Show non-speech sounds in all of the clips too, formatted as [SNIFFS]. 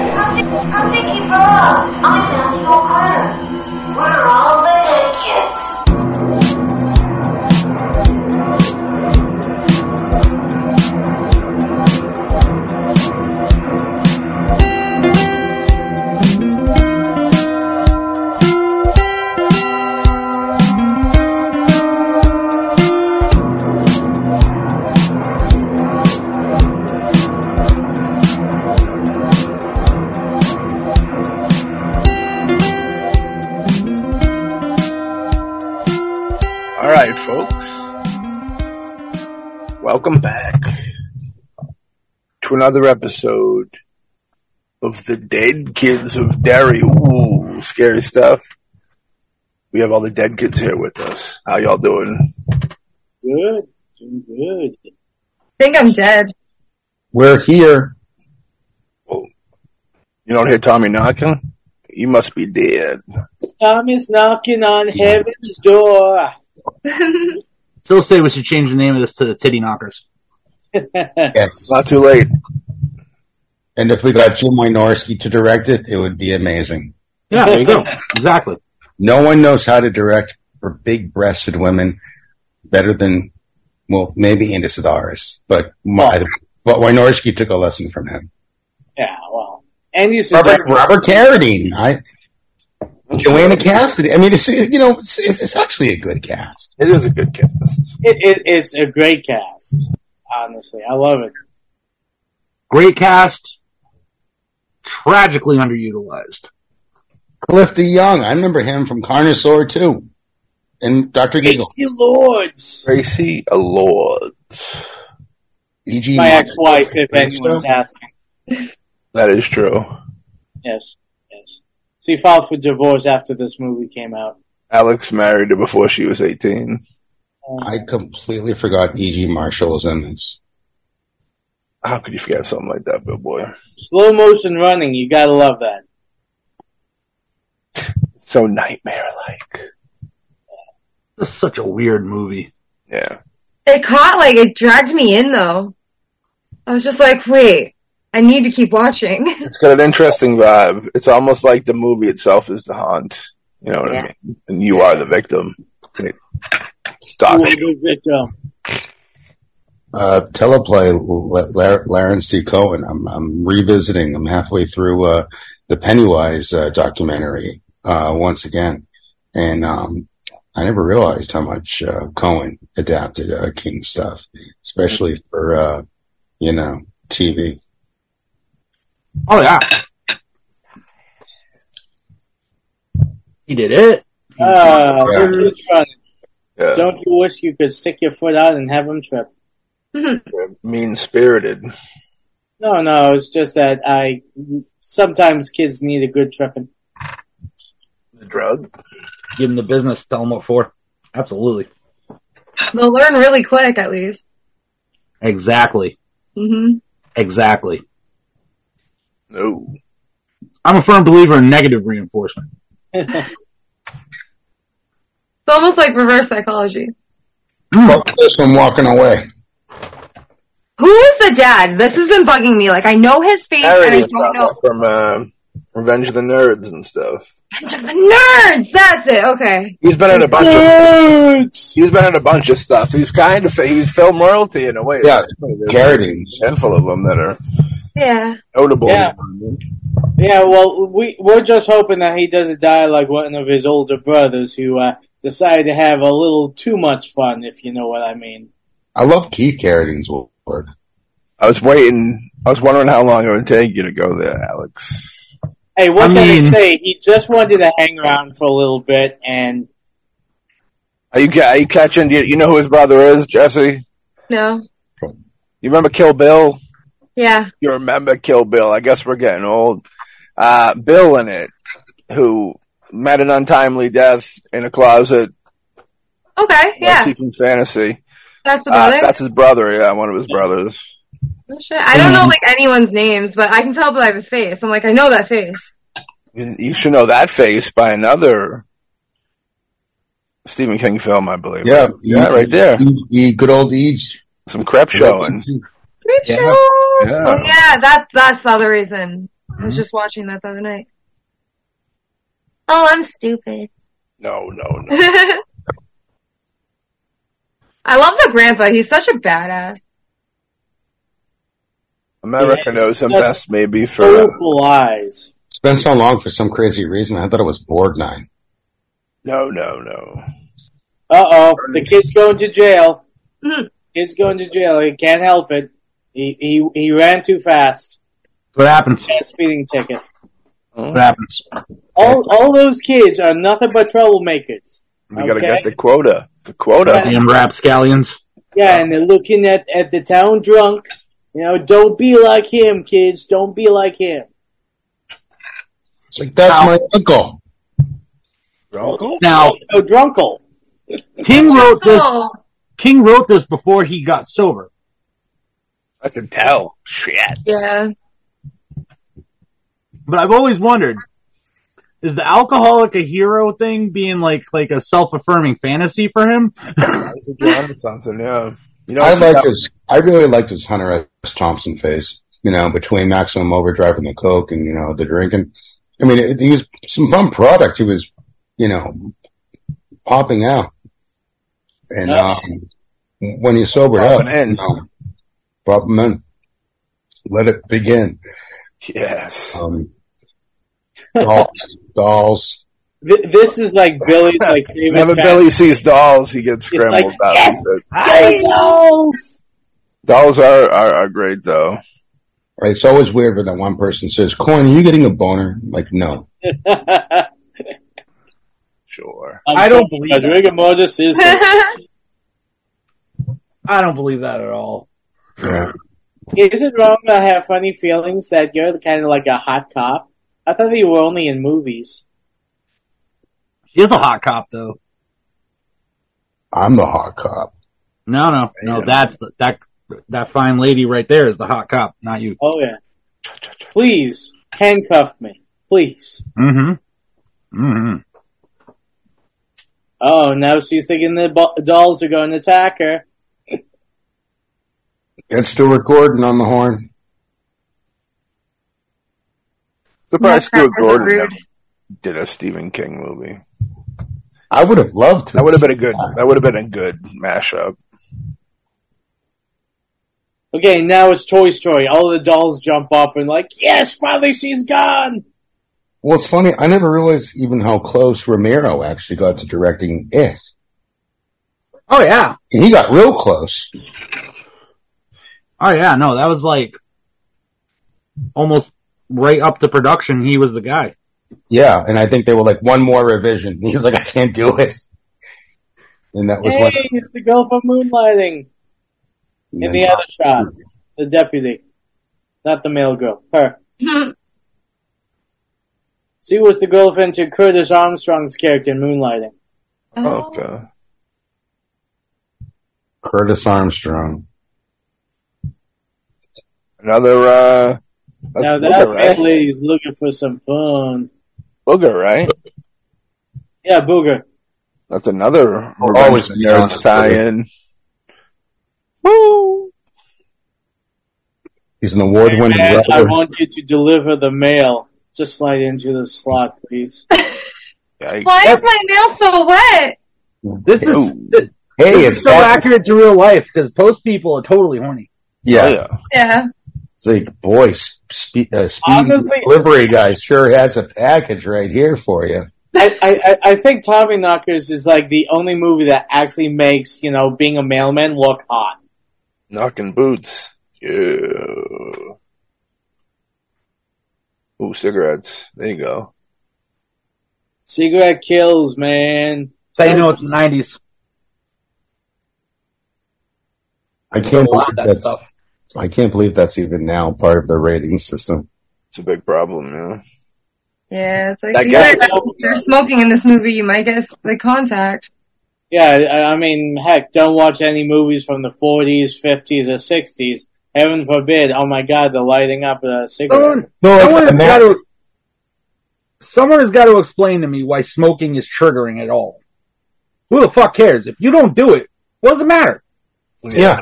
A biggie for us. I'm Matthew Carter. We're all the dead kids. All right, folks. Welcome back to another episode of the Dead Kids of Derry. Ooh, scary stuff. We have all the dead kids here with us. How y'all doing? Good, doing good. think I'm dead. We're here. You don't hear Tommy knocking? You must be dead. Tom is knocking on heaven's door. Still say we should change the name of this to the Titty Knockers. Yes. Not too late. And if we got Jim Wynorski to direct it, it would be amazing. Yeah, there you go. [LAUGHS] exactly. No one knows how to direct for big breasted women better than, well, maybe Andy Sidaris, but my, but Wynorski took a lesson from him. yeah, well, Andy said Robert, Robert Carradine. I, Joanna Cassidy. I mean, it's, you know, it's, it's, it's actually a good cast. It is a good cast. it, it, it's a great cast. Honestly, I love it. Great cast. Tragically underutilized. Clifton Young. I remember him from Carnosaur too. And Dr. Giggle. Hasty Lords. Tracy Lords. E.G. My ex-wife, if anyone's asking. That is true. Yes, yes. She filed for divorce after this movie came out. Alex married her before she was 18. Um, I completely forgot E.G. Marshall was in this. How could you forget something like that, big boy? slow motion running. You gotta love that. So nightmare like. This is such a weird movie. Yeah. It caught like it dragged me in though. I was just like, wait, I need to keep watching. [LAUGHS] It's got an interesting vibe. It's almost like the movie itself is the haunt. You know what I Yeah. mean? And you are the victim. And it stalks Ah, Ooh, you. good victim. Uh, teleplay, L- Lar- Lawrence D. Cohen. I'm, I'm revisiting. I'm halfway through uh, the Pennywise uh, documentary uh, once again, and um, I never realized how much uh, Cohen adapted uh, King stuff, especially for uh, you know TV. Oh yeah. He did it. Ah, Yeah. slow motion running. Yeah. Don't you wish you could stick your foot out and have him trip? They're mean spirited. No, no, it's just that I sometimes kids need a good tripping. The drug. Give him the business, tell him what for. Absolutely. They'll learn really quick at least. Exactly. hmm Exactly. No. I'm a firm believer in negative reinforcement. It's almost like reverse psychology. Well, this one walking away. Who is the dad? This has been bugging me. Like I know his face and I Harry is don't know. from uh, Revenge of the Nerds and stuff. Bunch of the nerds. That's it. Okay. He's been in a bunch [LAUGHS] of Nerds! he's been in a bunch of stuff. He's kind of he's film royalty in a way. Yeah, There's Garrity. a handful of them that are Yeah. notable. Yeah. Yeah, well, we we're just hoping that he doesn't die like one of his older brothers who uh, decided to have a little too much fun, if you know what I mean. I love Keith Carradine's word. I was waiting. I was wondering how long it would take you to go there, Alex. Hey, what I can I mean- say? He just wanted to hang around for a little bit, and Are you, ca- are you catching? You, you know who his brother is, Jesse? No. You remember Kill Bill? Yeah. you remember Kill Bill. I guess we're getting old. Uh, Bill in it, who met an untimely death in a closet, Okay. while Yeah. seeking fantasy. That's the Uh, brother. that's his brother, yeah, one of his brothers. Oh, shit. I don't know Hmm. like anyone's names, but I can tell by the face. I'm like, I know that face. You you should know that face by another Stephen King film, I believe. Yeah, yeah, right there. E, E- good old E.G. Some crep showing. Creep Yeah. show. Yeah. Oh yeah, that's that's the other reason. I was just watching that the other night. Oh, I'm stupid. No, no, no. [LAUGHS] I love the grandpa. He's such a badass. America knows him Yeah. best, maybe for Oh. uh, Purple eyes. It's been so long for some crazy reason. I thought it was Borgnine. no, no, no. Uh oh, the kid's going to jail. Mhm. Kid's going to jail. He can't help it. He he he ran too fast. What happens? Got a speeding ticket. What happens? All all those kids are nothing but troublemakers. We got to Okay. get the quota. The quota. Damn rapscallions. Yeah, and they're looking at at the town drunk. You know, don't be like him, kids. Don't be like him. It's like, that's Ow. my uncle. Uncle? Now, Oh, drunkle. King wrote this. Oh, King wrote this before he got sober. I can tell. [LAUGHS] Shit. yeah. But I've always wondered: is the alcoholic a hero thing being like like a self affirming fantasy for him? I think you're onto something, yeah. You know, I I liked forgot- his, I really liked his Hunter S. Thompson face. You know, between Maximum Overdrive and the coke, and you know the drinking. I mean, it, he was some fun product. He was, you know, popping out. And Yeah. um, when he sobered up, Popping in. you know, pop him in. Let it begin. Yes. [LAUGHS] Um, dolls, dolls. Th- this is like [LAUGHS] Billy's like favorite. Whenever chapter. Billy sees dolls, he gets It's scrambled like, up. yes, He says, Billy [LAUGHS] Jones! dolls are, are, are great, though. Right? It's always weird when that one person says, "Corn, are you getting a boner?" I'm like, no. Sure. I don't believe that. Rigor Mortis [LAUGHS] is. I don't believe that at all. Yeah. Is it wrong to have funny feelings that you're kind of like a hot cop? I thought that you were only in movies. He is a hot cop, though. I'm the hot cop. No, no, no. Yeah. That's the, that that fine lady right there is the hot cop, not you. Oh yeah. Please handcuff me, please. Mm-hmm. Mm-hmm. Oh, now she's thinking the bo- dolls are going to attack her. It's Stuart Gordon on the horn. Surprised Stuart Nutcrackers are Gordon rude. never did a Stephen King movie. I would have loved to. That would have been a good. That would have been a good mashup. Okay, now it's Toy Story. All the dolls jump up and like, yes, finally she's gone. Well, it's funny. I never realized even how close Romero actually got to directing it. Oh yeah. And he got real close. Oh yeah. No, that was like almost right up to production. He was the guy. Yeah, and I think they were like one more revision. [LAUGHS] And he was like, I can't do it. And that was Hey, what. it's the girl from Moonlighting in the other shot. The deputy, not the male girl. Her. She was the girlfriend to Curtis Armstrong's character in Moonlighting. Oh. Okay. Curtis Armstrong. Another. uh that's now that Booger, right? old lady's looking for some fun. Booger, right? Yeah, Booger. That's another We're always always nerds nerds. tie-in. Woo! He's an award winning And I writer. want you to deliver the mail just right into the slot, please. Yikes. Why is my nail so wet? This is Ew. th- Hey, this it's is so back- accurate to real life because post people are totally horny. Yeah. Oh, yeah. Yeah. It's like, boy, spe- uh, speed Honestly- delivery guy sure has a package right here for you. I, I, I- I think Tommy Knockers is like the only movie that actually makes, you know, being a mailman look hot. Knocking boots. Yeah. Ooh, cigarettes. There you go. Cigarette kills, man. So you know it's the nineties. I can't believe that that's, stuff. I can't believe that's even now part of the rating system. It's a big problem, yeah. Yeah, it's like That you guy- guys- if you're smoking in this movie, you might get the contact. Yeah, I, I mean, heck, don't watch any movies from the 40s, 50s, or 60s. Heaven forbid. Oh my god, they're lighting up a cigarette. Someone, No, someone like, has ima- got to. Someone has got to explain to me why smoking is triggering at all. Who the fuck cares? If you don't do it, what does it matter? yeah,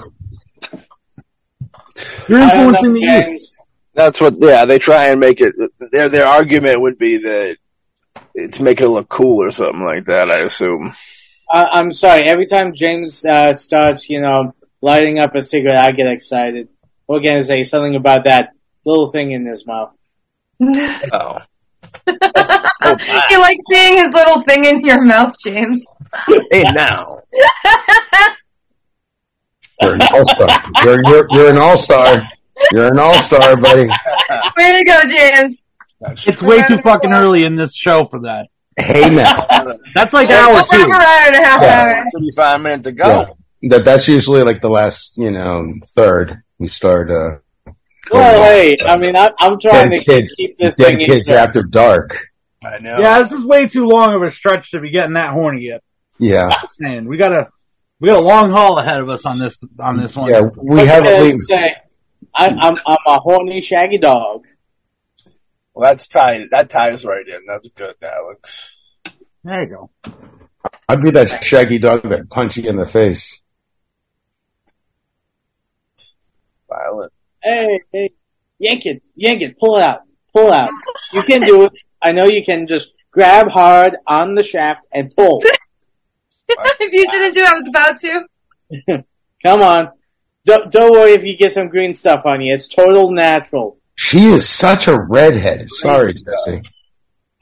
I don't You're know, influencing the youth. James. That's what, yeah, they try and make it, their, their argument would be that it's make it look cool or something like that, I assume. I, I'm sorry. Every time James uh, starts, you know, lighting up a cigarette, I get excited. We're gonna say something about that little thing in his mouth. [LAUGHS] Oh. [LAUGHS] you like seeing his little thing in your mouth, James. Hey, now. You're an all star. You're, you're, you're an all star. You're an all star, buddy. Way to go, James. It's way too fucking early in this show for that. Hey now. That's like We'll hour back two. around in a half Yeah. hour. 35 minutes to go. Yeah. That that's usually like the last, you know, third. We start uh Well, hey, I mean, I, I'm trying dead to kids, keep this dead thing kids interesting. after dark. I know. Yeah, this is way too long of a stretch to be getting that horny yet. Yeah, Just saying, we got a we got a long haul ahead of us on this on this one. yeah. We Look have at at it least and say, I, I'm I'm a horny shaggy dog. Well, that's tied. That ties right in. That's good, Alex. There you go. I'd be that shaggy dog that punch you in the face. Violent. Hey, hey, yank it, yank it, pull out, pull out. You can do it. I know you can. Just grab hard on the shaft and pull. [LAUGHS] if you didn't do it, I was about to. Come on. Don't, don't worry if you get some green stuff on you. It's total natural. She is such a redhead. Sorry, Jesse.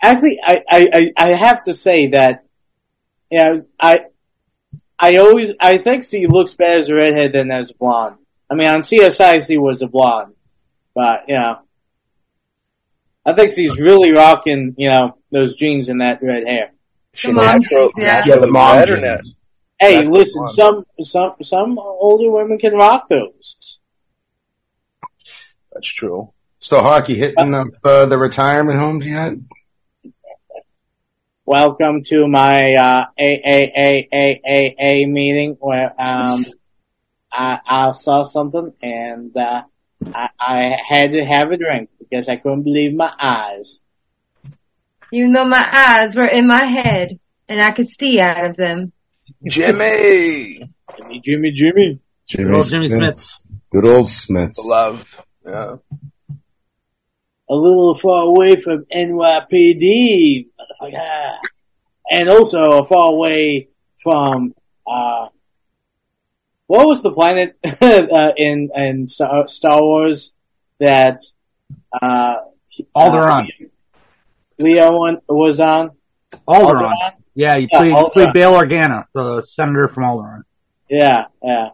Actually, I, I, I, I have to say that, you know, I, I always, I think she looks better as a redhead than as a blonde. I mean, on CSI, she was a blonde. But, you know, I think she's really rocking, you know, those jeans and that red hair. She The mom natural, jeans, yeah. natural Yeah, the mom better jeans. than- Hey, That's listen, fun. some, some, some older women can rock those. That's true. So, hockey hitting up uh, the retirement homes yet? welcome to my uh, a a a a a a meeting where um I I saw something and uh, I I had to have a drink because I couldn't believe my eyes. You know my eyes were in my head, and I could see out of them. Jimmy, Jimmy, Jimmy, Jimmy. Jimmy, Good old Jimmy Smiths. Good old Smiths. beloved. Yeah. A little far away from NYPD, motherfucker. and also far away from uh, what was the planet [LAUGHS] uh, in in Star Star Wars that uh, Alderaan. Leo on, was on. Alderaan. Yeah, you Yeah, played, you played Alderaan. Bail Organa, the senator from Alderaan. Yeah, yeah.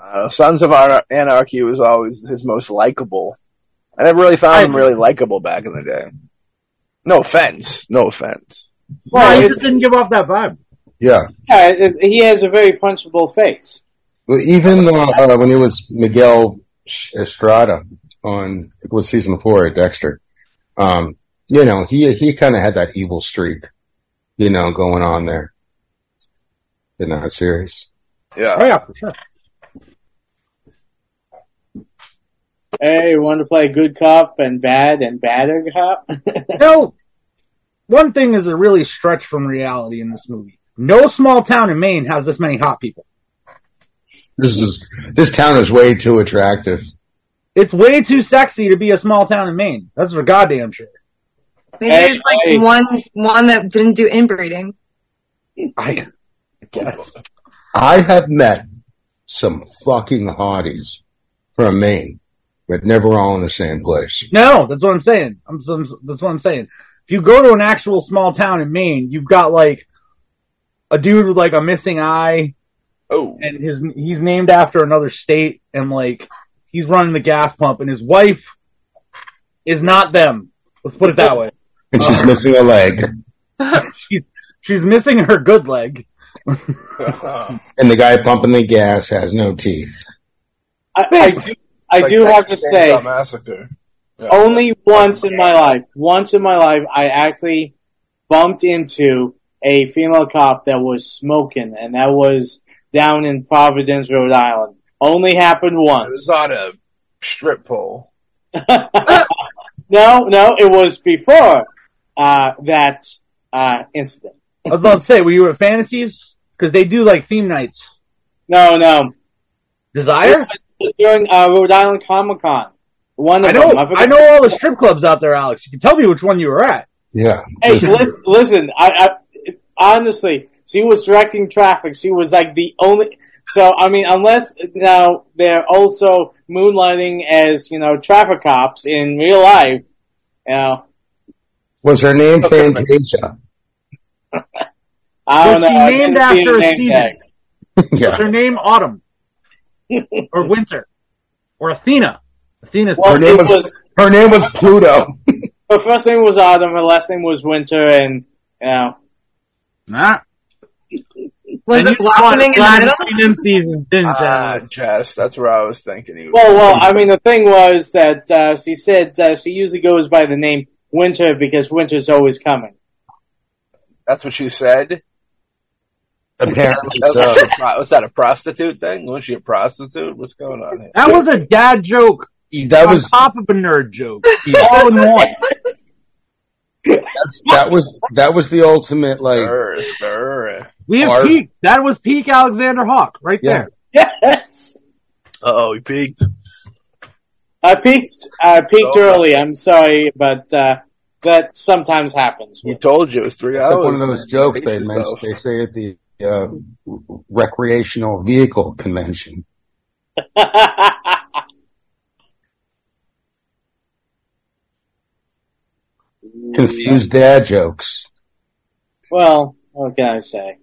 Uh, Sons of Anar- Anarchy was always his most likable. I never really found him really likable back in the day. No offense. No offense. Well, no, he it- just didn't give off that vibe. Yeah. yeah, it- it- he has a very punchable face. Well, even uh, uh, when it was Miguel Estrada on it was season four at Dexter, um, you know he he kind of had that evil streak, you know, going on there in that series. Yeah. Oh yeah, for sure. Hey, you want to play good cop and bad and badder cop? [LAUGHS] No, one thing is a really stretch from reality in this movie. No small town in Maine has this many hot people. This is this town is way too attractive. It's way too sexy to be a small town in Maine. That's for goddamn sure. Maybe Hey, it's like hey. one one that didn't do inbreeding. I guess. I have met some fucking hotties from Maine, but never all in the same place. No, that's what I'm saying. I'm, I'm that's what I'm saying. If you go to an actual small town in Maine, you've got like a dude with like a missing eye, [LAUGHS] Oh. and his he's named after another state, and like he's running the gas pump, and his wife is not them. Let's put it that way. And she's missing a leg, She's she's missing her good leg. [LAUGHS] and the guy pumping the gas has no teeth. I, I do, I do have to say, Massacre. Yeah. only once in my life, once in my life, I actually bumped into a female cop that was smoking, and that was down in Providence, Rhode Island. Only happened It once. was on a strip pole. [LAUGHS] No, no, it was before uh, that uh, incident. I was about to say, were you at fantasies? Because they do like theme nights. No, no. Desire? It was during uh, Rhode Island Comic Con. One of I know. them. forget- I know all the strip clubs out there, Alex. You can tell me which one you were at. Yeah. Hey, just- listen, listen. I, I honestly, she was directing traffic. She was like the only. So I mean, unless now they're also moonlighting as you know traffic cops in real life. You know, was her name Fantasia? I don't Was know. she I named didn't see after the a name season? tag. Was her yeah. name Autumn or Winter or Athena? Athena's Well, Her name it was- was [LAUGHS] Her name was Pluto. her first name was Autumn. Her last name was Winter, and you know, Nah. Was And it you saw blossoming in Glad the to middle? see them seasons, didn't you? Ah, Jess, that's where I was thinking. He was Well, well, I mean, the thing was that uh, she said uh, she usually goes by the name Winter because winter's always coming. [LAUGHS] that's what she said. Apparently That [LAUGHS] so. was, a pro- was that a prostitute thing? Was she a prostitute? What's going on here? that was a dad joke That on was top of a nerd joke, all in one. that was that was the ultimate like Stir, stir. We have Or- peaked. That was peak Alexander Hawk right Yeah. there. Yes, Oh, he peaked. I peaked. I peaked Oh. early. I'm sorry, but uh, that sometimes happens. He told you it was three It's hours. like one of those jokes they Brace yourself. mentioned. They say at the uh, recreational vehicle convention. Confused dad jokes. [LAUGHS] well, what can I say?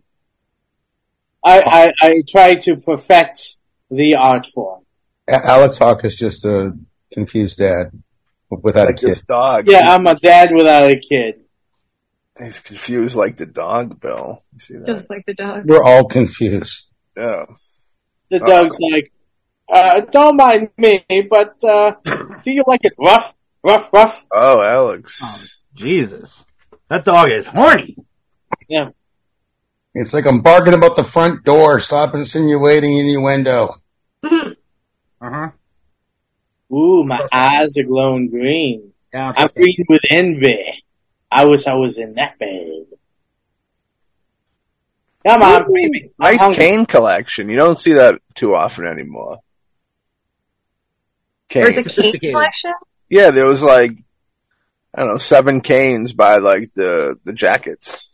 I, I I try to perfect the art form. A- Alex Hawk is just a confused dad without a Like kid. his dog. Yeah, I'm a dad without a kid. He's confused like the dog, Bill. You see that? Just like the dog. We're all confused. yeah. The Uh-oh. dog's like, uh, don't mind me, but uh, do you like it rough, rough, rough? Oh, Alex. Um, Jesus, that dog is horny. Yeah. It's like I'm barking about the front door. Stop insinuating innuendo. Uh huh. Ooh, my eyes are glowing green. Yeah, I'm green with envy. I wish I was in that bed. Come on, baby. I'm nice hungry. cane collection. You don't see that too often anymore. There's Cane. a cane Sophisticated. collection? Yeah, there was like I don't know seven canes by like the the jackets.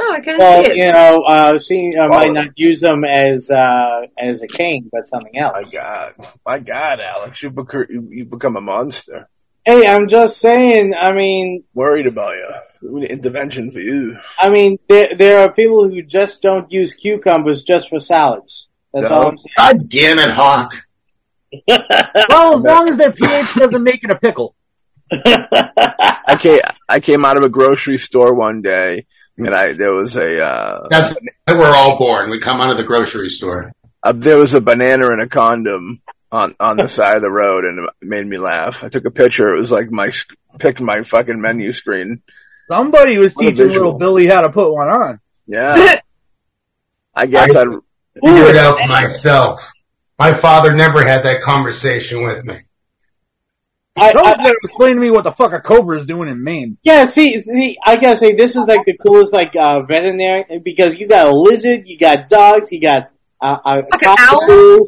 Oh, I couldn't Well, see it. you know, uh, she uh, might Follow. not use them as uh, as a cane, but something My else. God, my God, Alex, you become you, you become a monster. Hey, I'm just saying. I mean, Worried about you. We need intervention for you. I mean, there there are people who just don't use cucumbers just for salads. That's No. all I'm saying. God damn it, Hawk. well, as long as their pH doesn't make it a pickle. I came I came out of a grocery store one day, and I there was a uh, That's where we're all born. We come out of the grocery store. uh, there was a banana and a condom on on the [LAUGHS] side of the road, and it made me laugh. I took a picture. It was like my sc- picked my fucking menu screen. Somebody was What a teaching visual. little Billy how to put one on. Yeah, I guess I, would Figured it out for myself. My father never had that conversation with me. [LAUGHS] I, Someone's I, gotta explain to me what the fuck a cobra is doing in Maine. yeah, see, see, I gotta say, this is like the coolest, like, uh, veterinary, because you got a lizard, you got dogs, you got, uh, a Like an cockatoo,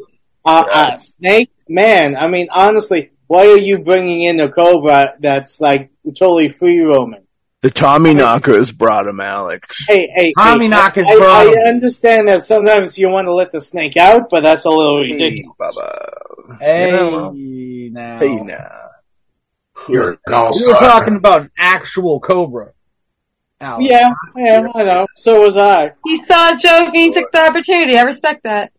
uh, Yeah. a snake. Man, I mean, honestly, why are you bringing in a cobra that's, like, totally free roaming? the Tommy knockers brought him, Alex. Hey, hey, Tommy hey, knock I, his bra. I understand that sometimes you want to let the snake out, but that's a little Hey, ridiculous. Bubba. Hey, You know, now. Hey, now. You're an all We were talking about an actual cobra. Alex. Yeah, yeah, I know. So was I. [LAUGHS] He saw a joke and he took the opportunity. I respect that.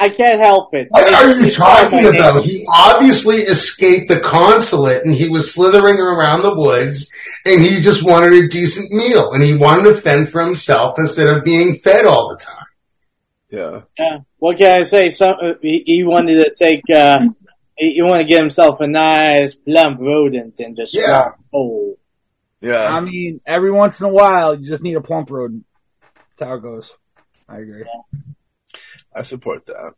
I can't help it. What are you It's part of talking my about? He obviously escaped the consulate and he was slithering around the woods and he just wanted a decent meal and he wanted to fend for himself instead of being fed all the time. Yeah. Yeah. What can I say? Some uh, he, he wanted to take. Uh, he, he wanted to get himself a nice plump rodent and just Yeah. walk whole. Yeah. I mean, every once in a while, you just need a plump rodent. That's how it goes. I agree. I support that.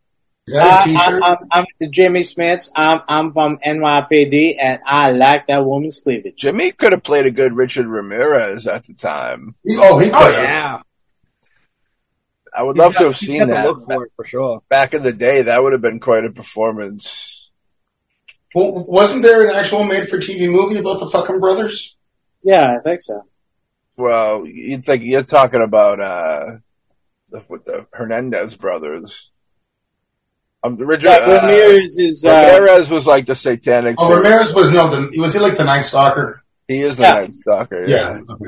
Is Uh, that a I- t-shirt? I, am I'm Jimmy Smiths. I'm I'm from NYPD, and I like that woman's cleavage. Jimmy could have played a good Richard Ramirez at the time. He- oh, he could Oh have. yeah, I would love to have seen Look that. for it for sure. Back in the day, that would have been quite a performance. W- wasn't there an actual made-for-TV movie about the fucking brothers? Yeah, I think so. Well, it's like you're talking about uh, the- with the Hernandez brothers. Um, the original, Yeah, uh, Ramirez is. Uh, Ramirez was like the satanic. Oh, saint. Ramirez was no. The, was he like the Night Stalker? He is the Yeah. Night Stalker. Yeah. Okay.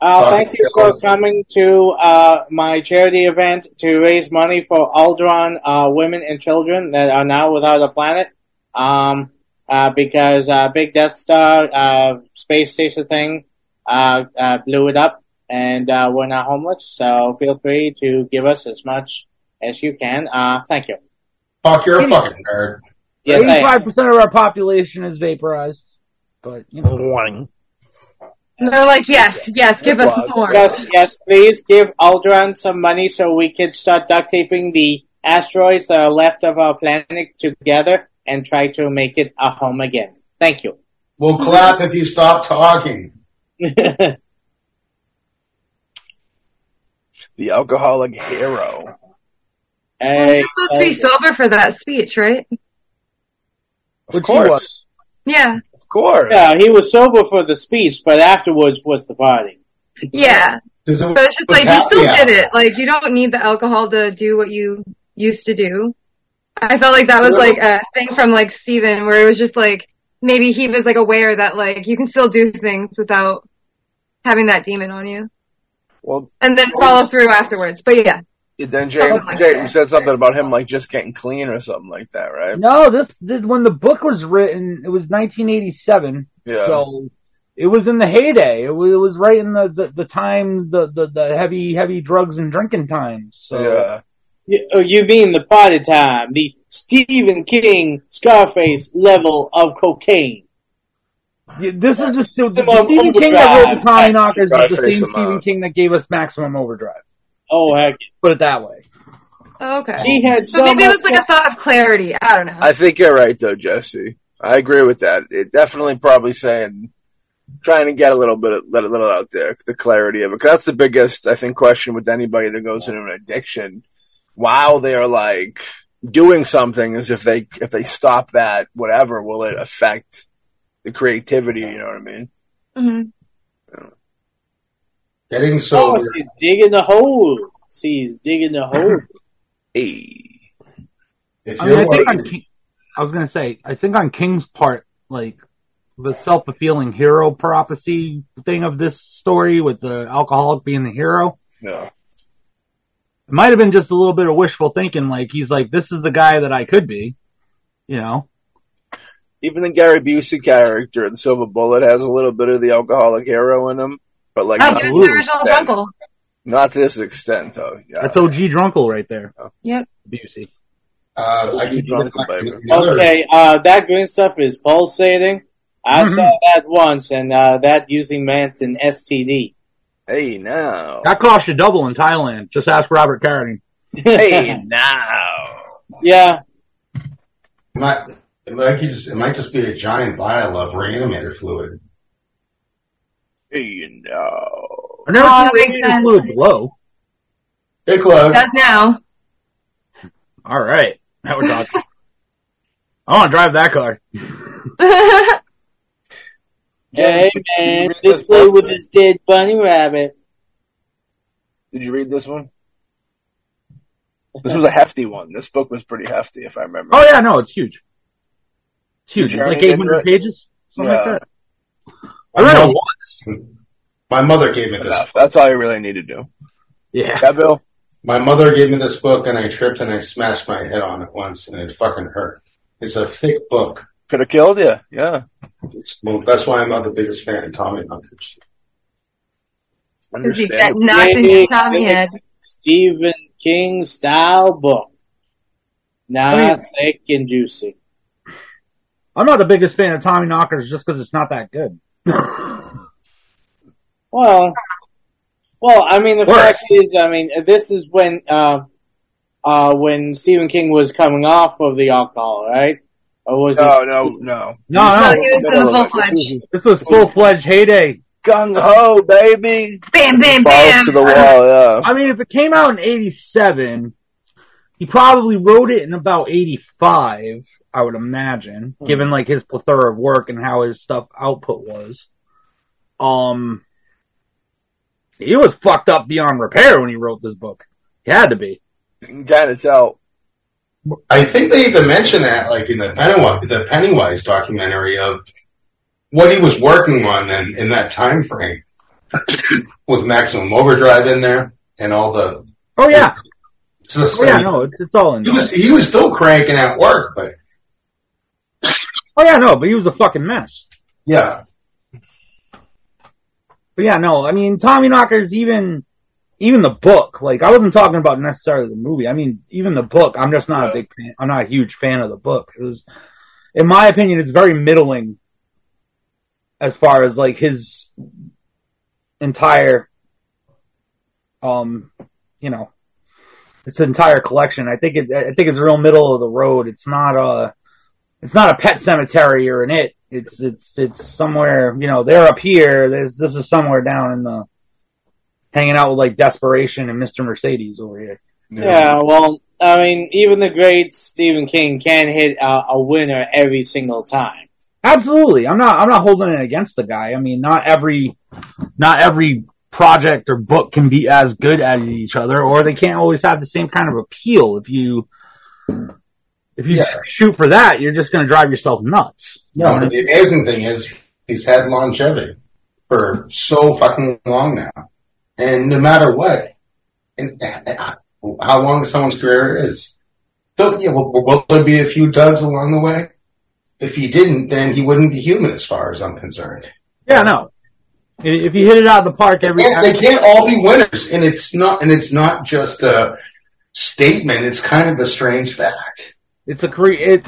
uh, Sorry. thank you for coming to uh, my charity event to raise money for Aldron uh, women and children that are now without a planet. Um, uh, because uh, big Death Star uh, space station thing uh, uh, blew it up, and uh, we're now homeless. So feel free to give us as much as you can. Uh, thank you. Fuck, you're a fucking nerd. Yes, I am. Eighty-five percent of our population is vaporized, but you know, And they're like, yes, yes, give us more. Yes, yes, please give Aldrin some money so we can start duct taping the asteroids that are left of our planet together and try to make it a home again. Thank you. [LAUGHS] We'll clap if you stop talking. The alcoholic hero. Well, Hey, You're supposed to be hey, sober for that speech, right? Of Which he course. was. Yeah, Of course. yeah, he was sober for the speech, but afterwards was the party. yeah. Is it- But it's just was like you still happy did it. Like you don't need the alcohol to do what you used to do. I felt like that was like a thing from like Steven where it was just like maybe he was like aware that like you can still do things without having that demon on you. Well, And then follow through afterwards. But yeah. then James, Something like James that. said something about him like just getting clean or something like that, right? no. This did when the book was written. It was 1987, Yeah. so it was in the heyday. It was, it was right in the the, the times the, the the heavy heavy drugs and drinking times. So yeah. You, oh, you mean the party time, the Stephen King Scarface level of cocaine. Yeah, This is the, stu- the, Maximum Stephen King that wrote Overdrive. the Tommy Knockers is the Overdrive, same face them Stephen up. King that gave us Maximum Overdrive. Oh heck, Put it that way. Oh, Okay. he had so So maybe it much was like a thought of clarity. I don't know. I think you're right though, Jesse. I agree with that. It definitely probably saying trying to get a little bit, let a little out there, the clarity of it. 'Cause that's the biggest, I think, question with anybody that goes into an addiction. While they are like doing something, is if they if they stop that, whatever, will it affect the creativity? You know what I mean? Mhm. Getting Oh, sober. she's digging the hole. She's digging the hole. Hey, If I mean, you're I think on working, King, I was gonna say, I think on King's part, like the self-fulfilling hero prophecy thing of this story with the alcoholic being the hero, no, it might have been just a little bit of wishful thinking. Like he's like, this is the guy that I could be, you know. even the Gary Busey character in Silver Bullet has a little bit of the alcoholic hero in him, but like Oh, not, there's to the this original extent. Drunkle. not to this extent, though. Yeah. That's OG Drunkle right there. Yep. Busey. uh, I Keep keep drunk, baby. Okay, uh, that green stuff is pulsating. I Mhm. saw that once, and uh, that usually meant an STD. Hey now. That cost you double in Thailand. Just ask Robert Carradine. Hey now. [LAUGHS] yeah, It might, it, might just, it might just be a giant vial of reanimator fluid. Hey now. I never Oh, that seen makes Reanimator sense. fluid blow. Hey, Club. Does now. [LAUGHS] All right, that was awesome. [LAUGHS] I want to drive that car. hey man, this play with this dead bunny rabbit. Did you read this one? This was a hefty one. This book was pretty hefty, if I remember. Oh yeah, no, it's huge. It's huge. It's like Journey eight into hundred it? pages, something like Yeah. that. I read No. it once. My mother gave me this. Enough. That's all you really need to do. Yeah. Yeah, Bill? My mother gave me this book, and I tripped and I smashed my head on it once, and it fucking hurt. It's a thick book. Could have killed you. Yeah. It's- well, that's why I'm not the biggest fan of Tommy Knockers. Because you got Understand. knocked in Yay. your Tommy head. Stephen King style book. I Nah, mean- thick and juicy. I'm not the biggest fan of Tommy Knockers just because it's not that good. Well, well, I mean, the Worse. fact is, I mean, this is when, uh, uh, when Stephen King was coming off of the alcohol, right? Or was No, it- Oh, no, no. No, No, no, he was in the full-fledged. this was full fledged heyday. Gung ho, baby. Bam, bam, Balls bam. to the wall, yeah. I mean, if it came out in '87, he probably wrote it in about '85, I would imagine, Hmm. given like his plethora of work and how his stuff output was. Um, he was fucked up beyond repair when he wrote this book. He had to be. You can kind of tell. I think they even mentioned that, like in the Pennywise, the Pennywise documentary of what he was working on in, in that time frame, [COUGHS] with Maximum Overdrive in there and all the. Oh yeah, so- so oh yeah. No, it's it's all in. he there. was he was still cranking out work, but Oh yeah, no, but he was a fucking mess. yeah, But yeah, no, I mean Tommy Knocker's even even the book. Like I wasn't talking about necessarily the movie. I mean even the book. I'm just not a big fan. I'm not a huge fan of the book. It was, in my opinion, it's very middling as far as like his entire, um, you know, its entire collection. I think it. I think it's real middle of the road. It's not uh, a. It's not a pet cemetery or an it. It's it's it's somewhere. You know, they're up here. There's this is somewhere down in the. Hanging out with like desperation and Mr. Mercedes over here. Yeah, well, I mean, even the great Stephen King can hit a, a winner every single time. Absolutely, I'm not. I'm not holding it against the guy. I mean, not every, not every project or book can be as good as each other, or they can't always have the same kind of appeal. If you, if you Yeah. shoot for that, you're just going to drive yourself nuts. You know No, what I but mean? the amazing thing is he's had longevity for so fucking long now, and no matter what, and, and how long someone's career is, don't yeah, will, will there be a few duds along the way? If he didn't, then he wouldn't be human, as far as I'm concerned. yeah, no. I- If you hit it out of the park every Yeah, they can't all be winners, and it's not, and it's not just a statement. It's kind of a strange fact. it's a cre- it,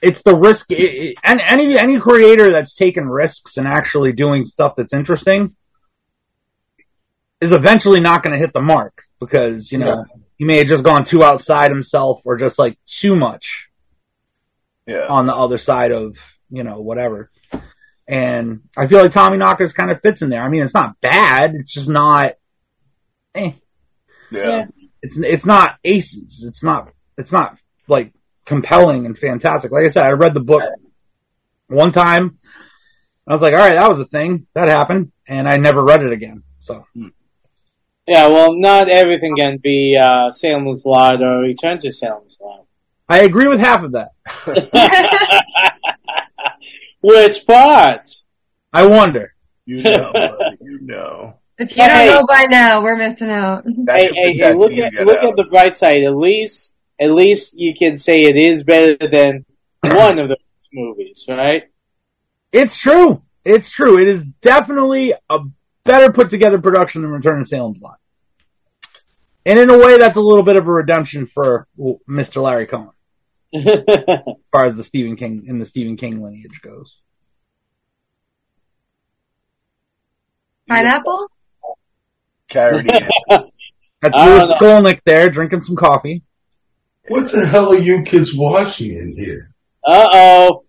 it's the risk it, it- and any any creator that's taken risks and actually doing stuff that's interesting is eventually not going to hit the mark because you know he may have just gone too outside himself or just like too much Yeah. on the other side of you know whatever and i feel like tommy knockers kind of fits in there i mean it's not bad it's just not eh yeah. it's it's not aces. It's not it's not like compelling and fantastic. Like I said, I read the book one time. and I was like, all right, that was a thing that happened, and I never read it again. So Yeah, well, not everything can be uh, Salem's Lot or Return to Salem's Lot. I agree with half of that. [LAUGHS] Which part? I wonder. You know. buddy, you know. If you Hey. don't know by now, we're missing out. That's what Hey, the hey, hey, look tattoos at get look out. at the bright side. At least, at least you can say it is better than one of those movies, right? [LAUGHS] It's true. It's true. It is definitely a better put together production than Return to Salem's Lot, and in a way, that's a little bit of a redemption for well, Mr. Larry Cohen as far as the Stephen King in the Stephen King lineage goes. Pineapple? Carrot [LAUGHS] eating. That's I don't Louis know. Skolnick there drinking some coffee. What the hell are you kids watching in here? uh oh.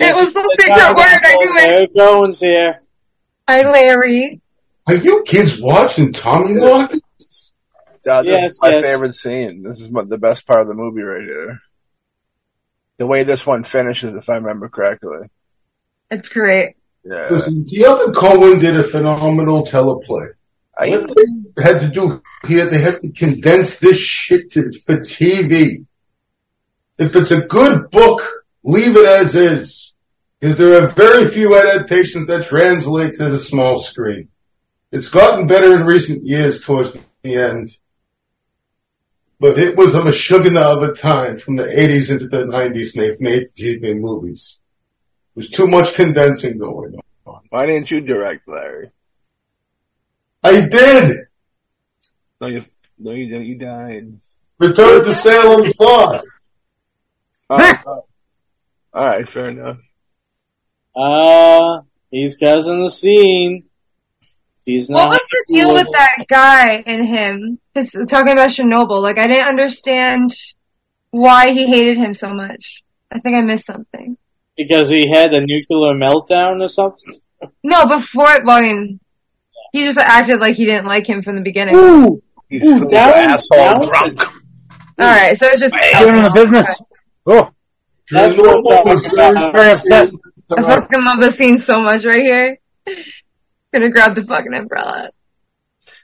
It was the secret word. I knew it. Eric Owens here. Hi, Larry. Are you kids watching Tommy Knockers? Uh, this Yes, is my yes. favorite scene. This is my, the best part of the movie right here. The way this one finishes, if I remember correctly. It's great. [LAUGHS] Yeah. The other Cohen did a phenomenal teleplay. I, What they had to do here, they had to condense this shit to, for TV. If it's a good book, leave it as is. Because there are very few adaptations that translate to the small screen. It's gotten better in recent years towards the end. But it was a mashugana of a time from the 80s into the 90s and they made TV movies. There's too much condensing going on. why didn't you direct, Larry? I did! No, you, no, you didn't. You died. Return to [LAUGHS] Salem's Lot. All right, Oh, all right, fair enough. Uh, he's causing the scene. He's What not. was the deal with that guy and him? His, talking about Chernobyl. Like, I didn't understand why he hated him so much. I think I missed something. Because he had a nuclear meltdown or something. No, before, well, I mean, he just acted like he didn't like him from the beginning. Ooh, He's Ooh, still that an was- asshole that was- drunk. All right, so it's just doing the business. Oh, That's Drew what Barrymore I'm was Uh, talking about. very upset. I fucking love this scene so much right here. [LAUGHS] Gonna grab the fucking umbrella.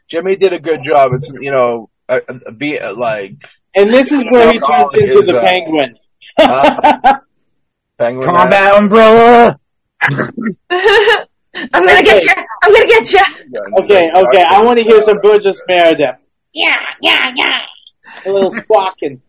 Jimmy did a good job. It's you know, uh, uh, be uh, [LAUGHS] like And this is where he turns Alcoholic into is, the uh, penguin. uh, penguin. Combat umbrella. I'm gonna get you. I'm gonna get you. Okay, okay. I want to hear some Burgess Meredith. Yeah, yeah, yeah. A little squawking.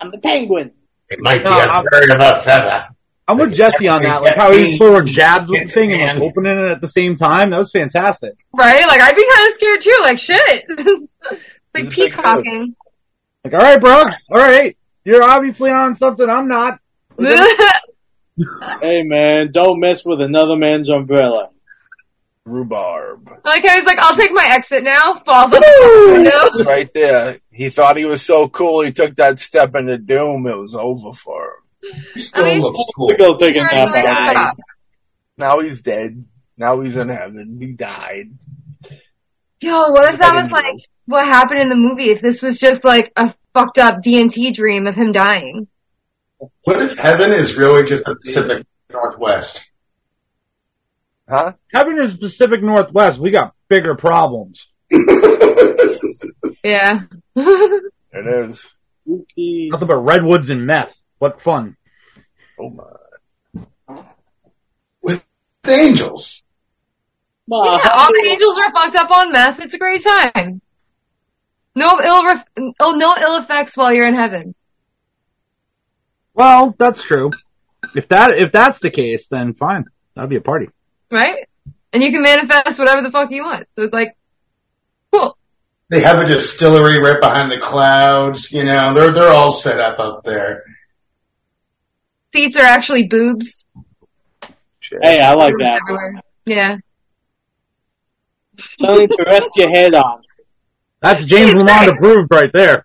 I'm the penguin. It might be No, a I'm- bird of a feather. I'm with Jesse on that. Like how he throwing jabs with the thing and like, opening it at the same time. That was fantastic. Right? Like I'd be kind of scared too. Like shit. [LAUGHS] He's a like big dude. peacocking. Like, all right, bro. All right, you're obviously on something I'm not. Hey man, don't mess with another man's umbrella. rhubarb [LAUGHS] like I was like, I'll take my exit now. Falls off the [LAUGHS] top of the [LAUGHS] window. right there. He thought he was so cool. He took that step into doom. It was over for him. Still I mean- looks cool. We'll go take a Turns nap away out. from the cops. Now he's dead. Now he's in heaven. He died. Yo, what if I that didn't was like what happened in the movie? If this was just like a fucked up D and T dream of him dying? What if heaven is really just the Pacific [LAUGHS] Northwest? Huh? Having the Pacific Northwest, we got bigger problems. Yeah. [LAUGHS] It is. Spooky. Nothing but redwoods and meth. What fun! Oh my. The angels. Ma, Yeah, all the angels are fucked up on meth. It's a great time. No ill, ref- oh, no ill effects while you're in heaven. Well, that's true. If that if that's the case, then fine. That'd be a party. right? And you can manifest whatever the fuck you want. So it's like, cool. They have a distillery right behind the clouds. You know, they're they're all set up up there. Seats are actually boobs. Hey, I like Boobs that. everywhere. Yeah. Something to rest your head on. That's James Lamont approved right there.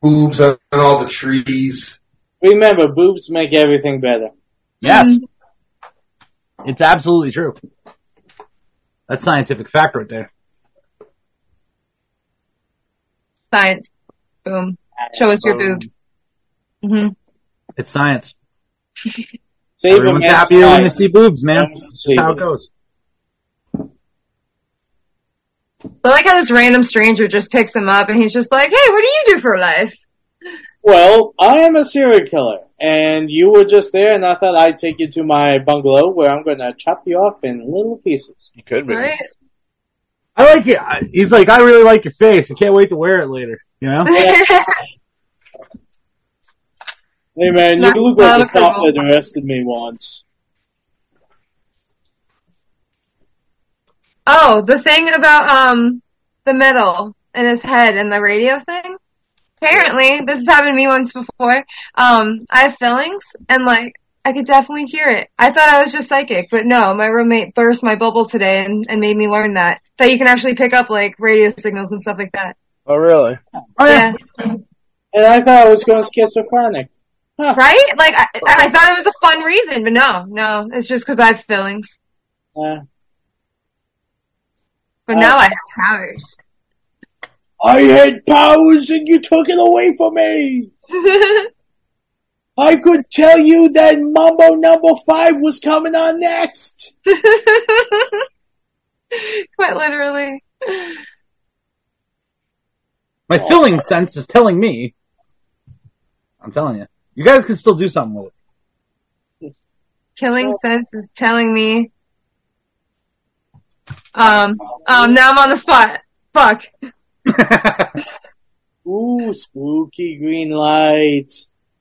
Boobs on all the trees. Remember, boobs make everything better. Yes, Mm-hmm. it's absolutely true. That's scientific fact right there. Science. Boom. Show us your boobs. hmm It's science. Save a Everyone's man's happier when they life. see boobs, man. Everyone's That's just how sleeping. it goes. I like how this random stranger just picks him up and he's just like, hey, what do you do for a life? Well, I am a serial killer, and you were just there, and I thought I'd take you to my bungalow where I'm gonna chop you off in little pieces. You could be. Right? I like it. I- He's like, I really like your face. I can't wait to wear it later. You know? Hey man, you Not look like the so cop that cool. arrested me once. oh, the thing about um the metal in his head and the radio thing. Apparently, this has happened to me once before. Um, I have feelings and like I could definitely hear it. I thought I was just psychic, but no, my roommate burst my bubble today and, and made me learn that. That you can actually pick up like radio signals and stuff like that. Oh, really? Oh, Yeah. yeah. And I thought I was going schizophrenic. Huh. Right? Like I, I thought it was a fun reason, but no, no. It's just because I have feelings. Uh, But now I have powers. [LAUGHS] I had powers and you took it away from me! I could tell you that Mambo number five was coming on next! Quite literally. My feeling sense is telling me. I'm telling you. You guys can still do something with it. Killing Sense is telling me. Um, um, now I'm on the spot. Fuck. [LAUGHS] Ooh, spooky green light.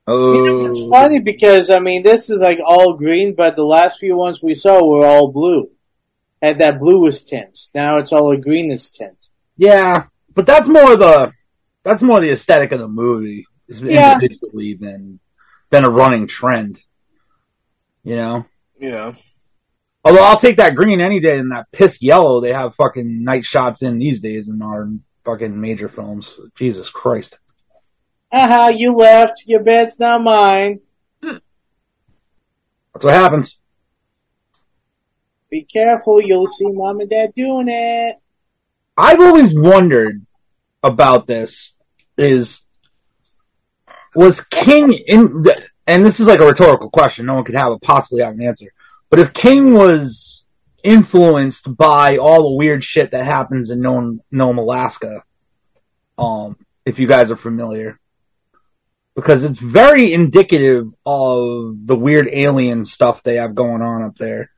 You know, it's oh. funny because I mean this is like all green, but the last few ones we saw were all blue. Had that bluish tint. Now it's all a greenish tint. Yeah. But that's more the that's more the aesthetic of the movie is Yeah. individually than than a running trend. You know? Yeah. Although I'll take that green any day than that piss yellow they have fucking night shots in these days in our fucking major films. Jesus Christ. Haha, you left. Your bed's not mine. That's what happens. Be careful, you'll see mom and dad doing it. I've always wondered about this is was King in? And this is like a rhetorical question. No one could have a possibly have an answer. But if King was influenced by all the weird shit that happens in Nome, Nome Alaska, um, if you guys are familiar, because it's very indicative of the weird alien stuff they have going on up there,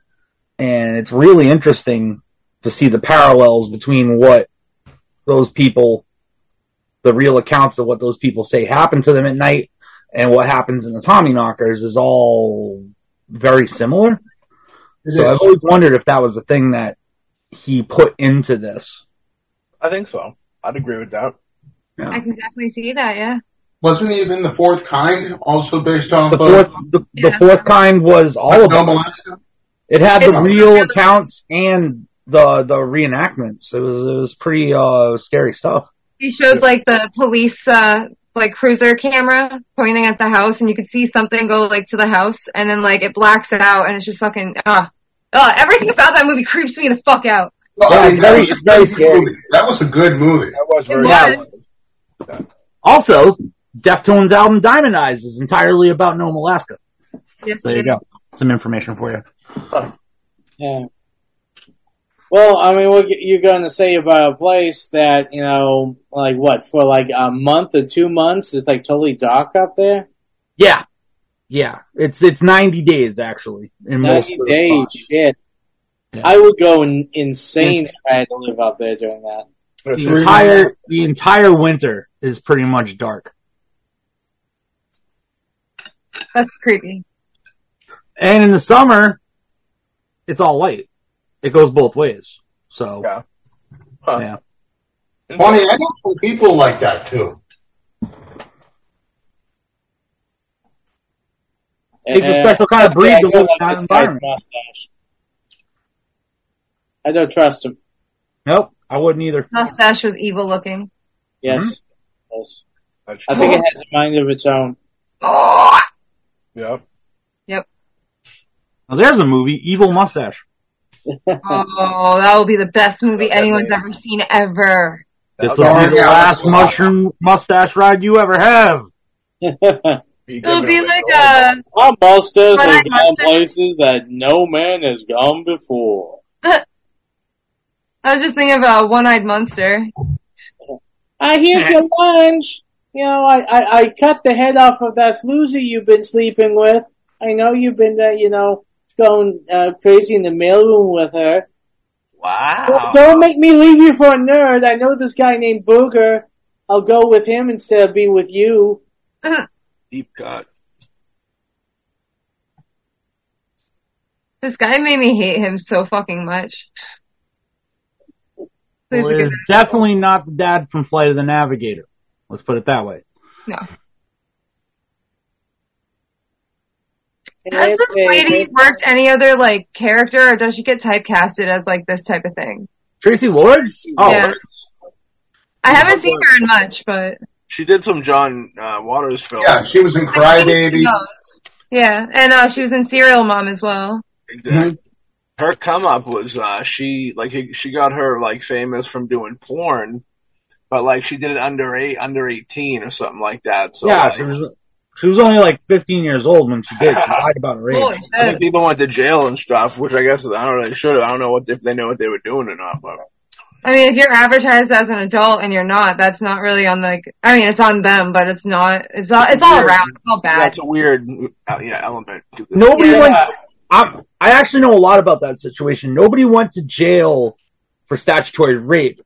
and it's really interesting to see the parallels between what those people, the real accounts of what those people say happened to them at night, and what happens in the Tommy Knockers is all very similar. So I've always wondered if that was the thing that he put into this. I think so. I'd agree with that. I can definitely see that. Yeah. Wasn't even the fourth kind also based off The of fourth, the, the Yeah. fourth kind was all of Nome them. Alaska? It had the It- real accounts and the the reenactments. It was it was pretty uh, scary stuff. He showed like the police, uh, like cruiser camera pointing at the house, and you could see something go like to the house, and then like it blacks it out, and it's just fucking ah, ah. Everything about that movie creeps me the fuck out. Well, I Yeah, mean, very- that was a it's very good scary. movie. That was a good movie. That was very. Yeah. Also, Deftones album Diamond Eyes is entirely about Nome, Alaska. Yes, There you go. Some information for you. Yeah. Well, I mean, what you're going to say about a place that you know, like what for like a month or two months, it's like totally dark up there. Yeah. Yeah. It's it's ninety days actually in most Ninety of the days, spots. shit. Yeah. I would go in, insane if I had to live out there during that. The entire the entire winter is pretty much dark. That's creepy. And in the summer it's all light. It goes both ways. So Yeah. Huh. yeah. Funny, I know some people like that too. Takes a special kind of that's breed why I to don't live in like that this guy's environment. mustache. I don't trust him. Nope. I wouldn't either. Mustache was evil looking. Yes. Mm-hmm. yes. That's I true. think it has a mind of its own. [LAUGHS] Oh, Yeah. Now, there's a movie, Evil Mustache. [LAUGHS] Oh, that will be the best movie anyone's ever seen ever. This That'll will be already the out. last mushroom mustache ride you ever have. be It'll given be away like uh, to all a Our monsters But I have gone must- places that no man has gone before. I was just thinking about One Eyed Monster. I here's your lunch. You know, I, I, I cut the head off of that floozy you've been sleeping with. I know you've been, uh, you know, going uh, crazy in the mailroom with her. Don't, don't make me leave you for a nerd. I know this guy named Booger. I'll go with him instead of be with you. Deep cut. This guy made me hate him so fucking much. Please Well, look at it's definitely not the dad from Flight of the Navigator. Let's put it that way. that. And No. Has this they- lady worked any other like character, or does she get typecasted as like this type of thing? Tracy Lords? Oh, Yeah. I haven't seen her in much, but She did some John uh, Waters film. Yeah, she was in uh, Crybaby. Yeah, and uh, she was in Serial Mom as well. Exactly. Mm-hmm. Her come up was uh, she like he- she got her like famous from doing porn, but like she did it under eight under eighteen or something like that. So yeah. like, She was, she was only like 15 years old when she did. She [LAUGHS] lied about her Holy age. I shit! think people went to jail and stuff, which I guess I don't know. They should have. I don't know what if they knew what they were doing or not. But I mean, if you're advertised as an adult and you're not, that's not really on like. I mean, it's on them, but it's not. It's all. It's all around. It's all bad. that's a weird uh, yeah element. Nobody Yeah. went. I'm, I actually know a lot about that situation. Nobody went to jail for statutory rape.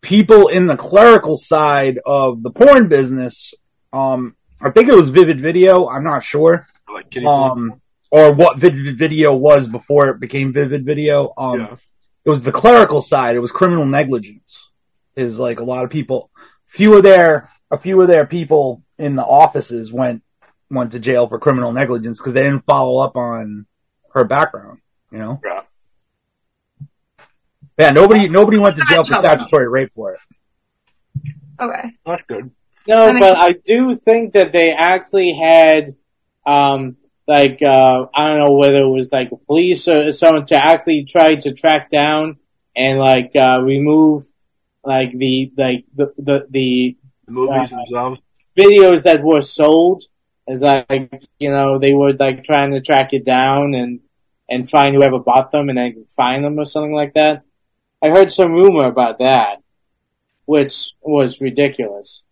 People in the clerical side of the porn business, um, I think it was Vivid Video. I'm not sure. Like Kitty um, or what Vivid Video was before it became Vivid Video. Um, Yeah. It was the clerical side. It was criminal negligence. Is like a lot of people, few of their, a few of their people in the offices went went to jail for criminal negligence because they didn't follow up on her background. You know. Yeah. Yeah. Nobody, nobody went to jail for Gotcha. statutory rape for it. Okay. that's good. No, I mean- but I do think that they actually had, um, like uh, I don't know whether it was like police or someone to actually try to track down and like uh, remove like the like the the, the The movies Yeah. themselves. videos that were sold. It's like you know they were like trying to track it down and and find whoever bought them and then find them or something like that. I heard some rumor about that, which was ridiculous.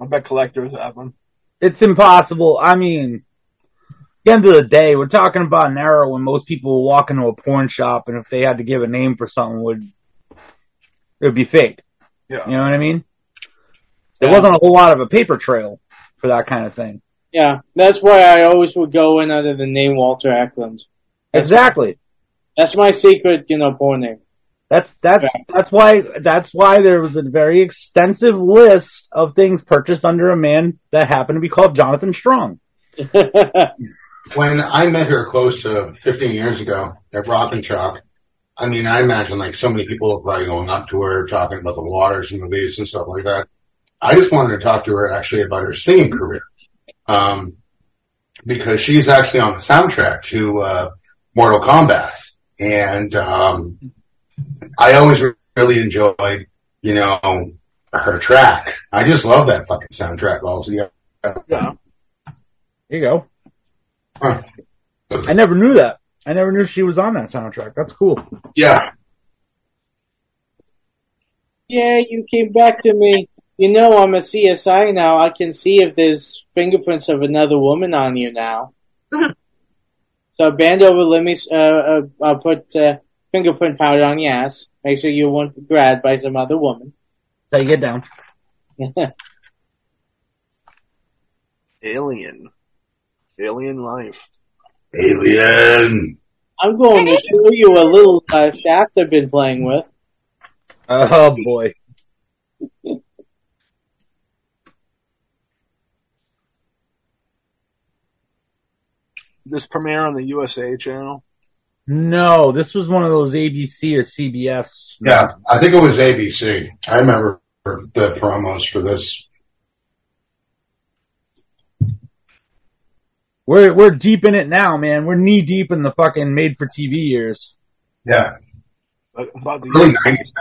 I bet collectors have them. It's impossible. I mean, at the end of the day, we're talking about an era when most people would walk into a porn shop and if they had to give a name for something, would it would be fake. Yeah. You know what I mean? There Yeah. wasn't a whole lot of a paper trail for that kind of thing. Yeah, that's why I always would go in under the name Walter Eklund. That's- Exactly. That's my secret, you know, porn name. [LAUGHS] That's that's that's why that's why there was a very extensive list of things purchased under a man that happened to be called Jonathan Strong. When I met her close to 15 years ago at Rock and Chalk, I mean, I imagine like so many people were probably going up to her talking about the waters and movies and stuff like that. I just wanted to talk to her actually about her singing career. Um, because she's actually on the soundtrack to, uh, Mortal Kombat. And, um, I always really enjoyed, you know, her track. I just love that fucking soundtrack altogether. There you go. I never knew that. I never knew she was on that soundtrack. That's cool. Yeah. yeah, you came back to me. You know, I'm a CSI now. I can see if there's fingerprints of another woman on you now. so bend over, let me uh, uh, I'll put uh, fingerprint powder on your ass. Make sure you weren't grabbed by some other woman. [LAUGHS] That's how you get down. Alien. Alien life. Alien. I'm going to show you a little uh, shaft I've been playing with. Oh boy. This premiere on the USA channel. No, this was one of those ABC or CBS. Yeah, I think it was ABC. I remember the promos for this. We're we're deep in it now, man. We're knee deep in the fucking made for TV years. Yeah, But uh, About the early nineties.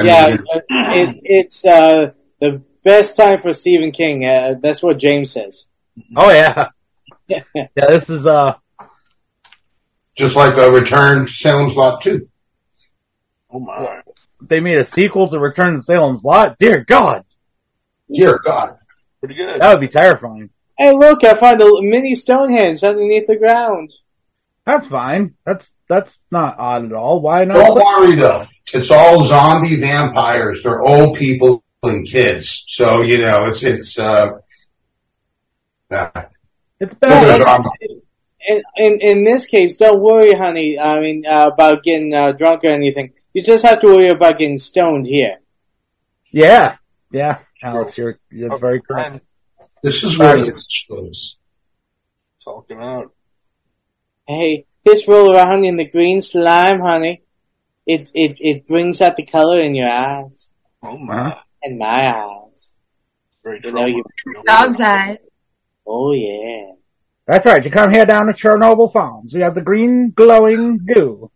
yeah, but it, it's uh, the best time for Stephen King. Uh, that's what James says. Oh [LAUGHS] yeah. yeah, this is uh just like a return to Salem's Lot Two. oh my. they made a sequel to Return to Salem's Lot. Dear God, Dear God, Pretty good. that would be terrifying. Hey, look! I found a mini Stonehenge underneath the ground. That's fine. That's that's not odd at all. Why don't not? worry though. It's all zombie vampires. They're old people and kids. So you know, it's it's. uh yeah. It's They're bad. zombie- In, in in this case, don't worry, honey. I mean, uh, about getting uh, drunk or anything. You just have to worry about getting stoned here. Yeah, yeah. Alex, you're you're very correct. I'm This is where it shows. talking out. Hey, this roll around in the green slime, honey. It it it brings out the color in your eyes Oh my. and my eyes. Very You know, you- Dog's eyes. Oh yeah. That's right. You come here down to Chernobyl Farms. We have the green glowing goo.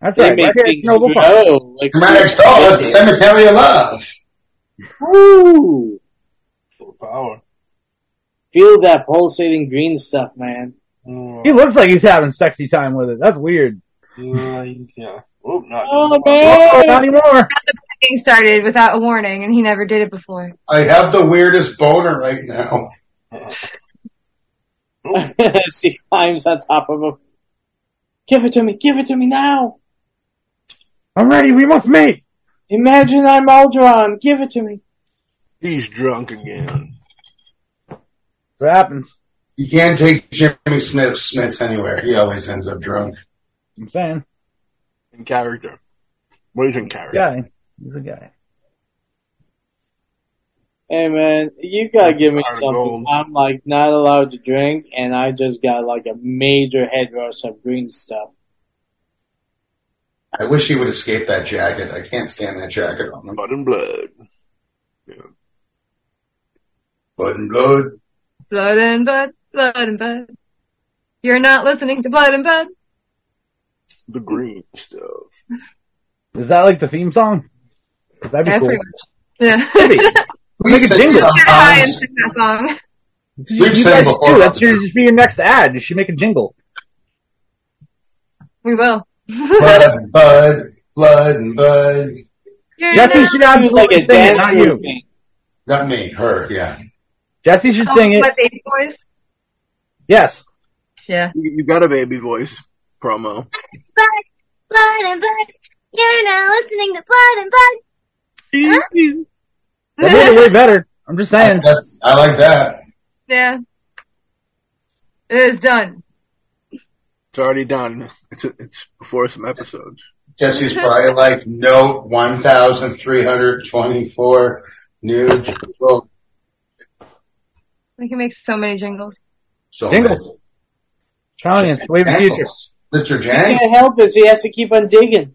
That's They right. make Right here at things Chernobyl Farms. grow. Like, Dramatic Soul, that's the Cemetery of Love. Woo! Full power. Feel that pulsating green stuff, man. Mm, He looks like he's having sexy time with it. That's weird. mm, yeah. Oh, not. Oh, Oh, not man! anymore. Getting started without a warning, and he never did it before. I have the weirdest boner right now. [LAUGHS] she climbs on top of him. Give it to me! Give it to me now! I'm ready. We must mate. Imagine I'm Aldron! Give it to me! He's drunk again. That's what happens. You can't take Jimmy Smith Smiths anywhere. He always ends up drunk. I'm saying. In character. Well, he's in character. Guy. He's a guy. Hey, man, you gotta give me Hard something. gold. I'm, like, not allowed to drink, and I just got, like, a major head rush of green stuff. I wish he would escape that jacket. I can't stand that jacket on him. Blood and blood. Blood and blood. Blood and bud, blood and bud. You're not listening to blood and bud. The green stuff. Is that like the theme song? 'Cause That'd be Yeah, cool. pretty much. Yeah. [LAUGHS] Maybe. Um, Get Make a jingle. high and sing that song. You We've guys said it should before. do. That should just be your next ad. You should make a jingle. We will. blood, and bud, blood, and bud. [LAUGHS] You're Jesse now- should absolutely like a sing it, dance not you. routine. Not me, her. Yeah. Jesse should Oh, sing it. My baby boys. Yes. Yeah. You, you got a baby voice promo. Blood, blood and blood. You're now listening to blood and blood. That made it way better. I'm [LAUGHS] just saying. That's, I like that. [LAUGHS] yeah. It is done. It's already done. It's it's before some episodes. Jesse's probably like, note 1,324 new jingle. We can make so many jingles. So Jingles. Telling you, it's the way of the many. future. Jingles. Mr. He Jang? can't help it. He has to keep on digging.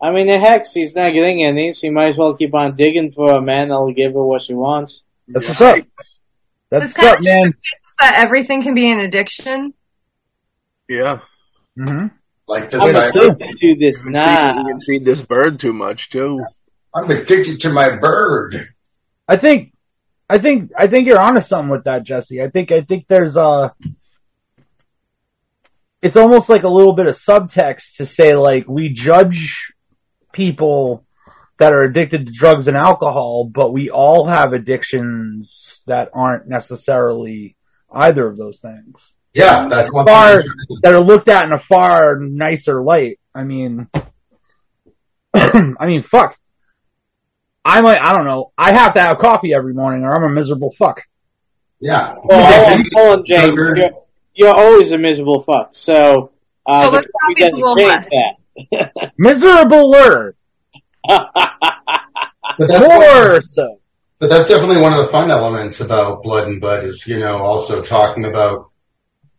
I mean, the hex, he's not getting any, so he might as well keep on digging for a man that'll give her what she wants. That's what's up. That's It's what's kind up, of man. Just that everything can be an [LAUGHS] addiction. Yeah. hmm Like this I'm guy. addicted to this You can, feed, now. you can feed this bird too much too. I'm addicted to my bird. I think, I think, I think you're onto something with that, Jesse. I think, I think there's uh it's almost like a little bit of subtext to say like we judge people that are addicted to drugs and alcohol, but we all have addictions that aren't necessarily either of those things Yeah, that's one Bar- thing. that are looked at in a far nicer light. I mean, [CLEARS THROAT] I mean, fuck. I might, I don't know. I have to have coffee every morning, or I'm a miserable fuck. Yeah. Well, hold on, Jesse, hold on, James. sugar. You're, you're always a miserable fuck. So, uh, So the let's not coffee be doesn't full change that. Miserabler, [LAUGHS] But that's one- more so. But that's definitely one of the fun elements about Blood and Bud is, you know, also talking about,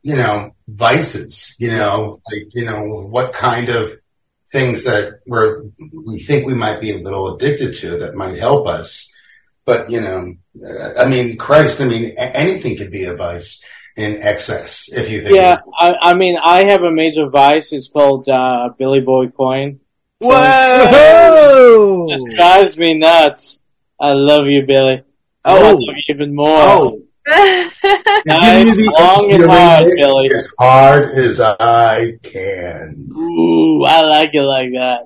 you know, vices, you know, like, you know, what kind of things that we're, we think we might be a little addicted to that might help us. But, you know, uh, I mean, Christ, I mean, a- anything could be a vice in excess if you think. yeah, I, I mean, I have a major vice. It's called uh, Billy Boy Coin. So [LAUGHS] Whoa! it Just Oh. drives me nuts. I love you, Billy. Oh, I Oh. love you even more. Oh, Nice, long and hard, Doing this Billy. As hard as I can. Ooh, I like it like that.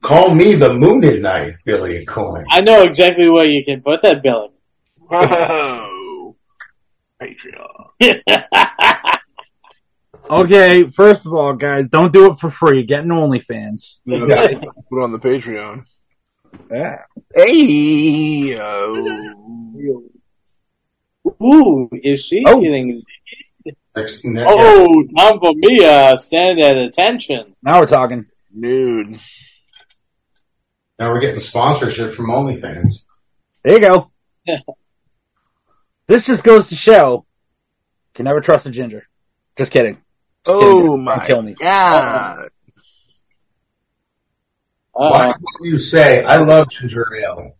Call me the moon at night, Billy Coin. I know exactly where you can put that, Billy. [LAUGHS] Whoa. Patreon. okay. First of all, guys, don't do it for free. Get an OnlyFans. Yeah. Put it on the Patreon. Yeah. Hey. oh. Ooh, is she Oh. getting? Next, ne- Oh, time for me. Uh, stand at attention. Now we're talking. Nude. Now we're getting sponsorship from OnlyFans. There you go. this just goes to show can never trust a ginger. Just kidding. Oh Don't my kill me. god. Why Uh, would you say I love ginger ale?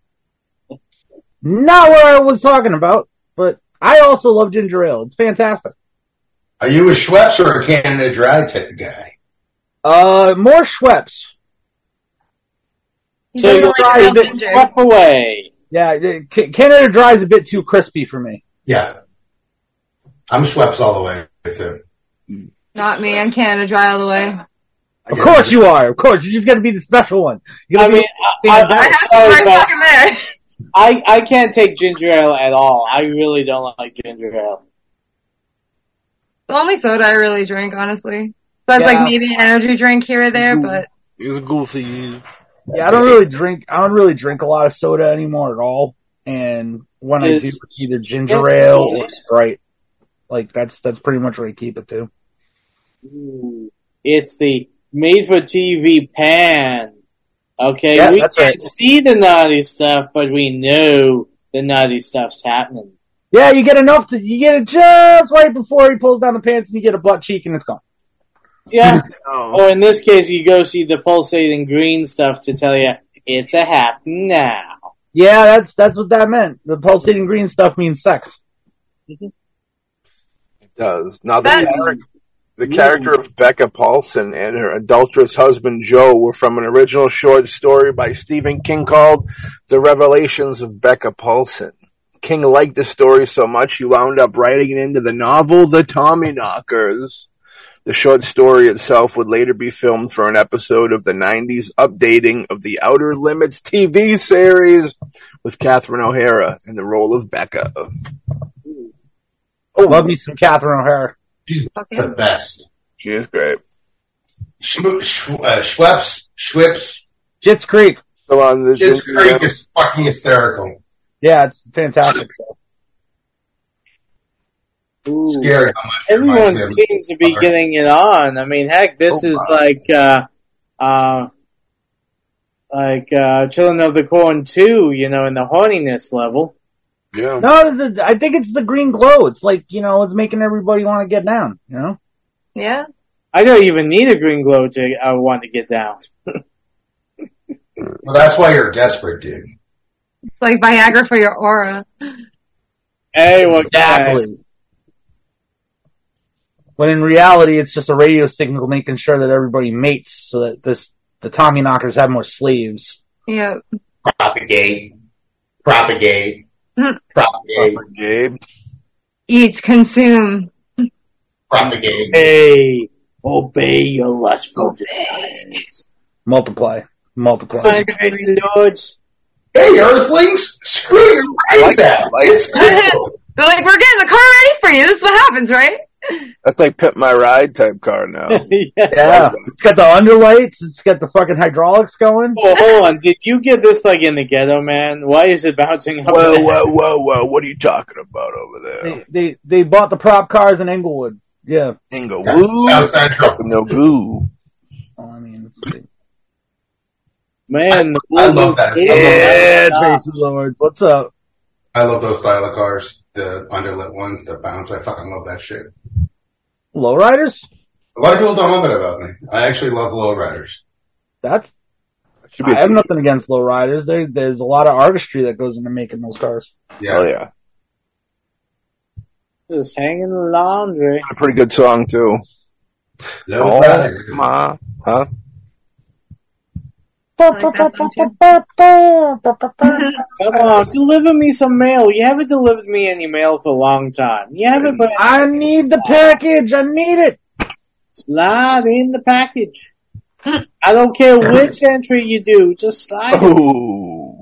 Not what I was talking about, but I also love ginger ale. It's fantastic. Are you a Schweppes or a Canada Dry type guy? Uh, more Schweppes. You So don't you like tried real it. ginger. step away. Yeah, it- Ca- Canada Dry is a bit too crispy for me. Yeah, I'm Schweppes all the way. So Not me. I'm Canada Dry all the way. Of course you are. Of course, you're just gonna be the special one. You're I gonna mean, be I, I I, have am to sorry, right but fucking there. I, I can't take ginger ale at all. I really don't like ginger ale. The only soda I really drink, honestly. So it's Yeah. Mm-hmm. like maybe an energy drink here or there, but It's goofy. yeah, I don't really drink. I don't really drink a lot of soda anymore at all. And when I do, It's- it's either ginger it's- ale or Sprite. Like that's that's pretty much where I keep it to. Ooh, It's the made for TV pan. Okay, Yeah, we that's can't see the naughty stuff, but we know the naughty stuff's happening. Yeah, you get enough to you get it just right before he pulls down the pants, and you get a butt cheek, and it's gone. Yeah. Oh. or in this case, you go see the pulsating green stuff to tell you it's a happen now. Yeah, that's that's what that meant. The pulsating green stuff means sex. It does. Now That- the, The character of Becca Paulson and her adulterous husband Joe were from an original short story by Stephen King called The Revelations of Becca Paulson. King liked the story so much he wound up writing it into the novel The Tommyknockers. The short story itself would later be filmed for an episode of the 90s updating of the Outer Limits TV series with Catherine O'Hara in the role of Becca. Love me some Catherine O'Hara. The Fucking best. She is great. Schmo- Sch- uh, Schweppes, Schwips, Jits Creek. Still on the Kids Creek is fucking hysterical. Yeah, it's fantastic. Ooh. Scary how much it Everyone reminds me of- seems to be getting it on. I mean, heck, this Oh, is my. like, uh, uh, like, uh, Children of the Corn 2, you know, in the horniness level. Yeah. No, the, I think it's the green glow. It's like you know, it's making everybody want to get down. You know, Yeah. I don't even need a green glow to, I want to get down. Well, that's why you're desperate, dude. It's like Viagra for your aura. Hey, what guys? When in reality, it's just a radio signal making sure that everybody mates, so that this the Tommy knockers have more slaves. Yeah. Propagate. Propagate. Hmm. Propagate. Gabe. Eat, consume. Propagate. Hey, obey your lustful desires. Multiply, multiply. Find great lords. Hey, Earthlings! Screw you! Raise that! It's cool. They're like, we're getting the car ready for you. This is what happens, right? That's like Pimp My Ride type car now. [LAUGHS] yeah. [LAUGHS] Yeah, [LAUGHS] it's got the underlights. It's got the fucking hydraulics going. Oh, hold on. Did you get this like in the ghetto, man? Why is it bouncing up? whoa, and down? whoa, whoa, whoa. What are you talking about over there? They, they they bought the prop cars in Englewood. Yeah, South Inglewood. Central. No goo. Well, Oh, I mean, it's, Man, I love that. yeah, Yeah. Tracy Lords, what's up? I love those style of cars. The underlit ones, the bounce. I fucking love that shit. Lowriders? A lot of people don't love it about me. I actually love lowriders. That's Should be I have nothing against lowriders. There, there's a lot of artistry that goes into making those cars. [LAUGHS] Yeah. Oh, yeah. just hanging in the laundry. A pretty good song, too. Low riders. Ma. Huh? like that song, too. Come on, deliver me some mail. You haven't delivered me any mail for a long time. You haven't put I need the package. I need it. slide in the package. I don't care which entry you do, just slide. it. [LAUGHS] Oh.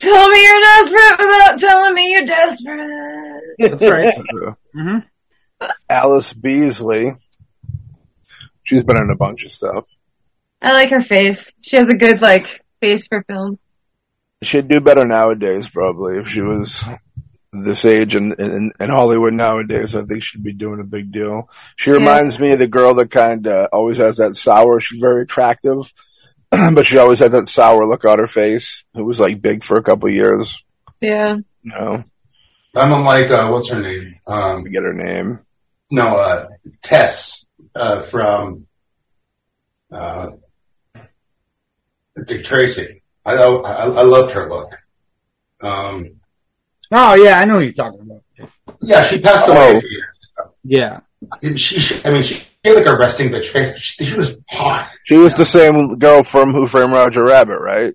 Tell me you're desperate without telling me you're desperate. [LAUGHS] That's right. Mm-hmm. Alice Beasley. She's been in a bunch of stuff. I like her face. She has a good, like, face for film. She'd do better nowadays, probably, if she was this age in, in, in Hollywood nowadays. I think she'd be doing a big deal. She reminds me of the girl that kind of always has that sour. She's very attractive, [CLEARS THROAT] but she always has that sour look on her face. It was like big for a couple years. Yeah. You know, I'm unlike, uh, what's her name? Um, forget her name. no, uh, Tess, uh, from, uh, Dick Tracy. I, I, I loved her look. Um, Oh yeah, I know what you're talking about. yeah, she passed away Oh. a few years ago. Yeah, And she, she- I mean, she had like a resting bitch face. She, she was hot. She was the same girl from Who Framed Roger Rabbit, right?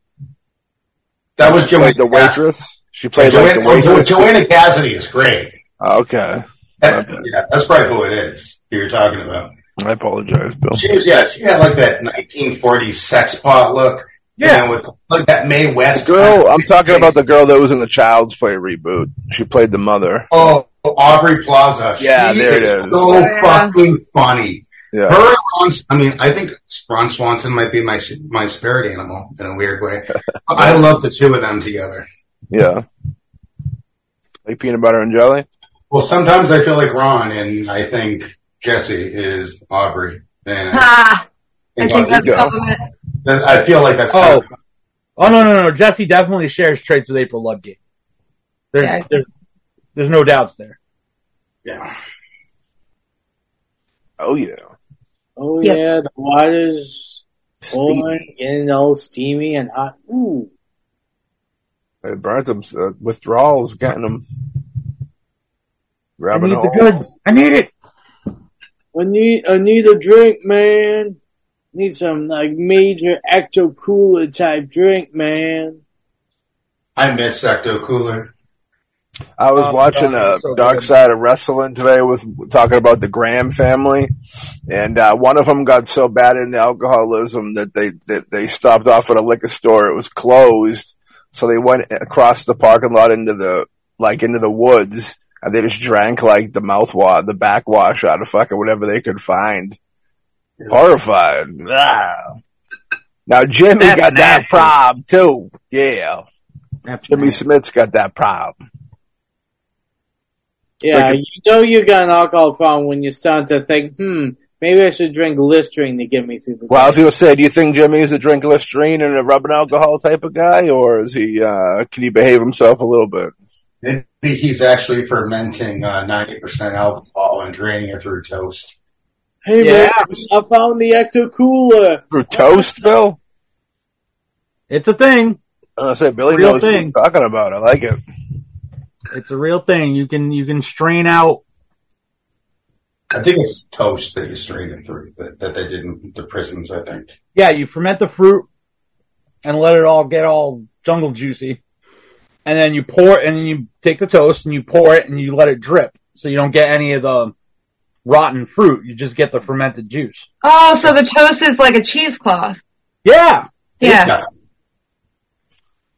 That was Joanna. Like the waitress. She played like Joanna, oh, the waitress. Joanna Cassidy is great. Okay. That- yeah, that's probably who it is who you're talking about. I apologize, Bill. She was, yeah, she had like that 1940s sex pot look. yeah. And with, like that Mae West. [LAUGHS] Girl, I'm talking about the girl that was in the Child's Play reboot. She played the mother. Oh, Aubrey Plaza. Yeah, She there it is. So Yeah. fucking funny. Yeah, Her, and Ron, I mean, I think Ron Swanson might be my my spirit animal in a [LAUGHS] weird way. But I love the two of them together. yeah. Like peanut butter and jelly. Well, sometimes I feel like Ron, and I think Jesse is Aubrey. And I, Ha! I think think Aubrey- that's a compliment. then I feel like that's kind Oh, of- oh no, no, no. Jesse definitely shares traits with April Ludgate. There, Yeah. there's, there's no doubts there. yeah. Oh yeah. Oh Yep. yeah, the water's boiling, Steve, getting all steamy and hot. Ooh, they burnt them. Uh, withdrawals getting them. I Grabbing need a the hold. goods. I need it. I need I need a drink, man. Need some like major ecto cooler type drink, man. I miss Ecto Cooler. I was Oh, watching God, uh, so Dark good. Side of Wrestling today with talking about the Graham family, and uh, one of them got so bad in alcoholism that they that they stopped off at a liquor store. It was closed, so they went across the parking lot into the like into the woods, and they just drank like the mouthwash, the backwash out of fucking whatever they could find. Horrified. Ah. Now Jimmy That's got that nasty. problem too. Yeah, Jimmy Smith's got that problem. Yeah, Like- you know you got an alcohol problem when you start to think, hmm, maybe I should drink Listerine to get me through the Well, I was day. gonna say, do you think Jimmy is a drink Listerine and a rubbing alcohol type of guy, or is he? uh Can he behave himself a little bit? Maybe he's actually fermenting uh, 90% alcohol and draining it through toast. Hey Yeah. man, I found the ecto cooler. Through toast, Bill. It's a thing. I say Billy Real knows what he's thing. talking about. I like it. It's a real thing. You can you can strain out. I think it's toast that you strain it through, that, that they did in the prisons, I think. Yeah, you ferment the fruit and let it all get all jungle juicy, and then you pour it, and then you take the toast and you pour it, and you let it drip, so you don't get any of the rotten fruit. You just get the fermented juice. Oh, so the toast is like a cheesecloth. Yeah, Yeah.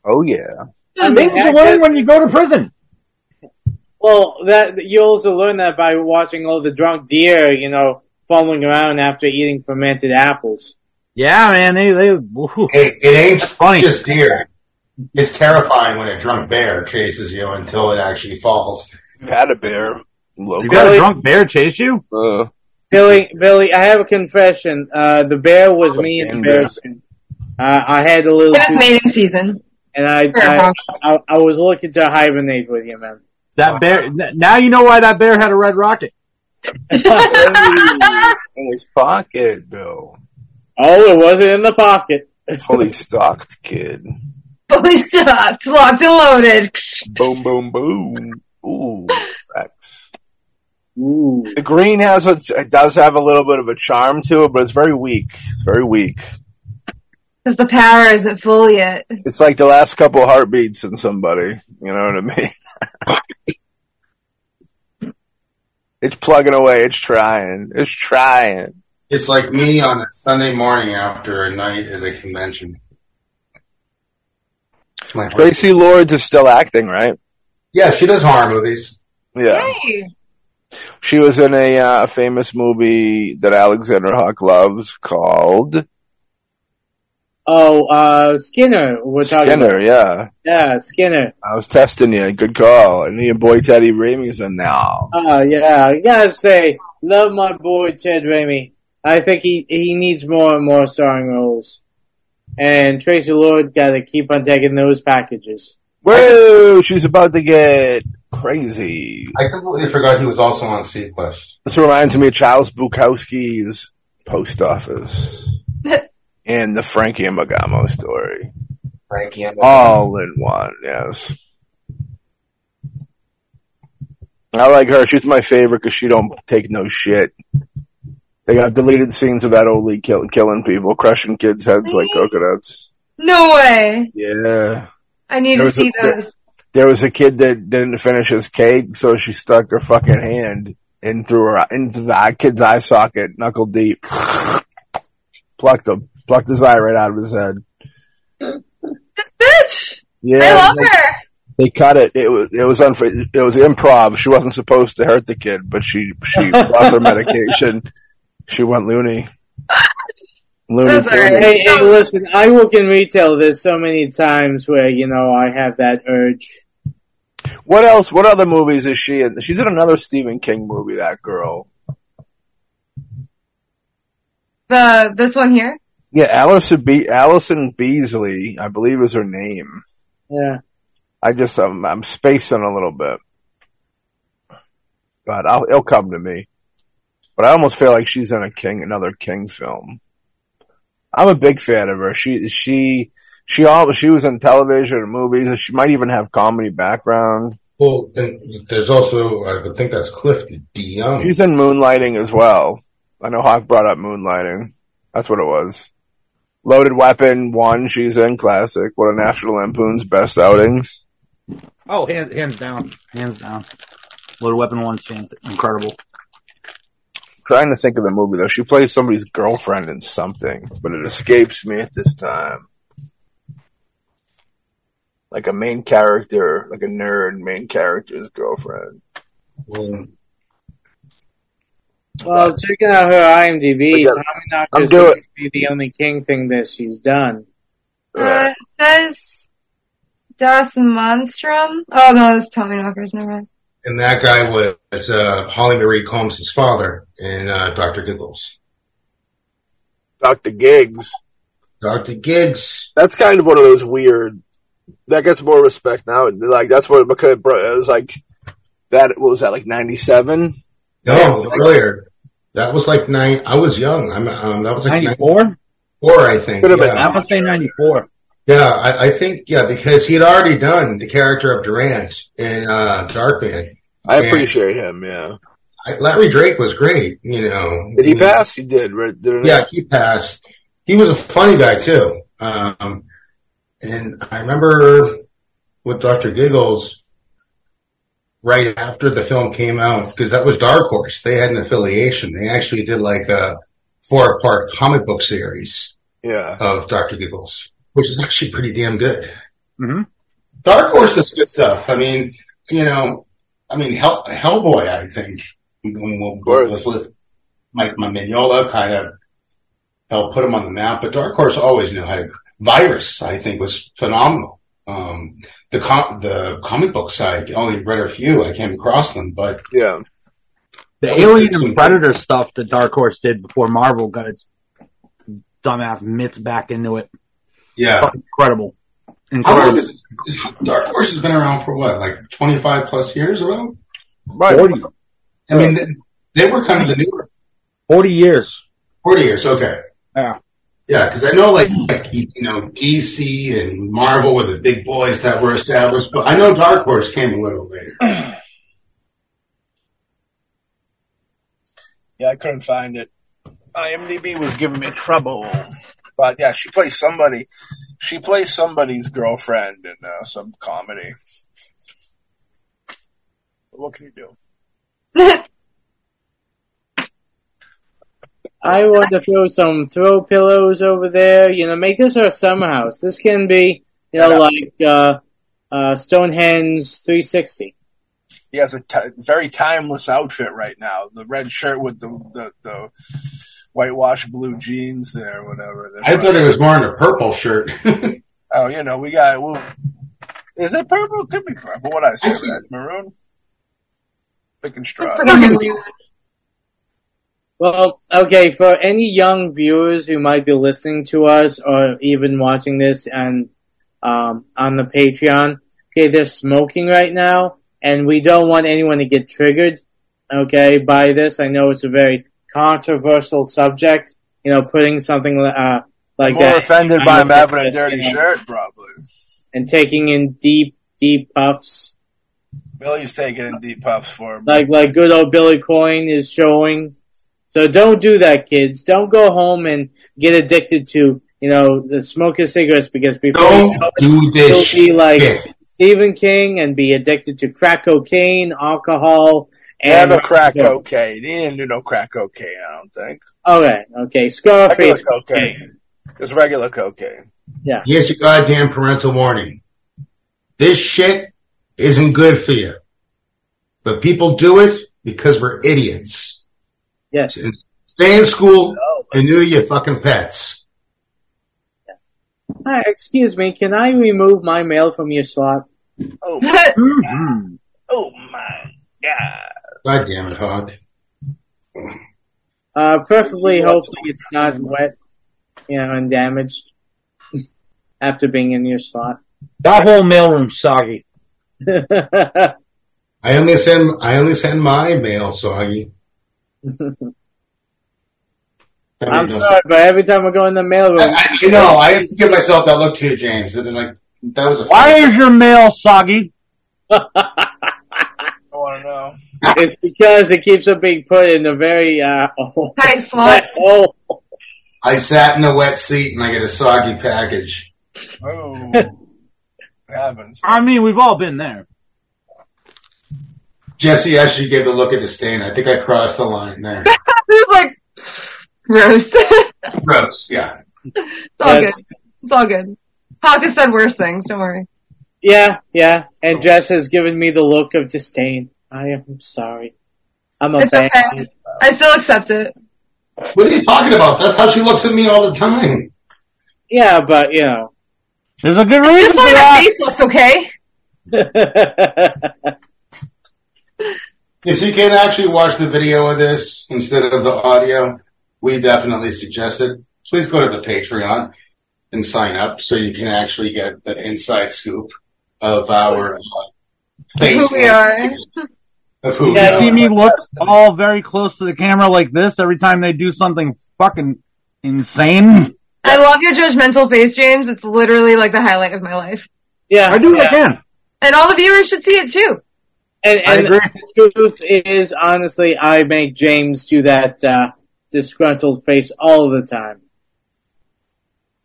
Oh yeah. I mean, things I you learn guess- when you go to prison. Well, that you also learn that by watching all the drunk deer, you know, fumbling around after eating fermented apples. Yeah, man, they they. woo. It, it ain't Funny. just deer. It's terrifying when a drunk bear chases you until it actually falls. You've had a beer. You Local. got a drunk bear chase you? Uh, Billy, Billy, I have a confession. Uh, the bear was me in Damn the bear suit. Uh, I had a little, It too- was mating season. and I, [LAUGHS] I, I, I was looking to hibernate with you, man. That bear. Now you know why that bear had a red rocket. in his pocket, Bill. Oh, it wasn't in the pocket. Fully stocked kid. [LAUGHS] Fully stocked, locked and loaded. Boom, boom, boom. Ooh, facts. Ooh. The green has a it does have a little bit of a charm to it, but it's very weak. It's very weak. Because the power isn't full yet. It's like the last couple heartbeats in somebody. You know what I mean? [LAUGHS] it's plugging away. It's trying. It's trying. It's like me on a Sunday morning after a night at a convention. It's my Tracy Lords is still acting, right? Yeah, she does horror movies. Yeah. Hey. She was in a uh, famous movie that Alexander Hawk loves called [LAUGHS] Oh, uh, Skinner. We're talking Skinner. About. Yeah. Yeah, Skinner. I was testing you. Good call. And your boy Teddy Raimi's in now. Oh, yeah. I gotta say, love my boy Ted Raimi. I think he, he needs more and more starring roles. And Tracy Lord's gotta keep on taking those packages. Whoa! She's about to get crazy. I completely forgot he was also on Sequest. This reminds me of Charles Bukowski's post office and the Frankie Amagamo story. Frankie and All in one, yes. I like her. She's my favorite because she don't take no shit. They got deleted scenes of that old lady kill- killing people, crushing kids' heads like coconuts. No way. Yeah. I need There to was a- see there- those. There was a kid that didn't finish his cake, so she stuck her fucking hand in through her into the eye- kid's eye socket, knuckle deep, [SNIFFS] plucked him, plucked his eye right out of his head. This bitch! Yeah, I love they, her! they cut it. It was it was unfair. It was improv. She wasn't supposed to hurt the kid, but she [LAUGHS] she was off her medication. She went loony. Loony. That's all right. poony. Hey, hey, listen, I work in retail. There's so many times where, you know, I have that urge. What else? What other movies is she in? She's in another Stephen King movie. That girl. The, this one here? Yeah, Allison Be- Allison Beasley, I believe is her name. Yeah. I just I'm, I'm spacing a little bit, but I'll, it'll come to me. But I almost feel like she's in a King, another King film. I'm a big fan of her. She she she all she was in television and movies. and She might even have comedy background. Well, and there's also I would think that's Cliff DeYoung. She's in Moonlighting as well. I know Hawk brought up Moonlighting. That's what it was. Loaded Weapon one. She's in classic. What a National Lampoon's best outings. Oh, hands, hands down, hands down. Little Weapon One's fan- incredible. trying to think of the movie though. She plays somebody's girlfriend in something, but it escapes me at this time. Like a main character, like a nerd main character's girlfriend. Well, Well, checking out her IMDb, Again, Tommy Knockers I'm seems doing- to be the only King thing that she's done. Uh, it says Das Monstrum. Oh no, that's Tommy Knockers. Never mind. and that guy was uh, Holly Marie Combs' father and uh, Dr. Giggles. Dr. Giggs. Dr. Giggs. That's kind of one of those weird. That gets more respect now. Like that's what because it bro- it was like that. What was that like ninety seven? No, Yeah. earlier. That was like nine. I was young. I'm, um, that was like Ninety 94, four. I think. Could have been yeah. I would say ninety four. Yeah, I, I think yeah because he had already done the character of Durant in uh, Darkman. I Yeah. appreciate him. Yeah. I, Larry Drake was great, you know. Did he pass? He did. Right? Didn't he? Mm-hmm. Yeah, he passed. He was a funny guy too. Um, and I remember with Dr. Giggles right after the film came out because that was Dark Horse. They had an affiliation. They actually did like a four part comic book series Yeah. of Dr. Giggles, which is actually pretty damn good. Mhm. Dark Horse does good stuff. I mean, you know, I mean, Hell, Hellboy, I think, will course. with Mike Mignola kind of helped put him on the map. But Dark Horse always knew how to. Virus, I think, was phenomenal. Um, the com- the comic book side, I only read a few. I came across them, but Yeah. The That was Alien decent. and Predator stuff that Dark Horse did before Marvel got its dumbass mitts back into it. yeah. Fucking Incredible. How long Incredible. is Dark Horse has been around for what, like twenty five plus years, around? Right. 40, I mean, they, they were kind of the newer 40 years. 40 years. Okay. Yeah. Yeah, because I know, like, like, you know, DC and Marvel were the big boys that were established, but I know Dark Horse came a little later. Yeah, I couldn't find it. Uh, IMDb was giving me trouble. But yeah, she plays somebody. She plays somebody's girlfriend in uh, some comedy. But what can you do? I want to throw some throw pillows over there. You know, make this our summer house. This can be, you know, like uh, uh, Stonehenge 360. He has a t- very timeless outfit right now. The red shirt with the the, the whitewash blue jeans there, whatever. They're I thought from- it was wearing a [LAUGHS] purple shirt. oh, you know, we got. Well, is it purple? Could be purple. What I say? Red, maroon. Picking straw. Looks like a million. Well, okay, for any young viewers who might be listening to us or even watching this and um, on the Patreon, okay, they're smoking right now, and we don't want anyone to get triggered, okay, by this. I know it's a very controversial subject, you know, putting something uh, like More that. offended I'm by him not having a just, dirty you know, shirt, probably. and taking in deep, deep puffs. Billy's taking in deep puffs for him. Like like good old Billy Coin is showing. So don't do that, kids. Don't go home and get addicted to you know the smoking cigarettes because before you Don't know it, do you'll this be like shit. Stephen King and be addicted to crack cocaine, alcohol, and Never crack cocaine. He didn't do no crack cocaine, I don't think. Okay, okay. Scarface Regular cocaine. Just regular cocaine. Here's your goddamn parental warning. This shit isn't good for you. But people do it because we're idiots. Yes. Stay in school Oh, and do your fucking pets. Hi, excuse me. Can I remove my mail from your slot? oh, [LAUGHS] Mhm. oh my god. God damn it, Hog. Uh, preferably, hopefully, it's not wet, you know, and damaged [LAUGHS] after being in your slot. That whole mailroom soggy. All I only send I only send my mail, Soggy. That I'm made no sorry, sense. but every time I go in the mailroom, I, I, you know, I have to give myself that look too, James. That like that was a Why is your mail soggy? don't know. [LAUGHS] It's because it keeps on being put in a very uh, [LAUGHS] oh, Tight slot. [LAUGHS] oh, I sat in the wet seat and I get a soggy package. Oh, it happens. I mean, we've all been there. Jesse actually gave the look at the stain. I think I crossed the line there. There's like gross. [LAUGHS] it's Gross. Yeah. all Yes. good. It's all good. Hawkins said worse things. Don't worry. yeah, yeah. Oh. And Jess has given me the look of disdain. I am sorry. I'm a It's bad. okay. I still accept it. What are you talking about? That's how she looks at me all the time. Yeah, but you know. [LAUGHS] There's a good reason Just for the way my that. face looks okay. If you can actually watch the video of this instead of the audio, we definitely suggest it. Please go to the Patreon and sign up so you can actually get the inside scoop of our uh, face Who we are. of who Yeah, we See are. me looks all very close to the camera like this every time they do something fucking insane. I love your judgmental face, James. It's literally like the highlight of my life. yeah, I do what yeah. I can. And all the viewers should see it too. And, I and agree. the truth is, honestly, I make James do that uh, disgruntled face all the time.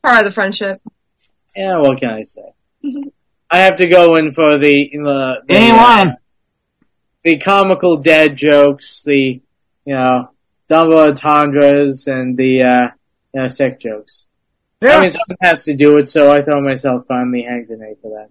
Part of the friendship. Yeah, what can I say? Mm-hmm. I have to go in for the the the, He ain't uh, lying. the comical dad jokes, the you know double entendres, and the uh, you know sick jokes. I Yeah. mean, someone has to do it, so I throw myself on the hand grenade for that.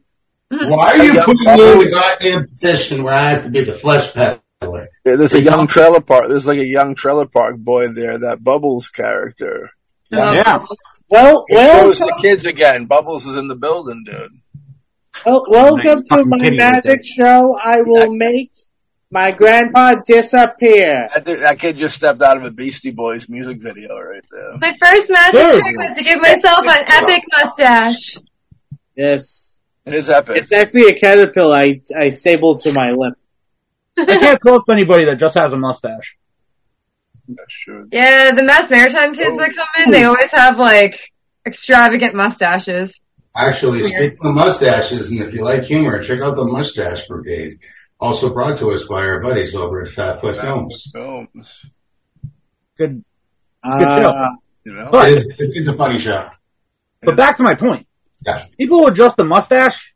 Why are you putting me in the goddamn position where I have to be the flesh peddler? Yeah, there's a young trailer park. There's like a young trailer park boy there. That Bubbles character. I love Yeah. Bubbles. Well, It well, shows the kids again. Bubbles is in the building, dude. Well, welcome to fucking my kidding me, magic dude. show. I will make my grandpa disappear. That, that kid just stepped out of a Beastie Boys music video right there. My first magic There trick you was to give myself an epic mustache. Yes. It is epic. It's actually a caterpillar I, I stapled to my lip. I can't close to anybody that just has a mustache. That's true. Yeah, the Mass Maritime kids that come in, they always have like extravagant mustaches. Actually, Weird. speaking of mustaches, and if you like humor, check out the Mustache Brigade, also brought to us by our buddies over at Fatfoot Films. Films. Good. Uh, good show. You know? But- It is, it is a funny show. But back to my point. Yeah. People with just a mustache,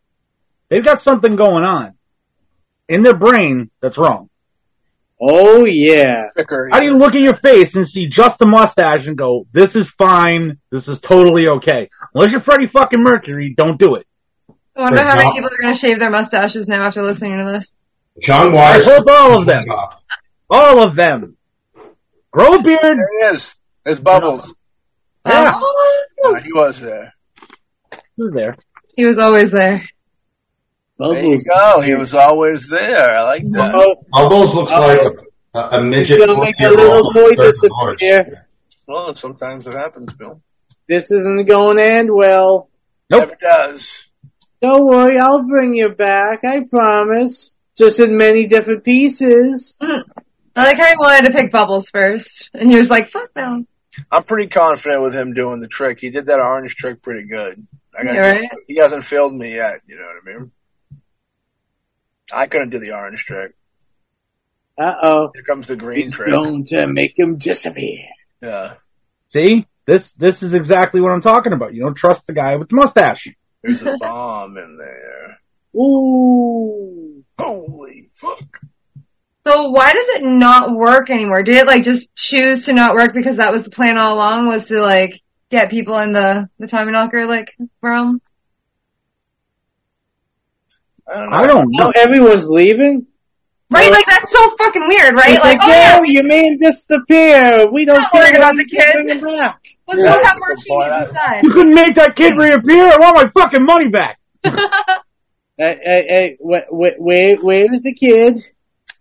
they've got something going on in their brain that's wrong. Oh yeah. Tricker, How do you look at your face and see just a mustache and go, this is fine, this is totally okay? Unless you're Freddie fucking Mercury, don't do it. I wonder Good how many job. people are going to shave their mustaches now after listening to this. John Uh, I Waters. hope all of them, all of them, grow a beard. There he is. There's Bubbles. Yeah. Uh, he was there. Who's there? He was always there. There you Bubbles. go. He was always there. I like that. Oh, Bubbles looks Uh, like a, a, a midget. gonna make a little boy disappear. Well, sometimes it happens, Bill. This isn't going to end well. Nope. Never does. Don't worry, I'll bring you back. I promise. Just in many different pieces. I like how he wanted to pick Bubbles first, and he was like, "Fuck no." I'm pretty confident with him doing the trick. He did that orange trick pretty good. I gotta Yeah, right? give- He hasn't failed me yet. You know what I mean? I couldn't do the orange trick. Uh oh. Here comes the green He's trick. going to make him disappear. Yeah. See, this this is exactly what I'm talking about. You don't trust the guy with the mustache. There's a bomb in there. Ooh. Holy fuck. So why does it not work anymore? Did it like just choose to not work because that was the plan all along was to like get people in the the Tommy Knocker like realm? I don't know. I don't Now know. Oh, everyone's leaving? Right? Like that's so fucking weird, right? It's Like, like, oh yeah, no, you mean disappear. We don't Not care worried about you the kid. bring him back. let's Yeah, go that's have a more good point. cheese inside. You couldn't make that kid reappear. I want my fucking money back. Hey, hey, hey, wh- wh- where, where is the kid?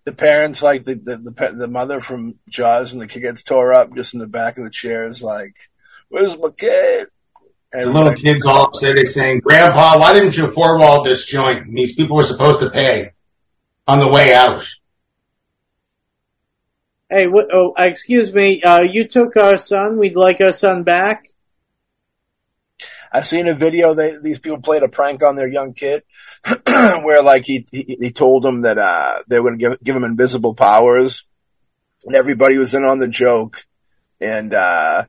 the parents like the the, the pa- the mother from Jaws when the kid gets tore up just in the back of the chair is like, "Where's my kid?" The And little kid's all upset. He's saying, Grandpa, why didn't you four wall this joint? And These people were supposed to pay on the way out. Hey, wh- oh, excuse me, uh, you took our son. We'd like our son back. I've seen a video. They these people played a prank on their young kid, [CLEARS THROAT] where like he, he he told them that uh they were gonna give give him invisible powers, and everybody was in on the joke, and uh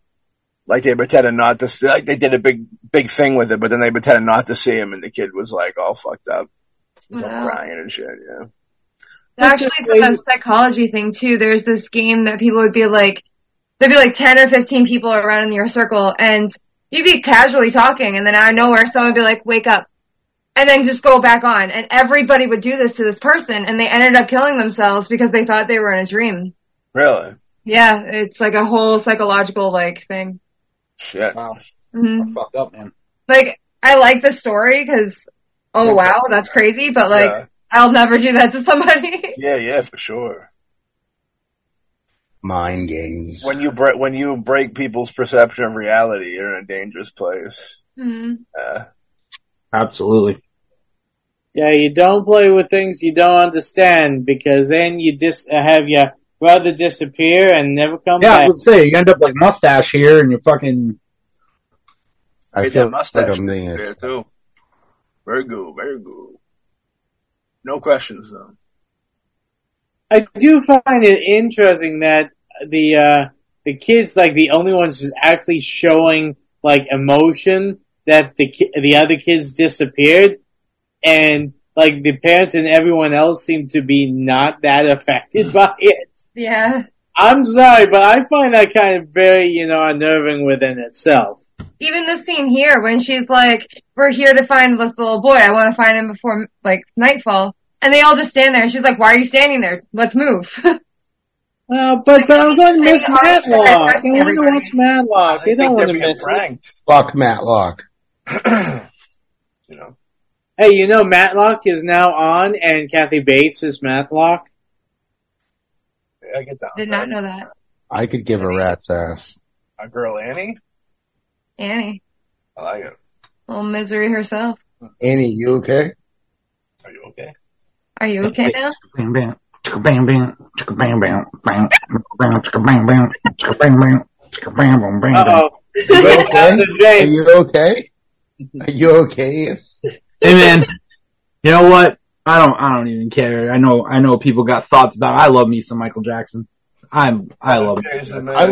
like they pretended not to see, like they did a big big thing with it, but then they pretended not to see him, and the kid was like all fucked up, like, Wow. crying and shit. Yeah, That's Actually, just it's a crazy. psychology thing too. There's this game that people would be like, there'd be like 10 or 15 people around in your circle and you'd be casually talking and then out of nowhere someone would be like, wake up. And then just go back on. And everybody would do this to this person and they ended up killing themselves because they thought they were in a dream. really, Yeah, it's like a whole psychological like thing. shit. Wow, hmm fucked up, man. Like, I like the story because, Yeah. oh wow, that's crazy, but like, Yeah. I'll never do that [LAUGHS] to somebody. yeah, yeah, for sure. Mind games. When you break when you break people's perception of reality, you're in a dangerous place. Mhm. Uh, Absolutely. Yeah, you don't play with things you don't understand because then you dis uh, have your brother disappear and never come Yeah, I back. would say you end up like mustache here, and you're fucking. I made feel that like mustache I'm being a disappear, too. Very good, very good. No questions though. I do find it interesting that the uh, the kids like the only ones who's actually showing like emotion that the ki- the other kids disappeared, and like the parents and everyone else seem to be not that affected by it. Yeah. I'm sorry, but I find that kind of very you know unnerving within itself. even the scene here when she's like, "We're here to find this little boy. I want to find him before like nightfall." And they all just stand there. And she's like, "Why are you standing there? Let's move." [LAUGHS] Well, Uh, but I'm going to miss Pretty obvious that they're Matlock. I affecting want to everybody. watch Matlock. They I don't think want they're to being miss it. pranked. fuck Matlock. [CLEARS THROAT] you know. Hey, you know Matlock is now on, and Kathy Bates is Matlock. I get down. Did with not that. know that, I could give a rat's ass. A girl Annie? oh, Annie. I like it. Little misery herself. Annie, you okay? Are you okay? Are you okay now? Bam bam, chicka bam bam, chicka bam bam, bam bam, chicka bam bam, chicka bam bam, chicka bam bam, bam Uh bam. oh. After Are James. you okay? Are [LAUGHS] you okay? Hey man, you know what? I don't. I don't even care. I know. I know people got thoughts about. I love me some Michael Jackson. I'm. I love. It. Jason, man. I,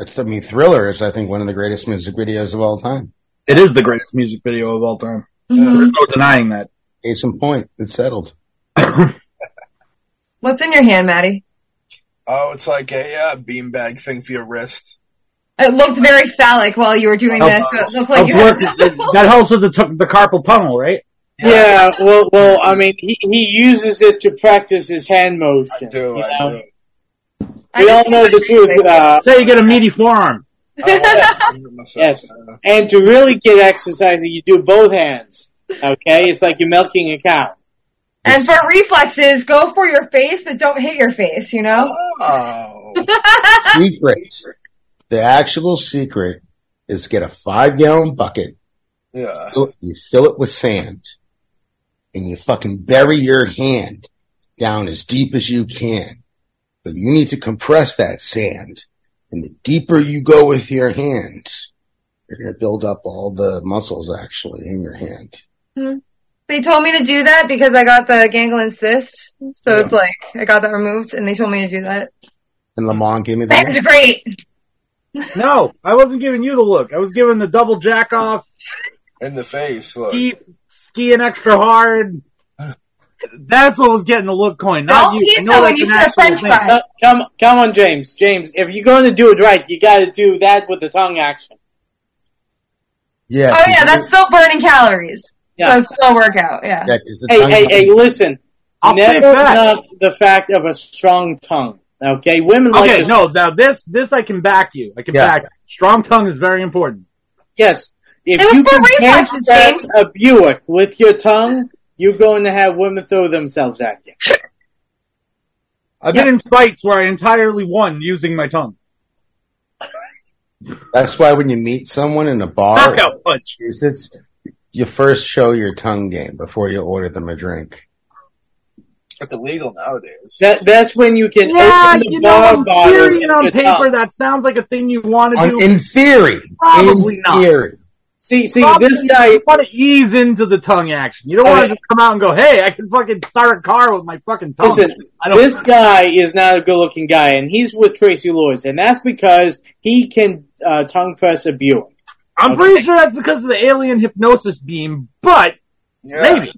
it's- I mean, Thriller is, I think, one of the greatest music videos of all time. It is the greatest music video of all time. Mhm. There's no denying that. Case in point, it's settled. What's in your hand, Maddie? Oh, it's like a uh, beanbag thing for your [LAUGHS] wrist. It looked very phallic while you were doing Oh, this. So it looked like Of you course, had. [LAUGHS] that that helps with the t- the carpal tunnel, right? Yeah, well, well, I mean, he, he uses it to practice his hand motion. I do, you I know? do. I We all just know see the what she's truth, like. uh, Say you get a meaty forearm. I want to do it myself, Yes. uh, and to really get exercise, you do both hands. Okay, it's like you're milking a cow. and for reflexes, go for your face, but don't hit your face. You know. Uh, Oh, Secret. The actual secret is get a five gallon bucket, yeah. fill it- you fill it with sand, and you fucking bury your hand down as deep as you can. But you need to compress that sand. And the deeper you go with your hand, you're going to build up all the muscles actually in your hand. They told me to do that because I got the ganglion cyst. So it's like I got that removed, and they told me to do that. And Lamont gave me the That's great. No, I wasn't giving you the look. I was giving the double jack off, In the face, look. deep, skiing extra hard. That's what was getting the look coin, not you. Don't I pizza know when that's you an said actual french thing. fry. No, come, come on, James. James, if you're going to do it right, you got to do that with the tongue action. Yeah. Oh yeah, that's still burning calories. Yeah. So it's still a workout. Yeah. Yeah, 'cause the Hey, tongue- hey, hey, listen. I'll say Never it back. knock the fact of a strong tongue. Okay, women like Okay, a- no, now this this I can back you. I can Yeah. back. Strong tongue is very important. Yes, if It was you for can reflexes, transgress James. a Buick with your tongue, you're going to have women throw themselves at you. I've been in fights where I entirely won using my tongue. That's why when you meet someone in a bar in Knockout punch. Massachusetts, you first show your tongue game before you order them a drink. It's illegal nowadays. That, that's when you can Yeah, open the you bar know, in bottle theory with and on your paper, tongue. that sounds like a thing you want to On, do. in theory, Probably in not. theory, See, see, Problem this is guy. you want to ease into the tongue action. You don't want to Okay. just come out and go, "Hey, I can fucking start a car with my fucking tongue." Listen, I don't. this guy is not a good-looking guy, and he's with Tracy Lords, and that's because he can uh, tongue press a Buick. [LAUGHS] I'm okay. pretty sure that's because of the alien hypnosis beam, but maybe.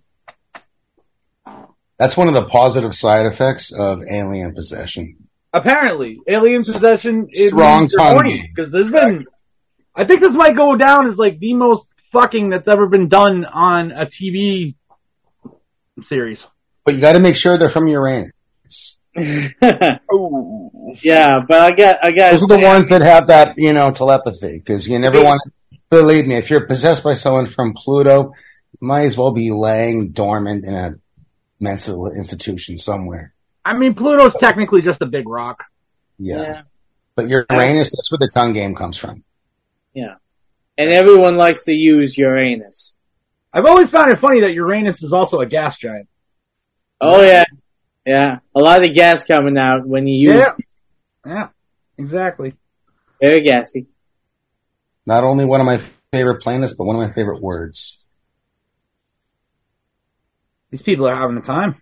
That's one of the positive side effects of alien possession. Apparently, alien possession is Strong tongue. because there's been. I think this might go down as like the most fucking that's ever been done on a TV series. But you got to make sure they're from Uranus. yeah, Oh, but I got, I got. Those are the ones that have that, you know, telepathy. Because you never want. to Believe me, if you're possessed by someone from Pluto, you might as well be laying dormant in a mental institution somewhere. I mean, Pluto's technically just a big rock. Yeah. But Uranus, that's where the tongue game comes from. and everyone likes to use Uranus. I've always found it funny that Uranus is also a gas giant. Oh yeah, yeah. A lot of gas coming out when you use Yeah. Yeah. Exactly. very gassy. Not only one of my favorite planets, but one of my favorite words. These people are having a time.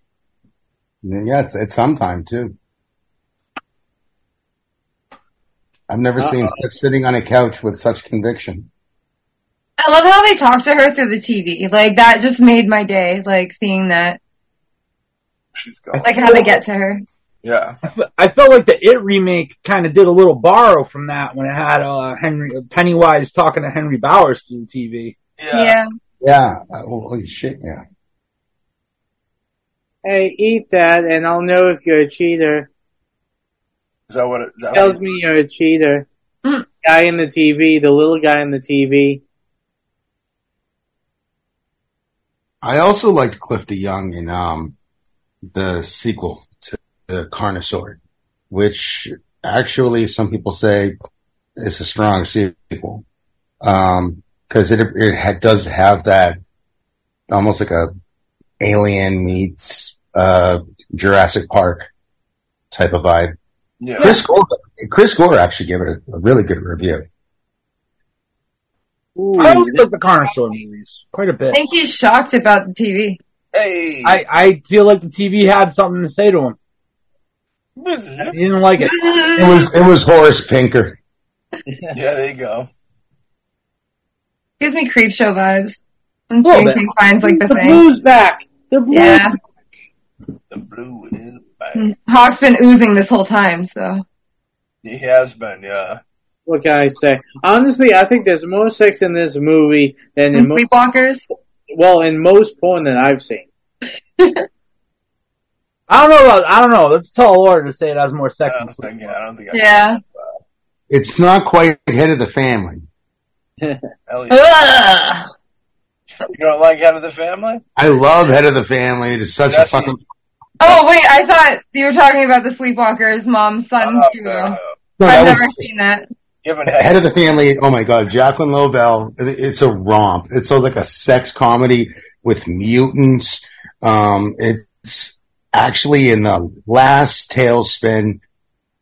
Yeah, it's, it's sometime too. I've never seen such sitting on a couch with such conviction. I love how they talk to her through the TV. Like that just made my day. Like seeing that, she's gone. like how they get to her. Yeah. I felt like the It remake kind of did a little borrow from that when it had uh, Henry Pennywise talking to Henry Bowers through the TV. Yeah. Yeah. Uh, Holy shit. Yeah. Hey, eat that, and I'll know if you're a cheater. Is that what it that Tells me you're a cheater. Mm. Guy in the TV, the little guy in the TV. I also liked Cliff DeYoung in um, the sequel to The Carnosaur, which actually some people say is a strong sequel because it it ha- does have that almost like a Alien meets uh, Jurassic Park type of vibe. Yeah. Chris Gore, Chris Gore actually gave it a, a really good review. Ooh, I always like the Carnosaur movies quite a I bit. think he's shocked about the TV. Hey. I, I feel like the TV had something to say to him. yeah, He didn't like it. It was it was Horace Pinker. there you go. Gives me creep show vibes. I'm Little seeing bit. Pink finds like the the [LAUGHS] thing. blues back. The blues. Yeah, The blue is back. Hawk's been oozing this whole time. So He has been, yeah. What can I say? Honestly, I think there's more sex in this movie than in And mo- Sleepwalkers. well in most porn that I've seen. I don't know. About, I don't know. That's a tall order to say it has more sex I than don't think, yeah, I don't think I Yeah. It's not quite head of the family. Elliot, Ugh. you don't like Head of the Family? I love Head of the Family. It is such That's a fucking. Oh wait, I thought you were talking about the Sleepwalkers mom son Uh, duo. uh, No, that I've was never seen that. given Head Head of the Family. Oh my god, Jacqueline Lobel. it- It's a romp. It's so like a sex comedy with mutants. Um, it's actually in the last tailspin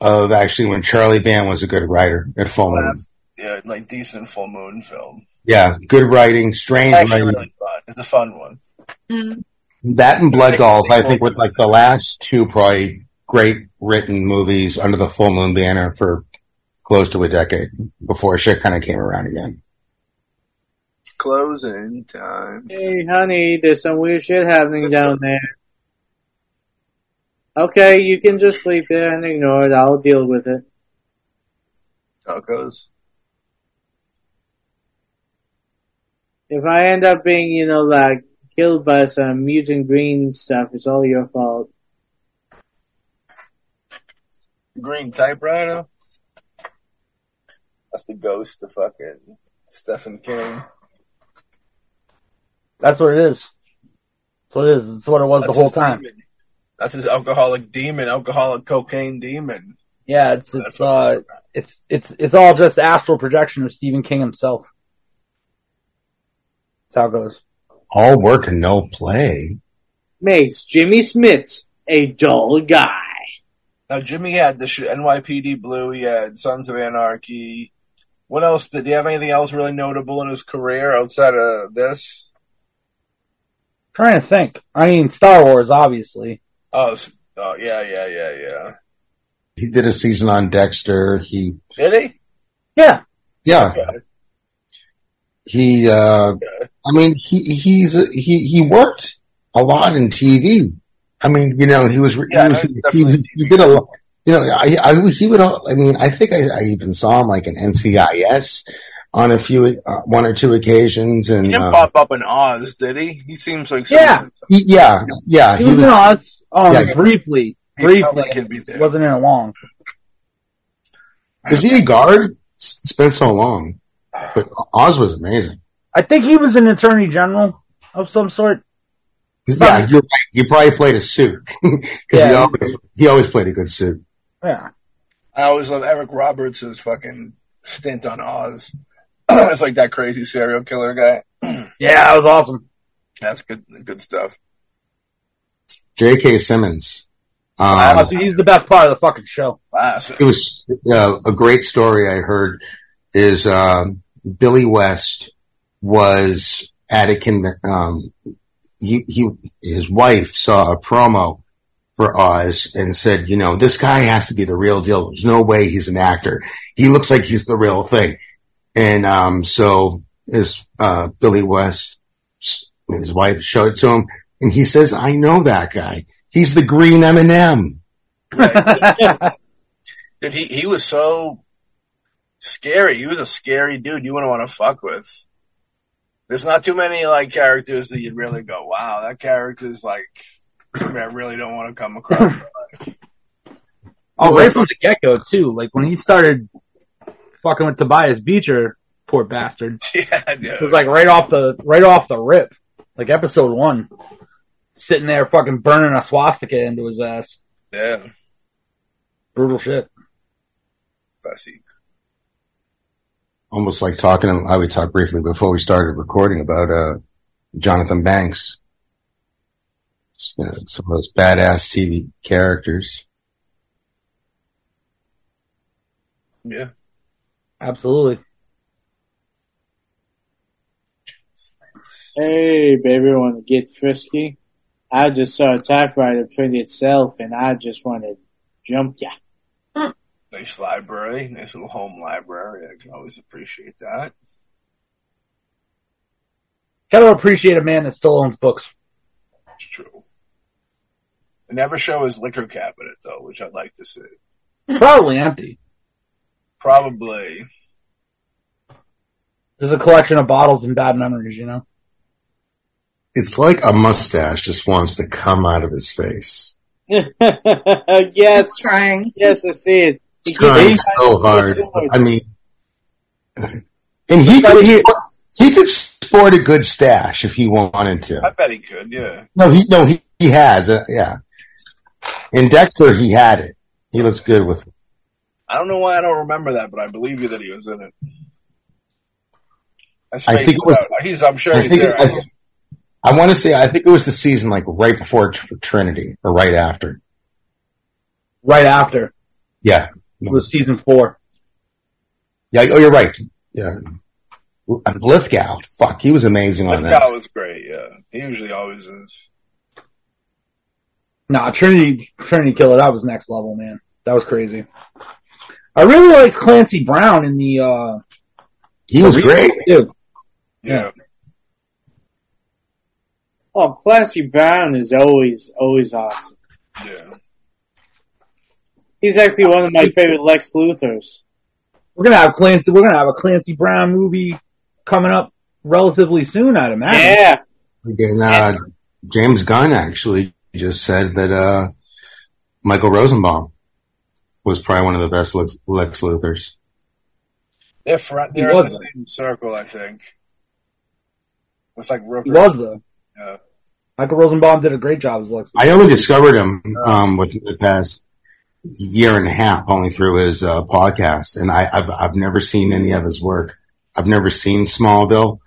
of actually when Charlie Van was a good writer at Full Moon. yeah, like decent full moon film. Yeah, good writing, strange Actually, writing. really fun. It's a fun one. Mm. That and Blood Dolls, I think, were like the last two probably great written movies under the Full Moon banner for close to a decade before shit kind of came around again. Closing time. Hey, honey, there's some weird shit happening down there. Okay, you can just sleep there and ignore it. I'll deal with it. Tacos. If I end up being, you know, like killed by some mutant green stuff, it's all your fault. Green typewriter. That's the ghost of fucking Stephen King. That's what it is. That's what it is. That's what it was That's the whole his time. demon. That's his alcoholic demon, alcoholic cocaine demon. Yeah, it's That's it's what uh, it's it's it's all just astral projection of Stephen King himself. That's how it goes. All work and no play. Makes Jimmy Smith a dull guy. Now Jimmy had the sh- NYPD Blue. He had Sons of Anarchy. What else? Did he have anything else really notable in his career outside of this? Trying to think. I mean, Star Wars, obviously. Oh, s- oh yeah, yeah, yeah, yeah. He did a season on Dexter. He, Did he? Yeah. yeah, Okay. he. uh I mean, he he's a, he he worked a lot in TV. I mean, you know, he was he Yeah, was- no, he, definitely he did a lot. You know, I, I he would. I mean, I think I, I even saw him like in NCIS on a few uh, one or two occasions, He and didn't uh, pop up in Oz, did he? He seems like Yeah. someone- he- yeah, yeah, He was in Oz um, Yeah. briefly. he felt Briefly. like he'd be there. Wasn't in it long. Was he a guard? S- It's been so long, but Oz was amazing. I think he was an attorney general of some sort. Yeah, you're right. He probably played a suit [LAUGHS] because he Yeah. always he always played a good suit. Yeah. I always love Eric Roberts' fucking stint on Oz. [CLEARS THROAT] it's like that crazy serial killer guy. Yeah, that was awesome. That's good, good stuff. J.K. Simmons. Wow. Um, Dude, he's the best part of the fucking [LAUGHS] show. Classic. [LAUGHS] it was uh, a great story I heard is um, Billy West was at a conve- um, he, he his wife saw a promo for Oz and said, you know, this guy has to be the real deal. There's no way he's an actor. He looks like he's the real thing. And um, so his uh, Billy West, his wife showed it to him, and he says, "I know that guy. He's the green M&M." Right. yeah. Dude, he, he was so scary. He was a scary dude you wouldn't want to fuck with. There's not too many like characters that you'd really go, wow, that character's like somebody I really don't want to come across. [LAUGHS] Oh, right from the get go too. Like when he started fucking with Tobias Beecher, poor bastard. yeah, It was dude. like right off the right off the rip. Like episode one. Sitting there fucking burning a swastika into his ass. yeah, Brutal shit. pussy. almost like talking and I we talked briefly before we started recording about uh Jonathan Banks. You know, some of those badass TV characters. Yeah. Absolutely. Hey, baby, want to get frisky? I just saw a typewriter print itself, and I just want to jump ya. Nice library, nice little home library. I can always appreciate that. Gotta appreciate a man that still [LAUGHS] owns books. It's true. They never show his liquor cabinet though, which I'd like to see. Probably empty. Probably. There's a collection of bottles and bad memories, you know? It's like a mustache just wants to come out of his face. [LAUGHS] yes, It's trying. yes, I see it. He He's trying keeps- so hard. I mean, and he could sport- he could sport a good stash if he wanted I to. bet he could, yeah. No, he no he, he has uh, yeah. In Dexter, he had it. He looks good with it. I don't know why I don't remember that, but I believe you that he was in it. I, I think it was- out. He's. I'm sure I he's think there. it- I- I want to say I think it was the season like right before Tr- Trinity or right after. Right after. Yeah, It was season four. yeah. Oh, you're right. Yeah, L- Lithgow. Fuck, he was amazing on Lithgow that. was great. Yeah, he usually always is. Nah, Trinity Trinity Killer, that was next level, man. That was crazy. I really liked Clancy Brown in the uh He was great. Dude. Yeah, Oh, Clancy Brown is always, always awesome. yeah. He's actually one of my favorite Lex Luthers. We're gonna have Clancy we're gonna have a Clancy Brown movie coming up relatively soon, I'd imagine. Yeah, Again, uh, James Gunn actually just said that uh, Michael Rosenbaum was probably one of the best Lex, Lex Luthers. They're friend. He They're in the was. same circle, I think. It's like Rooker. He was though. Yeah. Michael Rosenbaum did a great job as Lex. I only discovered him Oh. um, within the past year and a half, only through his uh, podcast, and I, I've I've never seen any of his work. I've never seen Smallville,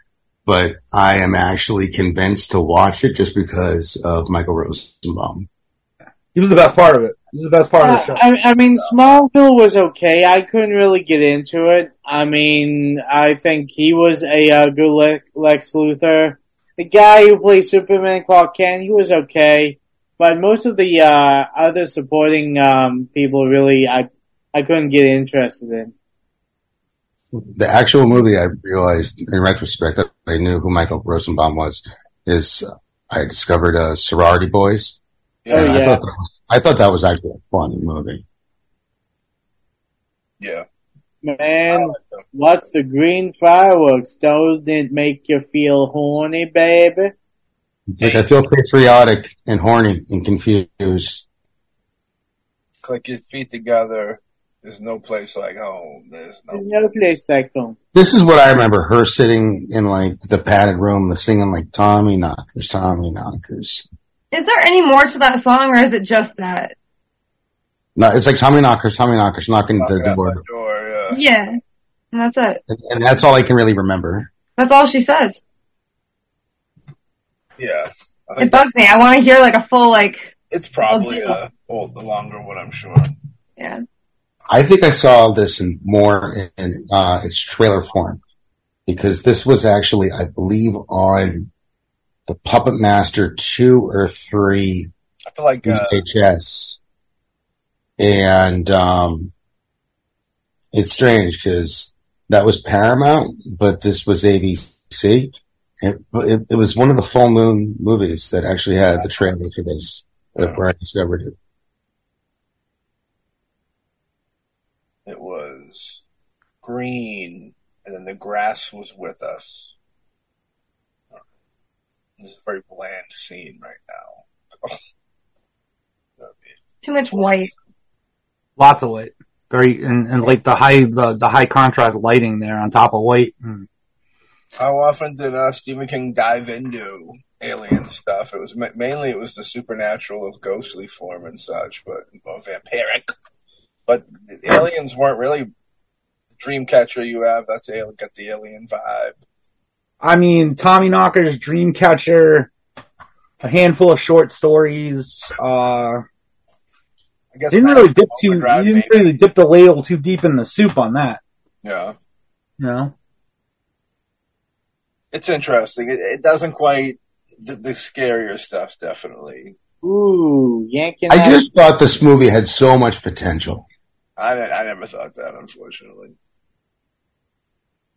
but I am actually convinced to watch it just because of Michael Rosenbaum. He was the best part of it. He was the best part of the show. I, I mean, Smallville was okay. I couldn't really get into it. I mean, I think he was a uh, good Le- Lex Luthor. The guy who played Superman, Clark Kent, he was okay. But most of the uh, other supporting um, people really, I I couldn't get interested in. The actual movie I realized in retrospect that I knew who Michael Rosenbaum was is uh, I discovered uh, Sorority Boys. Oh, and I, yeah. thought that, I thought that was actually a funny movie. Yeah. Man, watch the green fireworks. Those didn't make you feel horny, baby. It's like I feel patriotic and horny and confused. Click your feet together. There's no place like home. There's There's no. no place like home. This is what I remember her sitting in like the padded room singing like Tommy Knockers, Tommy Knockers. Is there any more to that song, or is it just that? No, it's like Tommy Knockers, Tommy Knockers, knocking Knock the, it the out my door. door. Yeah. Yeah, and that's it. And, and that's all I can really remember. That's all she says. Yeah. I It think bugs me. I want to hear like a full like it's probably Okay. uh, old, the longer one, I'm sure. yeah. I think I saw this in more in uh, its trailer form because this was actually, I believe, on the Puppet Master two or three I feel like uh, VHS. And um, it's strange because that was Paramount, but this was ABC. It, it, it was one of the full moon movies that actually had the trailer for this, uh, where I discovered it. it was green, and then the grass was with us. This is a very bland scene right now. Too much white. Lots of white, very and, and like the high the, the high contrast lighting there on top of white. Mm. How often did uh, Stephen King dive into alien stuff? It was ma- mainly it was the supernatural of ghostly form and such, but or vampiric. But the aliens weren't really Dreamcatcher. You have that's al- got the alien vibe. I mean, Tommy Knocker's Dreamcatcher, a handful of short stories. Uh, I guess didn't really dip Maximum too. Overdrive, Didn't maybe. really dip the ladle too deep in the soup on that. Yeah, You know, it's interesting. It, it doesn't quite the, the scarier stuff. Definitely, Ooh, yanking I that- just thought this movie had so much potential. I ne- I never thought that. Unfortunately,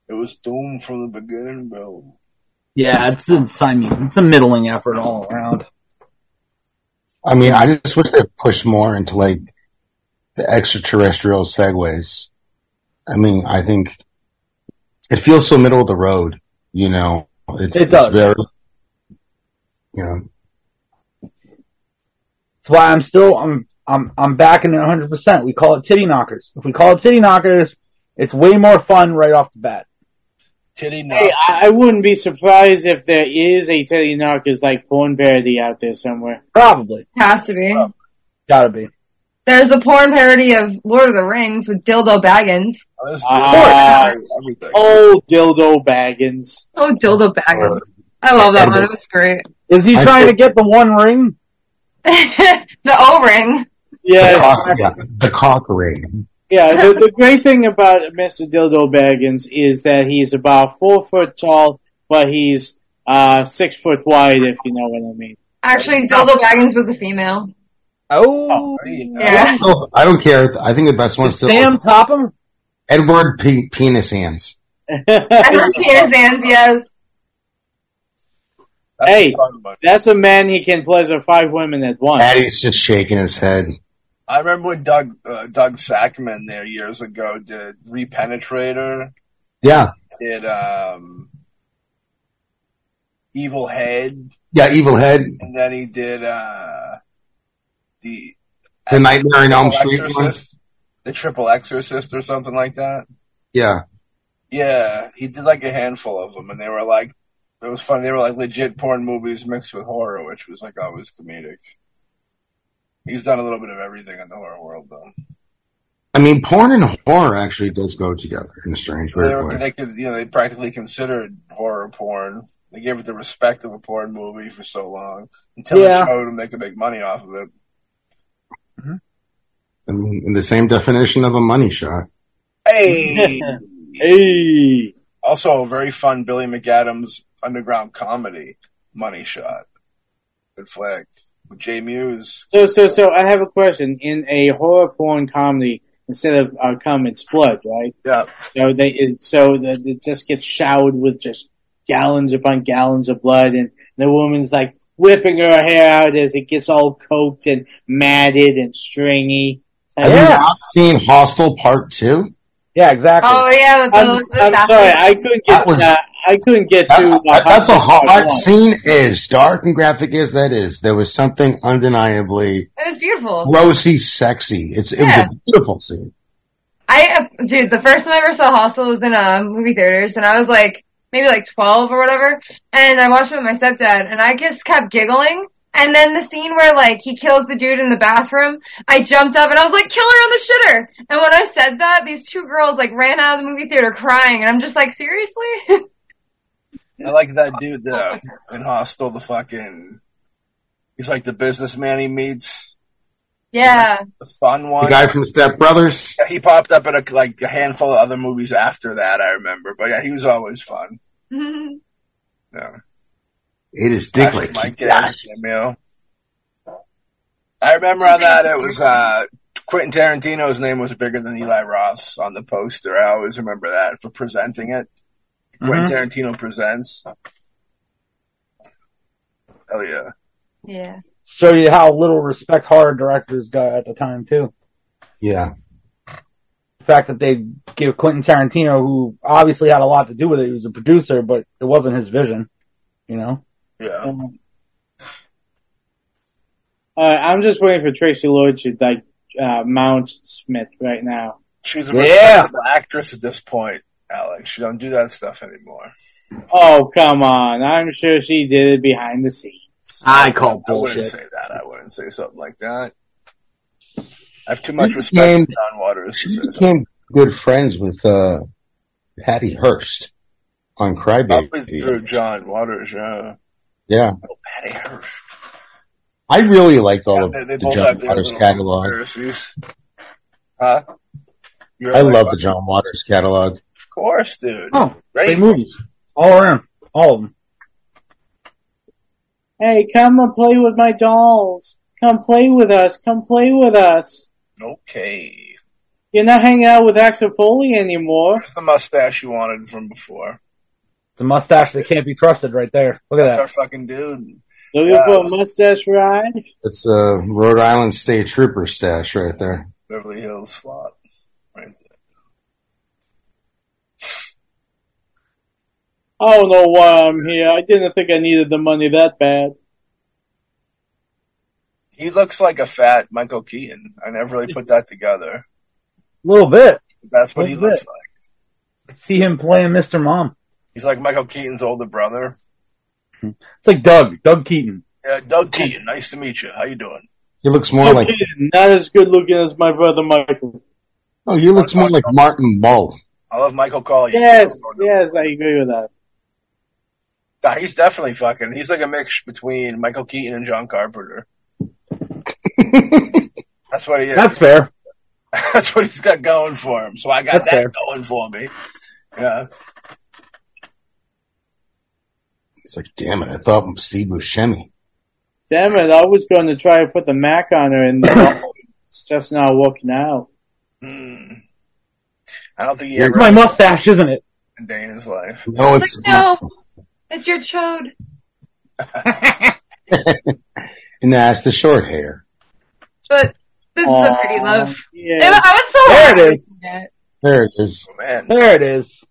it was doomed from the beginning, bro. yeah, it's it's I mean, it's a middling effort all around. I mean, I just wish they pushed more into like the extraterrestrial segues. I mean, I think it feels so middle of the road, you know. It's, It does. It's very, you know, That's why I'm still I'm I'm I'm backing it 100. percent We call it titty knockers. If we call it titty knockers, it's way more fun right off the bat. Titty knock. Hey, I, I wouldn't be surprised if there is a Teddy Narcus like porn parody out there somewhere. Probably Has to be. Oh. gotta be. There's a porn parody of Lord of the Rings with Dildo Baggins. Oh, this is Ah. everything. Oh, dildo baggins. Oh, Dildo Baggins. I love that one. It was great. [LAUGHS] Is he I trying to think- get the one ring? the O ring. the, Yes, cock, yeah, the cock ring. yeah. The, the great thing about Mr. Dildo Baggins is that he's about four foot tall, but he's uh six foot wide, if you know what I mean. Actually, Dildo Baggins was a female. Oh, Hey, now- Yeah. [LAUGHS] Oh, I don't care. I think the best one's still Sam Topham. Edward P- Penis Hands. And her penis hands, yes. That's Hey. what I'm talking about. [LAUGHS] That's a man he can pleasure five women at once. Addie's just shaking his head. I remember when Doug uh, Doug Sackman there years ago did Repenetrator, Yeah, did um, Evil Head, yeah. Evil Head, and then he did uh, the The Nightmare on Elm Triple Street one. Exorcist, the Triple Exorcist or something like that. Yeah, Yeah, he did like a handful of them, and they were like, it was fun. They were like legit porn movies mixed with horror, which was like always comedic. He's done a little bit of everything in the horror world, though. I mean, porn and horror actually does go together in a strange they, weird were, way. they could, you know, they practically considered horror porn. They gave it the respect of a porn movie for so long until Yeah. it showed them they could make money off of it. I mean, in the same definition of a money shot. [LAUGHS] Hey. Hey. also a very fun Billy McAdams underground comedy, Money Shot. Good flag. With Jay Muse. So, so, so, I have a question. In a horror porn comedy, instead of uh, cum, it's blood, right? Yeah. So they, it, so the, it just gets showered with just gallons upon gallons of blood, and the woman's like whipping her hair out as it gets all coked and matted and stringy. It's like, Have you Yeah. not seen Hostel Part Two? Yeah, exactly. Oh yeah, with I'm, those. with I'm that- sorry, I couldn't get. That was- uh, I couldn't get That- to. uh, that- that's a Hot Tub hard One. scene. Is dark and graphic as that is, there was something undeniably It was beautiful. rosy, sexy. It's it was Yeah. a beautiful scene. I uh, dude, the first time I ever saw Hostel was in uh, movie theaters, and I was like maybe like twelve or whatever, and I watched it with my stepdad, and I just kept giggling. And then the scene where like he kills the dude in the bathroom, I jumped up and I was like, "Kill her on the shitter!" And when I said that, these two girls like ran out of the movie theater crying, and I'm just like, "Seriously?" [LAUGHS] I like that dude though in Hostel the fucking he's like the businessman he meets. yeah, [LAUGHS] The fun one. The guy from Step Brothers. Yeah, he popped up in a, like a handful of other movies after that, I remember. But yeah, he was always fun. Mhm. Yeah. It is Actually, Digley. Mike Garris cameo. I remember on that it was uh, Quentin Tarantino's name was bigger than Eli Roth's on the poster. I always remember that for presenting it. Mhm. Quentin Tarantino presents. Hell yeah! yeah. Show you how little respect horror directors got at the time too. Yeah, The fact that they give Quentin Tarantino, who obviously had a lot to do with it, he was a producer, but it wasn't his vision. You know, Yeah, Um, Uh, I'm just waiting for Tracy Lord to like uh, mount Smith right now. she's a Yeah. respectable actress at this point, Alex. She don't do that stuff anymore. Oh come on! I'm sure she did it behind the scenes. I call I wouldn't say that. I wouldn't say something like that. I have too much respect for Named- John Waters to she say something. became good friends with uh, Patty Hearst on Probably through Crybaby. John Waters. Yeah, Yeah, oh, Patty Hearst. I really liked all Yeah, of they, they the both John have their Waters little catalog. conspiracies. Huh? You're I like, love the John Waters catalog. Of course, dude. Oh, Great. great movies all around, all of them. Hey, come and play with my dolls. Come play with us. Come play with us. Okay. You're not hanging out with Axel Foley anymore. There's the mustache you wanted from before. It's a mustache that can't be trusted, right there. Look at That's our that. fucking dude. Looking Yeah. for a mustache ride? It's a Rhode Island State Trooper stash right there. Beverly Hills slot. Right there. I don't know why I'm here. I didn't think I needed the money that bad. He looks like a fat Michael Keaton. I never really put that together. A little bit. That's what he What's that? looks like. Could see him playing Mr. Mom. He's like Michael Keaton's older brother. It's like Doug, Doug Keaton. Yeah, Doug Keaton, nice to meet you. How you doing? He looks more like Okay, not as good looking as my brother Michael. oh, he looks more like Martin Mull. [LAUGHS] I love Michael Collier. Yes, Oh, yes, I agree with that. Nah, he's definitely fucking. He's like a mix between Michael Keaton and John Carpenter. That's what he is. That's fair. [LAUGHS] That's what he's got going for him. So I got that That's fair. going for me. Yeah. It's like, damn it! I thought Steve Buscemi. Damn it, I was going to try to put the Mac on her in the [LAUGHS] wall. It's just not working out. Hmm. I don't think he Yeah, ever It's my mustache, isn't it? had a day in his life. No, Like it's no, it's your chode. nah, it's the short hair. But this is a pretty Aw, love. yeah. I was so There it happy is. with that. There it is. Oh, man. There it is.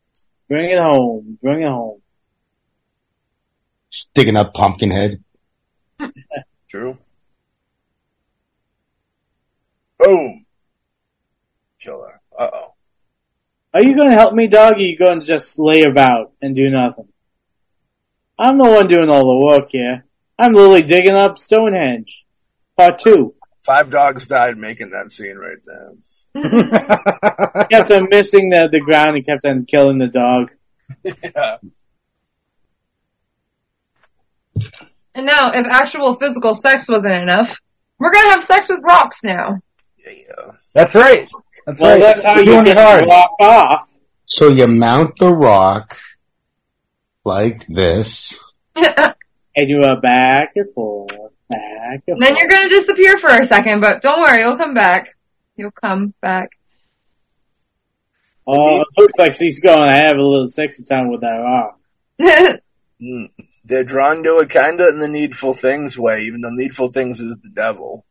[LAUGHS] Bring it home. Bring it home. Sticking up Pumpkinhead. True. Boom. Killer. Uh oh. Are you going to help me, dog? Or are you going to just lay about and do nothing? I'm the one doing all the work here. I'm literally digging up Stonehenge. Part [LAUGHS] two. Five dogs died making that scene right there. I kept on missing the, the ground and kept on killing the dog. Yeah. And now, [LAUGHS] if actual physical sex wasn't enough, we're gonna have sex with rocks now. Yeah. That's right. That's Well, right. that's how You're you doing it can hard. walk off. So you mount the rock like this. And you are back and forth, back and then you're gonna disappear for a second, but don't worry, you'll come back. You'll come back. [LAUGHS] Oh, it looks like she's going to have a little sexy time with that rock. Mm. They're drawn to it kinda in the needful things way, even though needful things is the devil.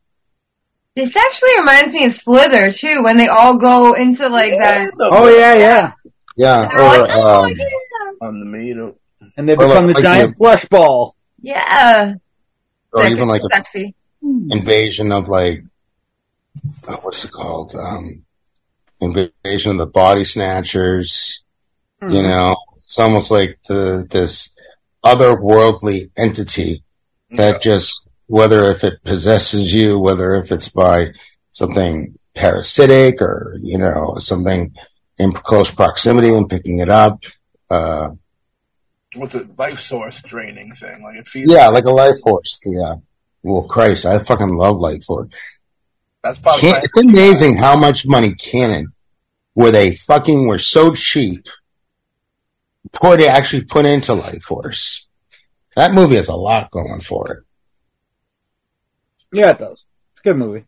this actually reminds me of Slither too, when they all go into like Yeah, that. the- Oh yeah, yeah. Yeah. They're all like, Or, oh, um, yeah. On the meat of And they Or become like- the like giant you- flesh ball. yeah. or Sick. Oh, even like an sexy. [LAUGHS] invasion of like, oh, what's it called? Um, invasion of the body snatchers. You know, it's almost like the, this otherworldly entity that just, whether if it possesses you, whether if it's by something parasitic or, you know, something in close proximity and picking it up, uh, what's a life source draining thing. Like it feeds Yeah, like a life force. Yeah. Well, Christ, I fucking love life force. that's probably Can- it's amazing how much money Canon, where they fucking were so cheap, put actually put into life force. That movie has a lot going for it. Yeah, it does. It's a good movie.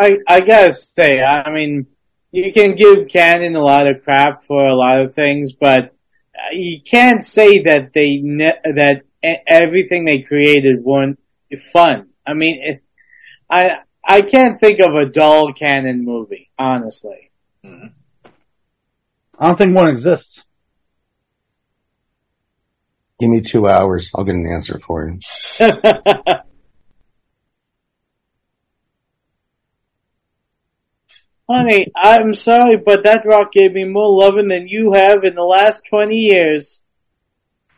I, I gotta say, I mean, you can give Canon a lot of crap for a lot of things, but uh, you can't say that they ne- that e- everything they created weren't fun. I mean, it, I I can't think of a dull Canon movie, honestly. I don't think one exists. Give me two hours, I'll get an answer for you. [LAUGHS] Honey, I'm sorry, but that rock gave me more loving than you have in the last 20 years.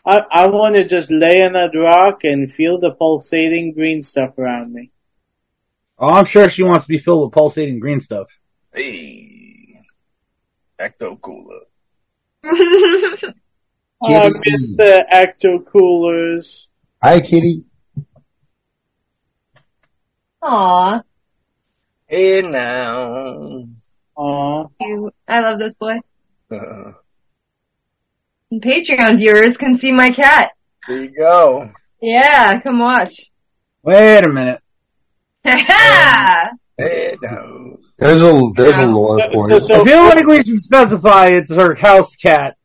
I, I want to just lay on that rock and feel the pulsating green stuff around me. Oh, I'm sure she wants to be filled with pulsating green stuff. hey, ecto cooler. Oh, I Kitty. miss the Ecto Coolers. Hi, Kitty. Aw, Hey now. Aw. you. I love this boy. Uh, And Patreon viewers can see my cat. there you go. Yeah, come watch. [LAUGHS] Wait a minute. Hey now. There's a there's a Yeah. lore So- for so- it. so- I feel like we should specify it's her house cat.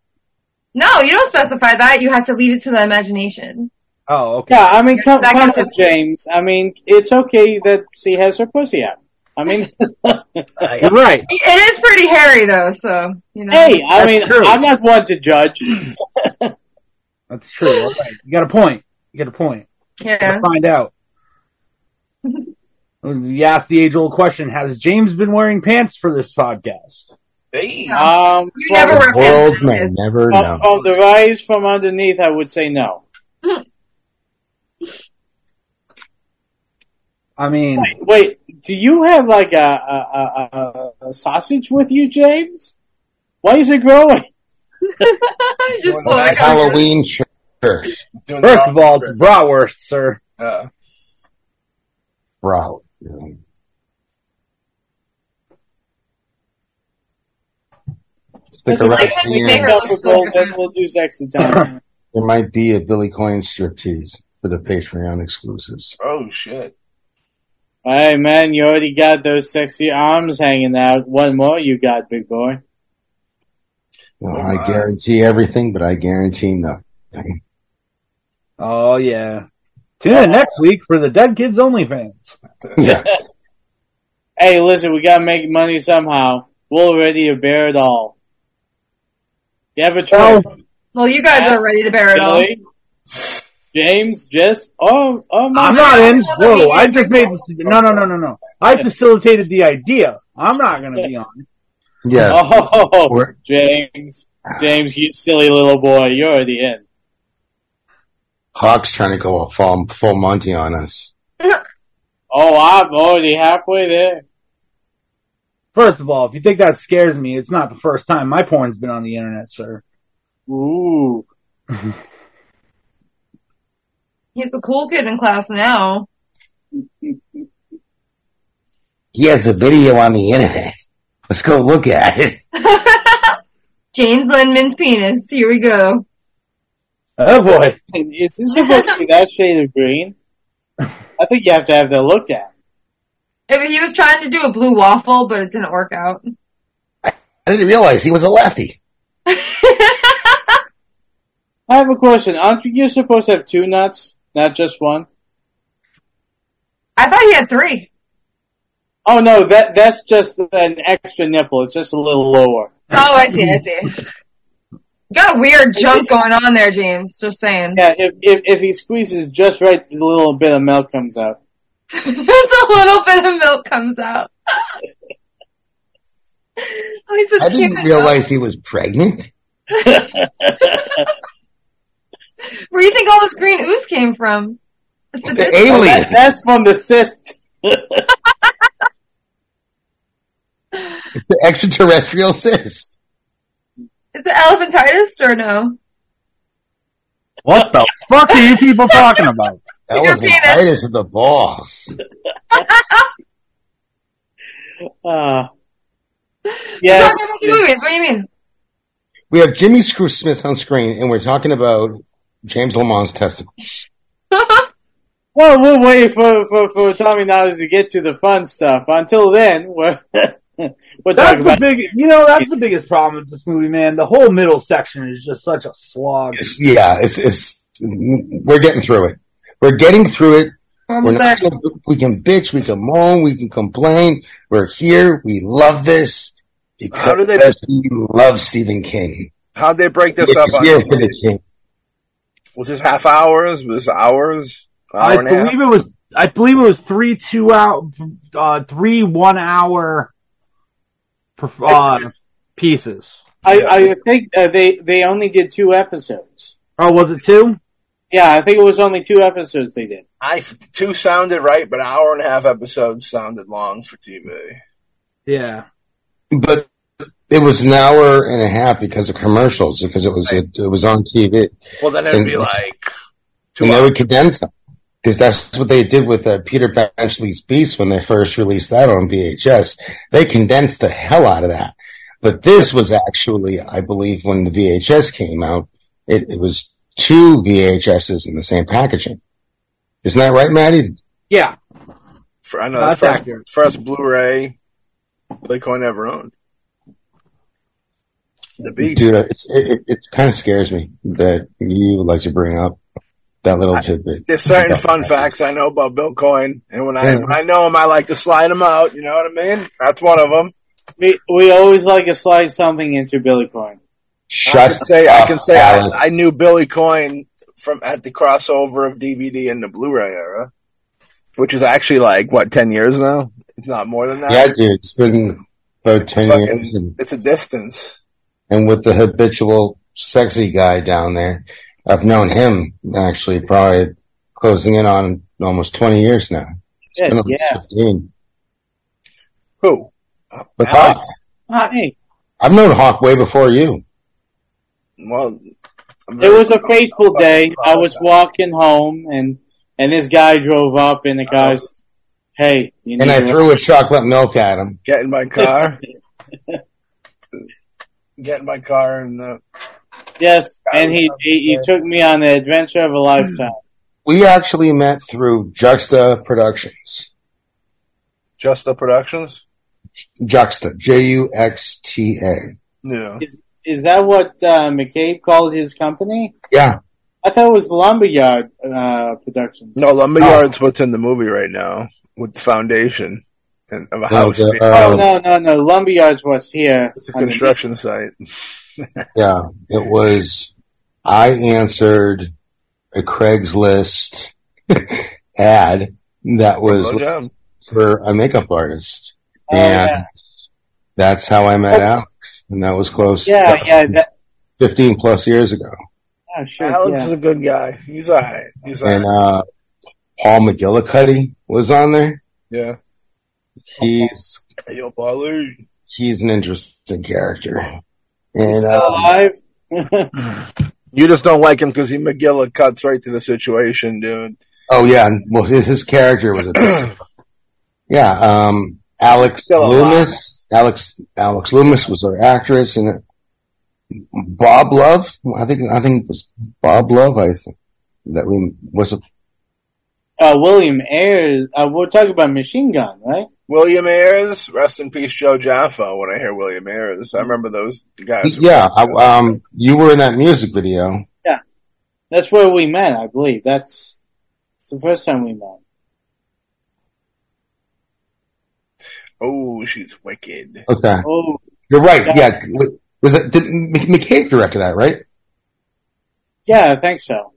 no, you don't specify that. You have to leave it to the imagination. Oh, okay. Yeah, I mean, come, That come kind on, of- James. I mean, it's okay that she has her pussy out. I mean, [LAUGHS] You're right. It is pretty hairy though, so you know. hey, I That's mean, true. I'm not one to [CLEARS THROAT] judge. That's true. All right. You got a point. You got a point. yeah. [LAUGHS] We'll find out. you asked the age old question Has James been wearing pants for this podcast? Hey. Um, You never from- wear The world pants. may never know. From, from the rise from underneath, I would say no. I mean, Wait, do you have like a, a, a, a- a sausage with you, James? Why is it growing? Just Well, blow that's it out. Halloween shirt. Doing the first of all, it's opposite. bratwurst, sir. Uh, Bro. Stick Listen, around. like how you Yeah. make her- Couple gold, then we'll do [LAUGHS] sexy time. There might be a Billy Coin striptease for the Patreon exclusives. oh shit. hey man, you already got those sexy arms hanging out. One more you got, big boy. You know, Oh, I my. guarantee everything, but I guarantee nothing. [LAUGHS] Oh, yeah. Tune in next week for the Dead Kids Only fans. yeah, Hey, listen, we gotta make money somehow. We're already a bear at all. You have a Oh, choice, Well, you guys are ready to bear it all. Billy, James, oh, Jess, or, or I'm myself. not in. Whoa, I just made this. No, no, no, no, no. I facilitated the idea. I'm not going to be on. it. yeah. Oh, We're- James, James, you silly little boy, you're already in. Hawk's trying to go a full, full Monty on us. Oh, I'm already halfway there. First of all, if you think that scares me, it's not the first time my porn's been on the internet, sir. Ooh, He's the cool kid in class now. He has a video on the internet. Let's go look at it. James Lindman's penis. Here we go. Oh boy. Is this supposed to be that shade of green? I think you have to have that looked at. I mean, he was trying to do a blue waffle, but it didn't work out. I didn't realize he was a lefty. I have a question. Aren't you supposed to have two nuts, not just one? I thought he had three. Oh no, that that's just an extra nipple. It's just a little lower. Oh, I see. I see. Got a weird junk going on there, James. Just saying. Yeah, if if, if he squeezes just right, a little bit of milk comes out. [LAUGHS] Just a little bit of milk comes out. [LAUGHS] Oh, At least it's I didn't human realize he was pregnant. milk. Where do you think all this green ooze came from? It's the The dis- alien. That- that's from the cyst. It's the extraterrestrial cyst. Is it elephantitis or no? What the fuck are you people talking about? Your penis. Elephantitis of the balls. Uh, Yes. yes. making movies. What do you mean? We have Jimmy Screw Smith on screen, and we're talking about James Lamont's testicles. Well, we'll wait for, for, for Tommy Knowledge to get to the fun stuff. Until then, we're, [LAUGHS] we're [LAUGHS] That's talking the about. big, you know, that's the biggest problem with this movie, man. The whole middle section is just such a slog. It's- yeah, it's, it's we're getting through it. We're getting through it. I'm We're sorry. not, we can bitch, we can moan, we can complain. We're here. We love this because How do they- we love Stephen King. How'd they break this We're up? here On, for the King. was this half hours? Was this hours? I Hour and a half? believe it was, I believe it was three two hour, uh, three one hour, perf- uh, pieces. I, I think uh, they, they only did two episodes. Oh, was it two? Yeah, I think it was only two episodes they did. I two sounded right, but hour and a half episodes sounded long for TV. Yeah. but it was an hour and a half because of commercials because it was it, it was on TV Well, then it'd be And- like two and they hours. would condense them because that's what they did with uh, Peter Benchley's Beast when they first released that on VHS. They condensed the hell out of that, but this was actually, I believe, when the VHS came out, it, it was two VHSs in the same packaging. Isn't that right, Maddie? Yeah. For, I know That's that's first, accurate. first Blu-ray Billy Coin ever owned. The Beast. Dude, uh, it's, it, it, it kind of scares me that you like to bring up that little tidbit. There's certain about fun that. facts I know about Bill Coin, and when I Yeah. when I know them, I like to slide them out. You know what I mean? That's one of them. We, we always like to slide something into Billy Coin. Shut I can say I up, can say Alan. I, I knew Billy Coin from at the crossover of DVD and the Blu-ray era, which is actually like what ten years now. It's not more than that. Yeah, dude, it's been about ten Fucking- years, and, It's a distance. and with the habitual sexy guy down there, I've known him actually probably closing in on almost twenty years now. It's Yeah, been almost yeah. fifteen. Who? But Hawk, Alex? Hey, I've known Hawk way before you. Well, I'm it very- was a fateful day. I was walking home, and and this guy drove up, and the guy's, "Hey, you need And I to- threw a chocolate milk at him. Get in my [LAUGHS] car. Get in my car and uh, Yes, and he, he he took me on the adventure of a lifetime. We actually met through Juxta Productions. Just Up Productions. Juxta, J U X T A. Yeah. Is that what uh, McCabe called his company? Yeah. I thought it was Lumberyard uh, Productions. No, Oh. Lumberyard's what's in the movie right now with the foundation and of a No, house. the, being- uh, Oh Um, no no no! Lumberyard's was here. it's a I mean, construction site. Yeah, it was. I answered a Craigslist [LAUGHS] ad that was Good job. for a makeup artist, Oh, and yeah. that's how I met Alex, and that was close. yeah yeah that, fifteen plus years ago. oh, shit, Alex yeah. is a good guy. He's all right. He's all right. And uh, Paul McGillicuddy was on there. Yeah. He's Hey, yo, Paulie. he's an interesting character, He's and still um, uh, alive. You just don't like him because he McGilla cuts right to the situation, dude. [CLEARS THROAT] oh yeah, well his, his character was a yeah. Um, Alex Still alive. Loomis. Alex Alex Loomis was our actress, and Bob Love. I think I think it was Bob Love. I think that we was a Uh, William Ayers. Uh, we're talking about Machine Gun, right? William Ayers, rest in peace, Joe Jaffa. When I hear William Ayers, I remember those guys. yeah. I, um, you were in that music video. That's where we met, I believe. That's, that's the first time we met. oh, she's wicked. Okay, Oh, you're right. Yeah, was that did Mc- McCabe directed that? Right? yeah, I think so.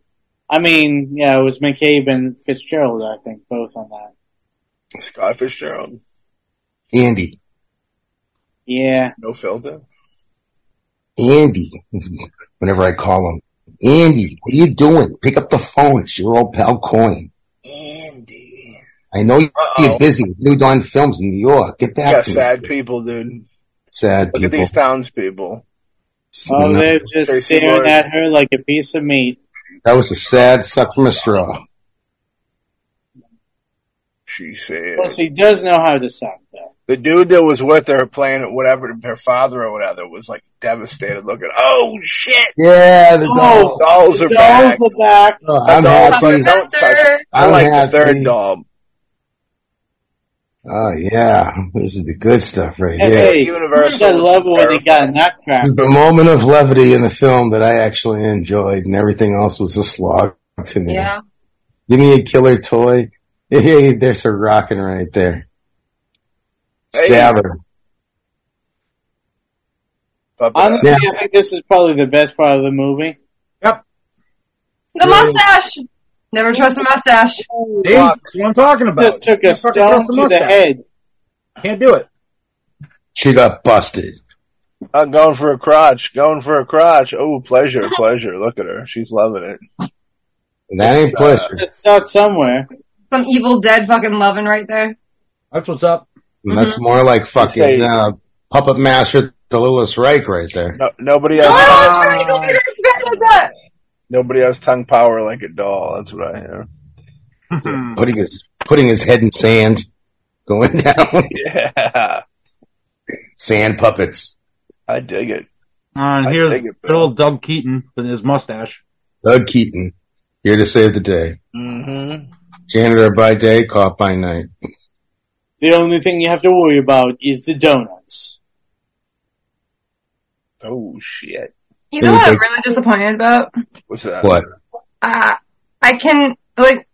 I mean, yeah, it was McCabe and Fitzgerald, I think, both on that. Scott Fitzgerald, Andy. Yeah. no filter. Andy. [LAUGHS] Whenever I call him, Andy, what are you doing? Pick up the phone. It's your old pal Coin. Andy, I know you're Uh-oh. busy with New Dawn Films in New York. Get back Oh. yeah, to me. sad people, dude. Sad Look people. at these townspeople. Oh, they're just Tracy staring Lawrence. at her like a piece of meat. That was a sad suck from a Oh. straw. She said. Plus, he does know how to suck, though. The dude that was with her playing at whatever her father or whatever was like devastated looking. Oh shit! Yeah, the Oh, doll. Dolls are Dolls back. are back. Oh, The I'm doll's happy. like, don't touch it. I I'm like the happy. third doll. Oh yeah, this is the good stuff right And here. hey, Universal I love it when he got terrifying. This nutcracker. is the moment of levity in the film that I actually enjoyed, and everything else was a slog to me. Yeah. Give me a killer toy. [LAUGHS] Hey, there's her rocking right there. Hey. Stab her. Puppet ass. Honestly, I think this is probably the best part of the movie. The mustache. Never trust a mustache. See? That's what I'm talking about. Just took a Can't fucking stone trust a to the mustache. head. Can't do it. She got busted. I'm going for a crotch. Going for a crotch. Oh, [LAUGHS] pleasure, pleasure. Look at her. She's loving it. That ain't Uh, pleasure. It's not somewhere. Some evil dead fucking loving right there. That's what's up. [LAUGHS] And Mm-hmm. that's more like Say- fucking uh, puppet master Delilus Reich right there. No, nobody The has Oh, littlest wrinkle bigger than that. nobody has tongue power like a doll. That's what I hear. Putting his putting his head in sand, going [LAUGHS] down Yeah, [LAUGHS] sand puppets. I dig it. Uh, and I here's dig it, good old Doug Keaton with his mustache. Doug Keaton here to save the day. Mm-hmm. Janitor by day, cop by night. The only thing you have to worry about is the donuts. Oh shit! You know what I'm Anything. really disappointed about? What's that? What? Uh, I can, like,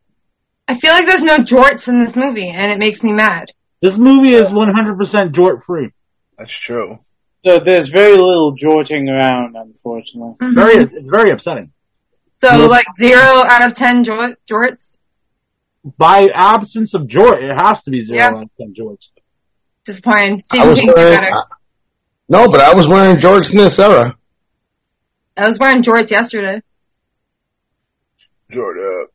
I feel like there's no jorts in this movie, and it makes me mad. This movie is 100% jort free. That's true. So there's very little jorting around, unfortunately. Mhm. Very, it's very upsetting. So, like, zero out of ten jort, jorts. By absence of jort, it has to be zero Yeah. out of ten jorts. Disappointed. I Stephen was King did wearing, better. I- no, but I was wearing George in this era. I was wearing jorts yesterday. [LAUGHS] Jordan.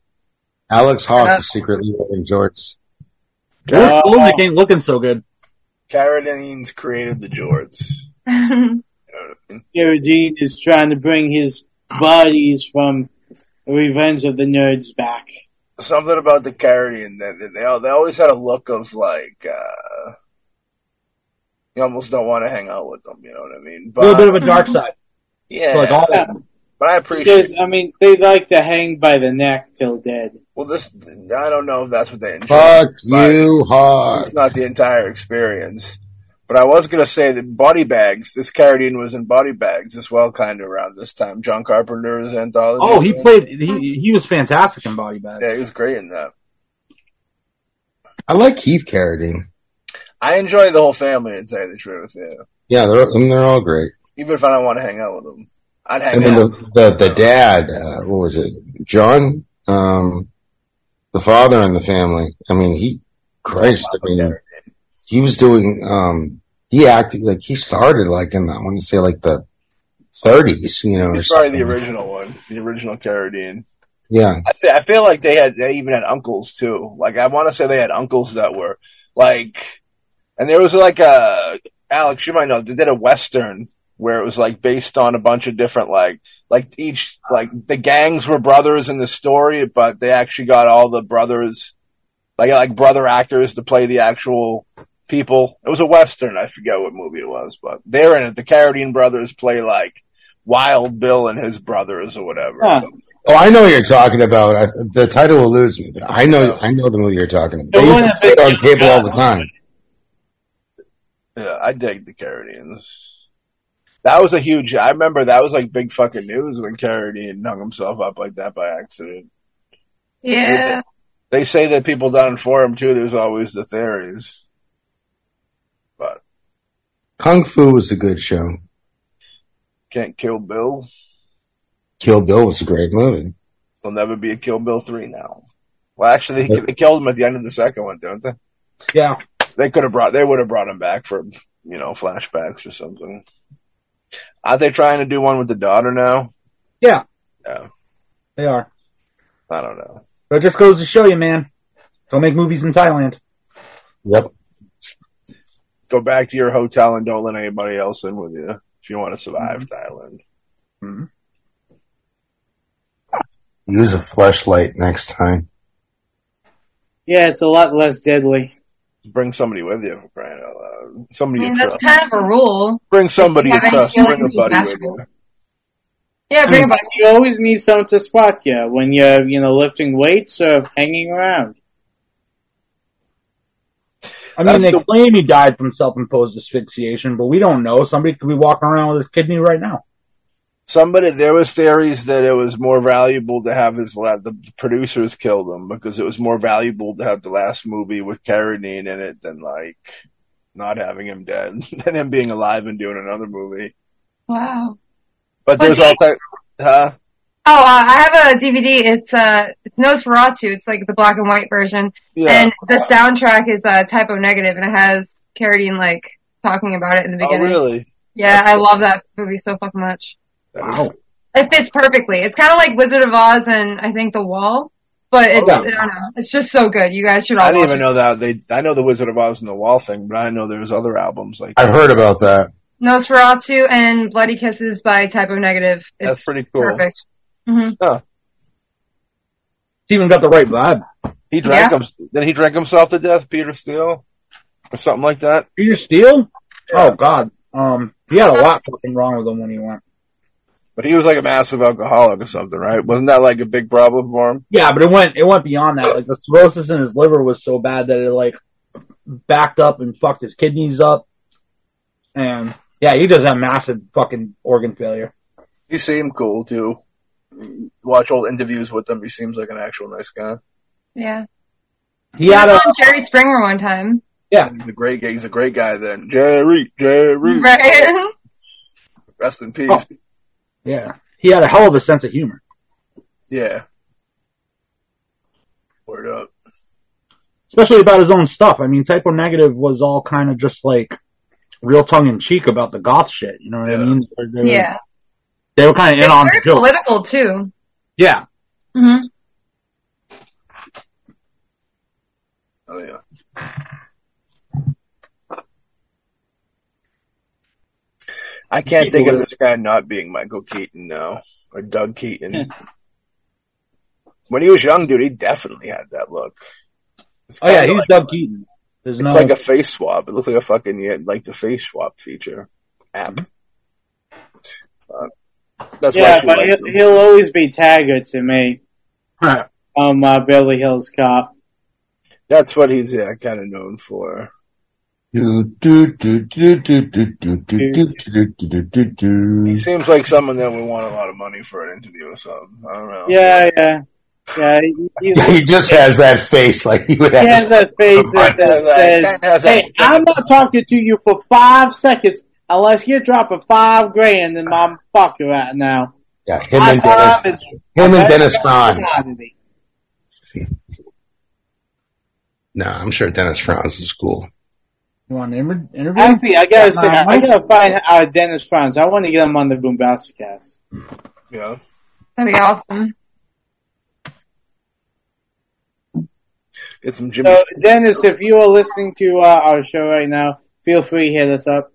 Alex Hawk Yeah. is secretly wearing George. This Oh. Lumnick ain't looking so good. Carradine's created the Jorts. Geraldine is trying to bring his bodies from Revenge of the Nerds back. Something about the Carradine that that they al- they always had a look of like uh, you almost don't want to hang out with them. You know what I mean? A But little bit of a dark side. yeah, So, like all Yeah, but I appreciate. because, I mean, they like to hang by the neck till dead. Well, this I don't know if that's what they enjoy. Fuck but- you, Hawk. It's not the entire experience. But I was going to say that body bags, this Carradine was in body bags as well, kind of around this time. John Carpenter's anthology. Oh, he played. He he was fantastic in Body Bag. Yeah, he was great in that. I like Keith Carradine. I enjoy the whole family, to tell you the truth. Yeah. Yeah, they're, I mean, they're all great. Even if I don't want to hang out with them, I'd hang And then out. the, the, the dad, uh, what was it? John, um, the father in the family. I mean, he, Christ, I mean, he was doing, um, he acted like he started like in, I want to say like the 30s, you know. or He's probably the something. original one, the original Carradine. Yeah. I, th- I feel like they had they even had uncles too. Like I want to say they had uncles that were like, and there was like a Alex, you might know they did a western where it was like based on a bunch of different like like each like the gangs were brothers in the story, but they actually got all the brothers like like brother actors to play the actual people. It was a western. I forget what movie it was, but they're in it. The Carradine brothers play like Wild Bill and his brothers or whatever. Huh. So- Oh, I know what you're talking about. I, the title eludes me, but I know I know the movie you're talking about. The They one used to that play it on they- cable all the time. yeah, I dig the Carradines. That was a huge. I remember that was like big fucking news when Carradine hung himself up like that by accident. Yeah. They say that people down in Forum too. There's always the theories. But Kung Fu was a good show. can't kill Bill. Kill Bill was a great movie. There'll never be a Kill Bill three now. Well, actually, they, they killed him at the end of the second one, don't they? Yeah. They could have brought. They would have brought him back for you know flashbacks or something. Aren't they trying to do one with the daughter now? Yeah. Yeah. They are. I don't know. But it just goes to show you, man. Don't make movies in Thailand. Yep. Go back to your hotel and don't let anybody else in with you if you want to survive Thailand. Use a flashlight next time. Yeah, it's a lot less deadly. Bring somebody with you, for crying out loud. Somebody I mean, you that's trust. kind of a rule. Bring somebody you Have any trust. feelings, Bring a just buddy with masturbate. you. Yeah, bring a bucket. You always need someone to spot you when you're, you know, lifting weights or hanging around. I mean, That's they the- claim he died from self-imposed asphyxiation, but we don't know. Somebody could be walking around with his kidney right now. Somebody there was theories that it was more valuable to have his la- the producers killed him because it was more valuable to have the last movie with Carradine in it than like not having him dead [LAUGHS] than him being alive and doing another movie. Wow. But Was there's all he- that, huh? Oh, uh, I have a DVD. It's uh, it's Nosferatu. It's like the black and white version, Yeah. and the soundtrack is uh, typo negative, and it has Carradine like talking about it in the oh, beginning. really? Yeah, That's I cool. love that movie so fucking much. That is- Wow. It fits perfectly. It's kind of like Wizard of Oz and I think The Wall, but it's yeah. I don't know. It's just so good. You guys should all. I didn't watch even it. know that they. I know the Wizard of Oz and the Wall thing, but I know there's other albums like I've that. heard about that. Nosferatu and Bloody Kisses by Typo Negative. It's That's pretty cool. Perfect. hmm Steven got the right vibe. He drank him. Then he drank himself to death, Peter Steele, or something like that. Peter Steele? Oh God. Um, he had a lot fucking wrong with him when he went. But he was like a massive alcoholic or something, right? Wasn't that like a big problem for him? Yeah, but it went it went beyond that. Like the cirrhosis in his liver was so bad that it like backed up and fucked his kidneys up. And yeah, he just had massive fucking organ failure. He seemed cool too. Watch old interviews with him. He seems like an actual nice guy. Yeah. He had a on Jerry Springer one time, He's a great guy. He's a great guy. Then Jerry, Mm-hmm. Jerry, right? rest in peace. Oh. yeah. He had a hell of a sense of humor. Yeah. Word up. especially about his own stuff. I mean, Typo Negative was all kind of just like real tongue in cheek about the goth shit. You know what Yeah. I mean? They were, [LAUGHS] yeah. They were kind of in It's on the very joke. political too. yeah. hmm Oh yeah. I can't think of this guy not being Michael Keaton now or Doug Keaton. when he was young, dude, he definitely had that look. It's Oh yeah, kinda he's like, Doug Keaton. There's no It's [LAUGHS] like a face swap. It looks like a fucking yeah, like the face swap feature app. Uh, that's why yeah, she but likes he'll, him. he'll always be Taggart to me. Huh. Um, uh, Beverly Hills Cop. That's what he's yeah, kind of known for. Do, do, do, do, do, do, do, do, do, do, do, do, do, do. He seems like someone that would want a lot of money for an interview or something. I don't know. Yeah, yeah, yeah. He, he- [LAUGHS] He just has that face like he would he has have. that face that, that says, "Hey, I'm not talking to you for five seconds unless you drop a five grand in my pocket right now." Yeah, him My Uh, and time Dennis, is him a and Dennis Franz. commodity. No, I'm sure Dennis Franz is cool. You want an inter- interview? Actually, I gotta say, Uh, I gotta find uh, Dennis Franz. I want to get him on the Boombastic cast. Yeah. That'd be awesome. [LAUGHS] Get some Jimmy. So, Dennis, if you are listening to uh, our show right now, feel free to hit us up.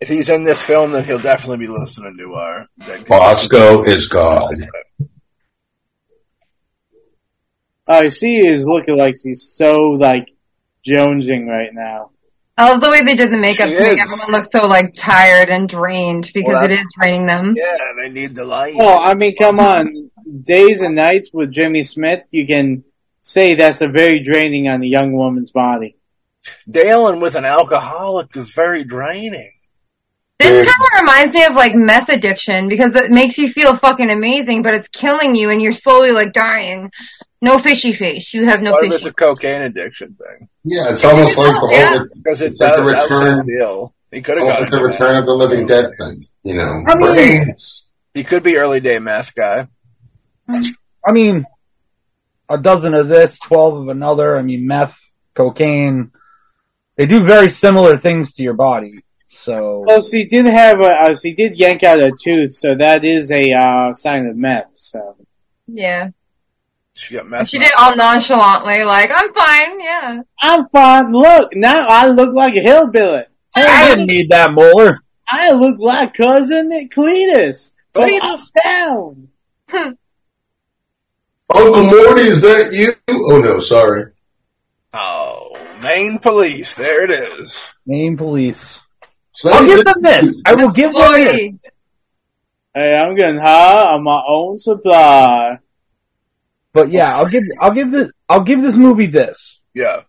If he's in this film, then he'll definitely be listening to our. Dead Bosco is God. Uh, she is looking like she's so like jonesing right now. I love the way they did the makeup She to make is. everyone look so like tired and drained because Well, it is draining them. Yeah, they need the light. Well, I mean, come on, days and nights with Jimmy Smith, you can say that's a very draining on a young woman's body. Dealing with an alcoholic is very draining. This kind of reminds me of like meth addiction because it makes you feel fucking amazing, but it's killing you and you're slowly like dying. No fishy face. You have no Part of it's fishy. a cocaine addiction thing Yeah, it's almost like the whole, Yeah. because it It's like does, the that was his return- deal. He could have almost gotten like the into that. return of the living dead thing. You know, I mean- brains. He could be early day math guy. I mean, a dozen of this, twelve of another. I mean, meth, cocaine. They do very similar things to your body. So Well, she did have a, uh, she did yank out a tooth, so that is a uh, sign of meth. So Yeah. She got But meth. she did it all nonchalantly, like, I'm fine, yeah. I'm fine. Look, now I look like a hillbilly. I didn't need that molar. I look like cousin Cletus. But I'm down. Uncle Morty, is that you? Oh no, sorry. Oh, Maine police. There it is. Maine police. It's not I'll give even- them this. I will give them this. Boy. Hey, I'm getting high on my own supply. But yeah, I'll give I'll give this I'll give this movie this. Yeah.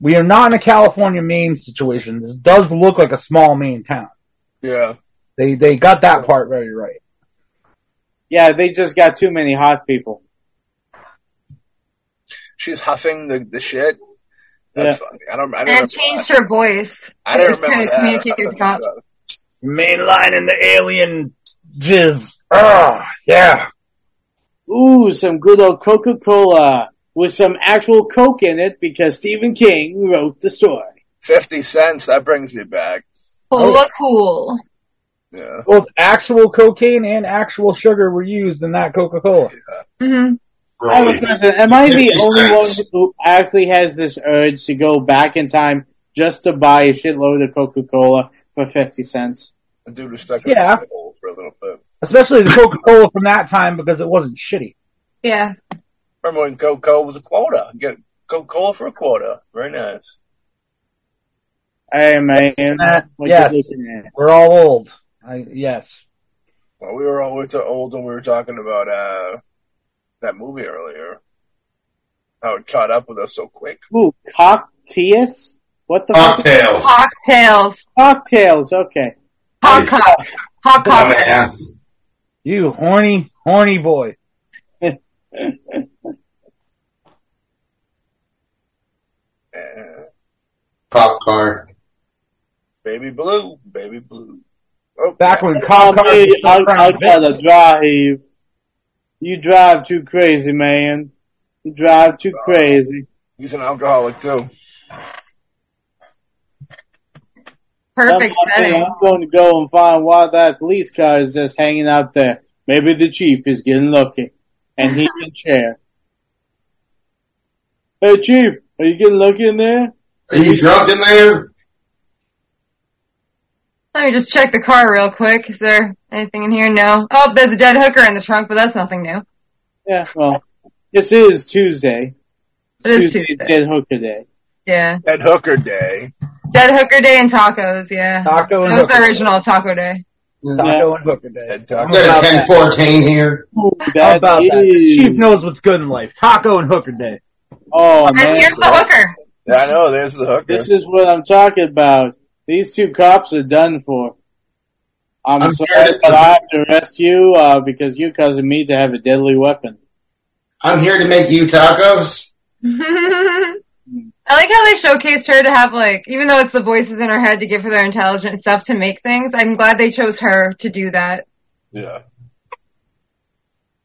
We are not in a California Maine situation. This does look like a small Maine town. Yeah. They they got that part very right. Yeah, they just got too many hot people. She's huffing the, the shit. That's funny. I don't. I don't. And remember changed that. her voice. I don't to remember that. communicate with Huffing cops. stuff. Main line and the alien jizz. Oh, yeah. Ooh, some good old Coca Cola with some actual Coke in it because Stephen King wrote the story. Fifty cents. That brings me back. Cola cool. Yeah. Both actual cocaine and actual sugar were used in that Coca Cola. hmm I have a question. Am I the Fifty only one cents. who actually has this urge to go back in time just to buy a shitload of Coca Cola for 50 cents? The dude was stuck Yeah. in the hole for a little bit. Especially the Coca Cola from that time because it wasn't shitty. Yeah. Remember when Coca Cola was a quota? You Get Coca Cola for a quarter. Very nice. Hey, man. Uh, What yes. you looking at? We're all old. I, yes. Well, we were all we were so old when we were talking about uh that movie earlier. How it caught up with us so quick. Ooh, cocktails? What the fuck? Cocktails. Cocktails. Cocktails, okay. Hot cock. Hot I'm an cocktails. ass. You horny, horny boy. Eh, Pop car. baby blue, baby blue. Oh, Back when I'll, cop cars were still crowned gotta Vic. drive. You drive too crazy, man. You drive too crazy. he's an alcoholic too. Perfect Some other day setting. I'm going to go and find why that police car is just hanging out there. Maybe the chief is getting lucky, and he [LAUGHS] can share. Hey, chief, are you getting lucky in there? Are you drunk in there? Let me just check the car real quick. Is there anything in here? No. Oh, there's a dead hooker in the trunk, but that's nothing new. Yeah. Well, this is Tuesday. It is Tuesday. is Dead Hooker Day. Yeah. Ed Hooker Day. Dead hooker day and tacos, yeah. Taco That and was the hooker. original taco day. Taco and hooker day. Ed Tucker. We got a ten fourteen here. How That about that? is- Chief knows what's good in life. Taco and hooker day. Oh man, And here's the hooker. [LAUGHS] Yeah, I know. There's the hooker. this is what I'm talking about. These two cops are done for. I'm, I'm sorry, scared. but I have to arrest you uh, because you're causing me to have a deadly weapon. I'm here to make you tacos. I like how they showcased her to have like, even though it's the voices in her head to give her their intelligent stuff to make things. I'm glad they chose her to do that. yeah.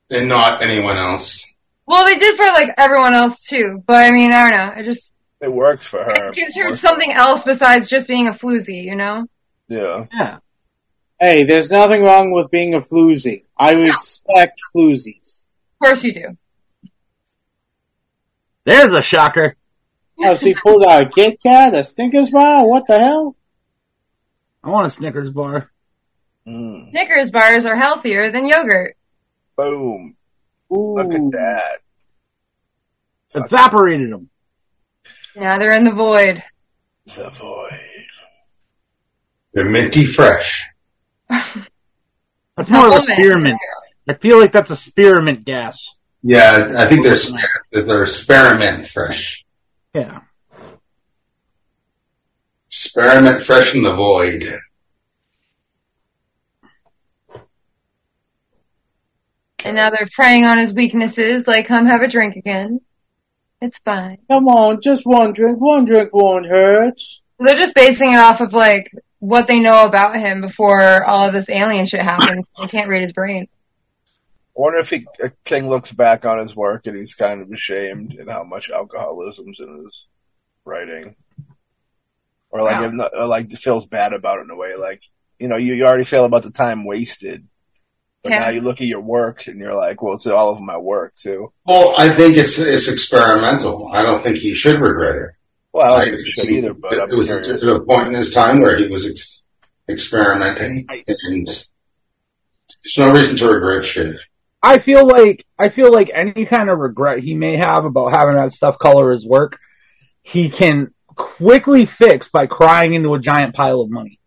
And not anyone else. Well, they did for like everyone else too, but I mean, I don't know. I just It works for her. it gives her something else besides just being a floozy, you know? Yeah. Yeah. Hey, there's nothing wrong with being a floozy. I would expect floozies. Of course you do. There's a shocker. Oh, she pulled out a Kit Kat, a Snickers bar. What the hell? I want a Snickers bar. Mm. Snickers bars are healthier than yogurt. Boom. Ooh. Look at that. Evaporated them. Yeah, they're in the void. The void. They're minty fresh. That's more Oh, of a Helmet. spearmint. I feel like that's a spearmint gas. Yeah, I think they're spar- they're spearmint fresh. Yeah. Spearmint fresh in the void. And now they're preying on his weaknesses, like come have a drink again. It's fine. Come on, just one drink. One drink won't hurt. They're just basing it off of like what they know about him before all of this alien shit happens. They can't read his brain. I wonder if he, uh, King looks back on his work and he's kind of ashamed in how much alcoholism's in his writing, or like, if not, or like feels bad about it in a way. Like you know, you, you already feel about the time wasted, but Yeah. now you look at your work and you're like, well, it's all of my work too. Well, I think it's it's experimental. I don't think he should regret it. Well, I I don't think you should either, but it, I'm it was curious. at a point in his time where he was ex- experimenting, and there's no reason to regret shit. I feel like I feel like any kind of regret he may have about having that stuff color his work, he can quickly fix by crying into a giant pile of money.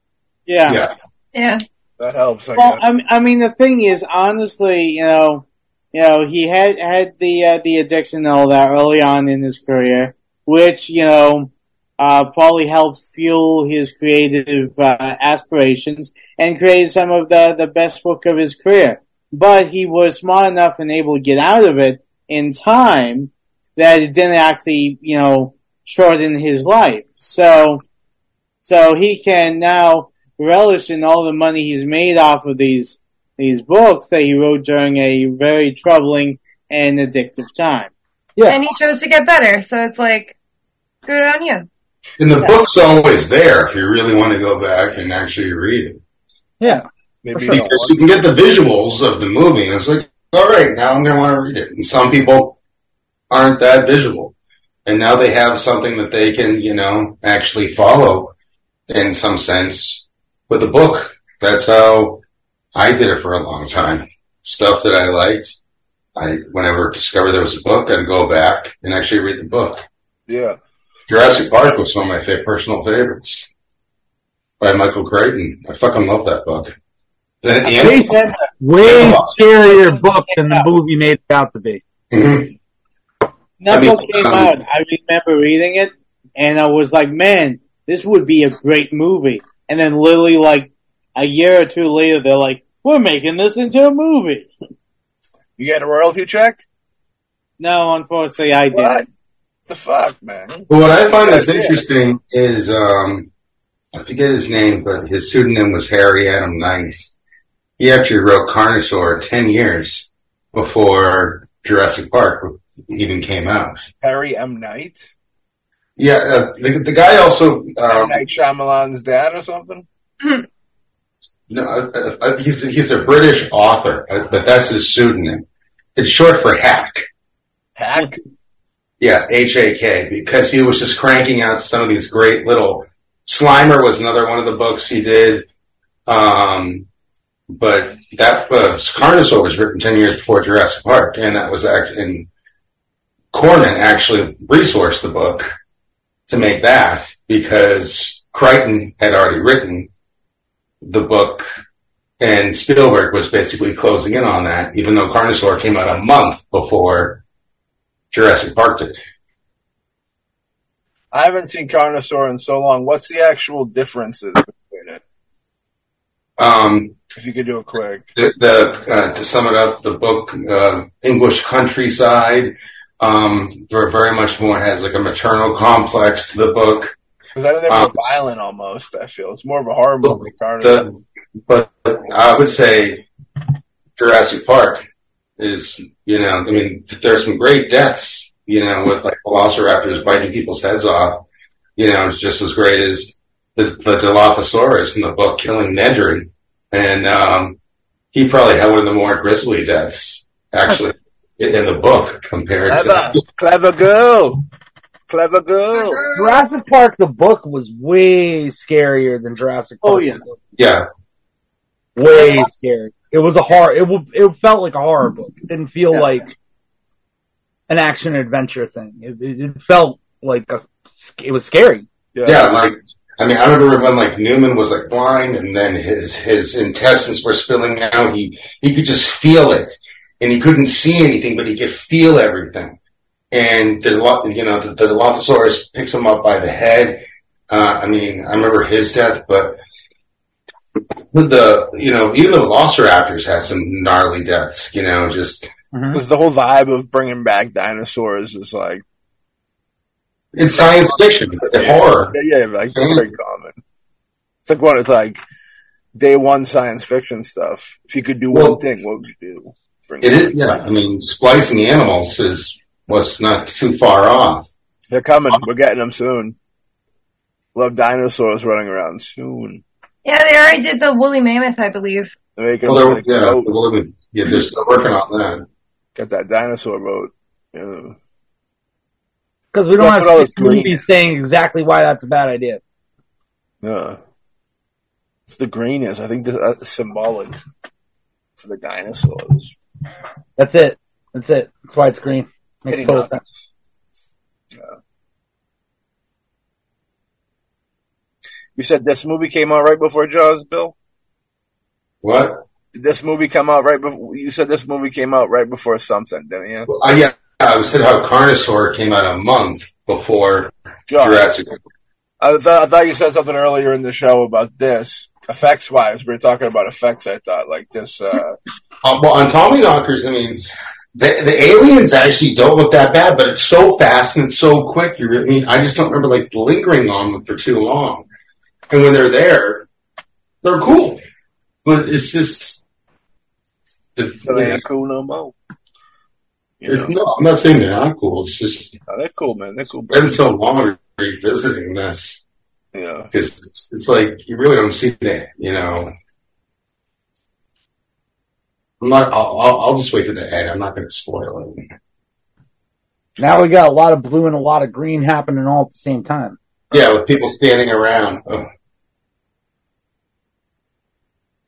Yeah. Yeah. Yeah. That helps, I Well, guess. I mean, I mean, the thing is, honestly, you know, you know, he had had the uh, the addiction and all that early on in his career, which you know, uh, probably helped fuel his creative uh, aspirations and created some of the the best work of his career. But he was smart enough and able to get out of it in time that it didn't actually, you know, shorten his life. So, so he can now relish in all the money he's made off of these these books that he wrote during a very troubling and addictive time. Yeah. And he chose to get better, so it's like, good on you. And the book's always there if you really want to go back and actually read it. Yeah. Maybe you for sure. don't Because want you can get the visuals of the movie, and it's like, all right, now I'm going to want to read it. And some people aren't that visual, and now they have something that they can, you know, actually follow in some sense with a book. That's how I did it for a long time. Stuff that I liked, I whenever I discovered there was a book, I'd go back and actually read the book. Yeah. Jurassic Park was one of my fa- personal favorites by Michael Crichton. I fucking love that book. The animals- Jason, way scarier book than the movie made it out to be. Mhm. That I mean, book came um, out. I remember reading it, and I was like, "Man, this would be a great movie." And then, literally, like a year or two later, they're like, "We're making this into a movie." You get a royalty check? No, unfortunately, I did. What? The fuck, man? But what I find that's Yeah. interesting is um, I forget his name, but his pseudonym was Harry Adam Nice. He actually wrote Carnosaur ten years before Jurassic Park even came out. Harry M. Knight? Yeah, uh, the, the guy also M. um, Night Shyamalan's dad or something? No, uh, uh, he's a, he's a British author, uh, but that's his pseudonym. It's short for Hack. Hack? Yeah, H A K, because he was just cranking out some of these great little. Slimer was another one of the books he did, um, but that uh, Carnosaur was written ten years before Jurassic Park, and that was act and Corman actually resourced the book to make that because Crichton had already written the book, and Spielberg was basically closing in on that, even though Carnosaur came out a month before Jurassic Park did. I haven't seen Carnosaur in so long. What's the actual differences between it? Um, If you could do it quick. the, the uh, to sum it up, the book uh, English countryside um, ver- very much more has like a maternal complex to the book, Because I know they're more Um, violent almost, I feel. It's more of a horror movie, Carnosaur. the, but I would say Jurassic Park is you know I mean there's some great deaths you know with like velociraptors biting people's heads off you know it's just as great as the, the Dilophosaurus in the book killing Nedry and um, he probably had one of the more grisly deaths actually in in the book compared Clever. to Clever girl. Clever girl. Jurassic Park the book was way scarier than Jurassic Park. Oh, yeah. yeah Way scary. It was a horror it w- it felt like a horror book. It didn't feel Yeah. like an action adventure thing. It, it, it felt like a sc- it was scary. Yeah, like I mean, I remember when like Newman was like blind, and then his his intestines were spilling out. He he could just feel it, and he couldn't see anything, but he could feel everything. And the Diloph- you know the, the Dilophosaurus picks him up by the head. Uh, I mean, I remember his death, but the you know even the Velociraptors had some gnarly deaths. You know, just Because the whole vibe of bringing back dinosaurs is like, it's science fiction, it's horror. yeah, yeah, like Mm-hmm. that's very common. It's like what it's like day one science fiction stuff. If you could do Well- one thing, what would you do? Bring It back is, yeah. I mean, splicing animals is was not too far off. They're coming. We're getting them soon. We'll have dinosaurs running around soon. Yeah, they already did the woolly mammoth, I believe. They make 'em Well, there, like, yeah, oh, well, I mean, yeah, they're still working on that. get that dinosaur boat. Yeah. Because we don't That's what I have was six green. movies saying exactly why that's a bad idea. yeah. It's the green is. I think that's uh, symbolic for the dinosaurs. That's it. That's it. That's why it's green. Makes Hitting total on- sense. You said this movie came out right before Jaws, Bill? What? Did this movie come out right before? You said this movie came out right before something, didn't you? Well, I, yeah, I said how Carnosaur came out a month before Jaws. Jurassic. I, th- I thought you said something earlier in the show about this effects wise. We were talking about effects. I thought like this. Uh, [LAUGHS] Um, well, on Tommy Knockers, I mean, the, the aliens actually don't look that bad, but it's so fast and it's so quick. You really, I mean, I just don't remember like lingering on them for too long. And when they're there, they're cool, but it's just. The, they ain't cool no more. You It's- know, no, I'm not saying they're not cool. It's just it's No, they're cool, man. They're cool. been so long revisiting this Yeah, because it's, it's like you really don't see that, you know. I'm not. I'll, I'll, I'll just wait to the end. I'm not going to spoil it. Now we got a lot of blue and a lot of green happening all at the same time. Yeah, with people standing around. Ugh.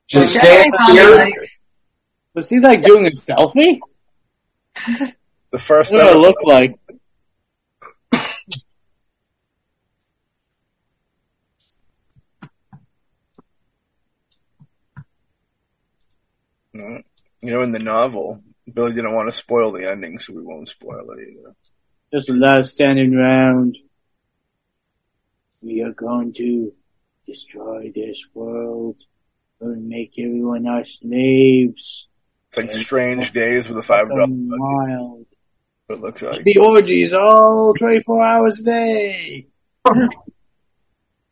Just stand here. Zombie-like. Was he like doing a selfie? the first. What did it episode- look like? Mm-hmm. You know, in the novel, Billy didn't want to spoil the ending, so we won't spoil it either. Just a lot of standing around. We are going to destroy this world. We're going to make everyone our slaves. It's like Strange Days with a five dollar. Fucking wild. It looks like The orgies all 24 hours a day.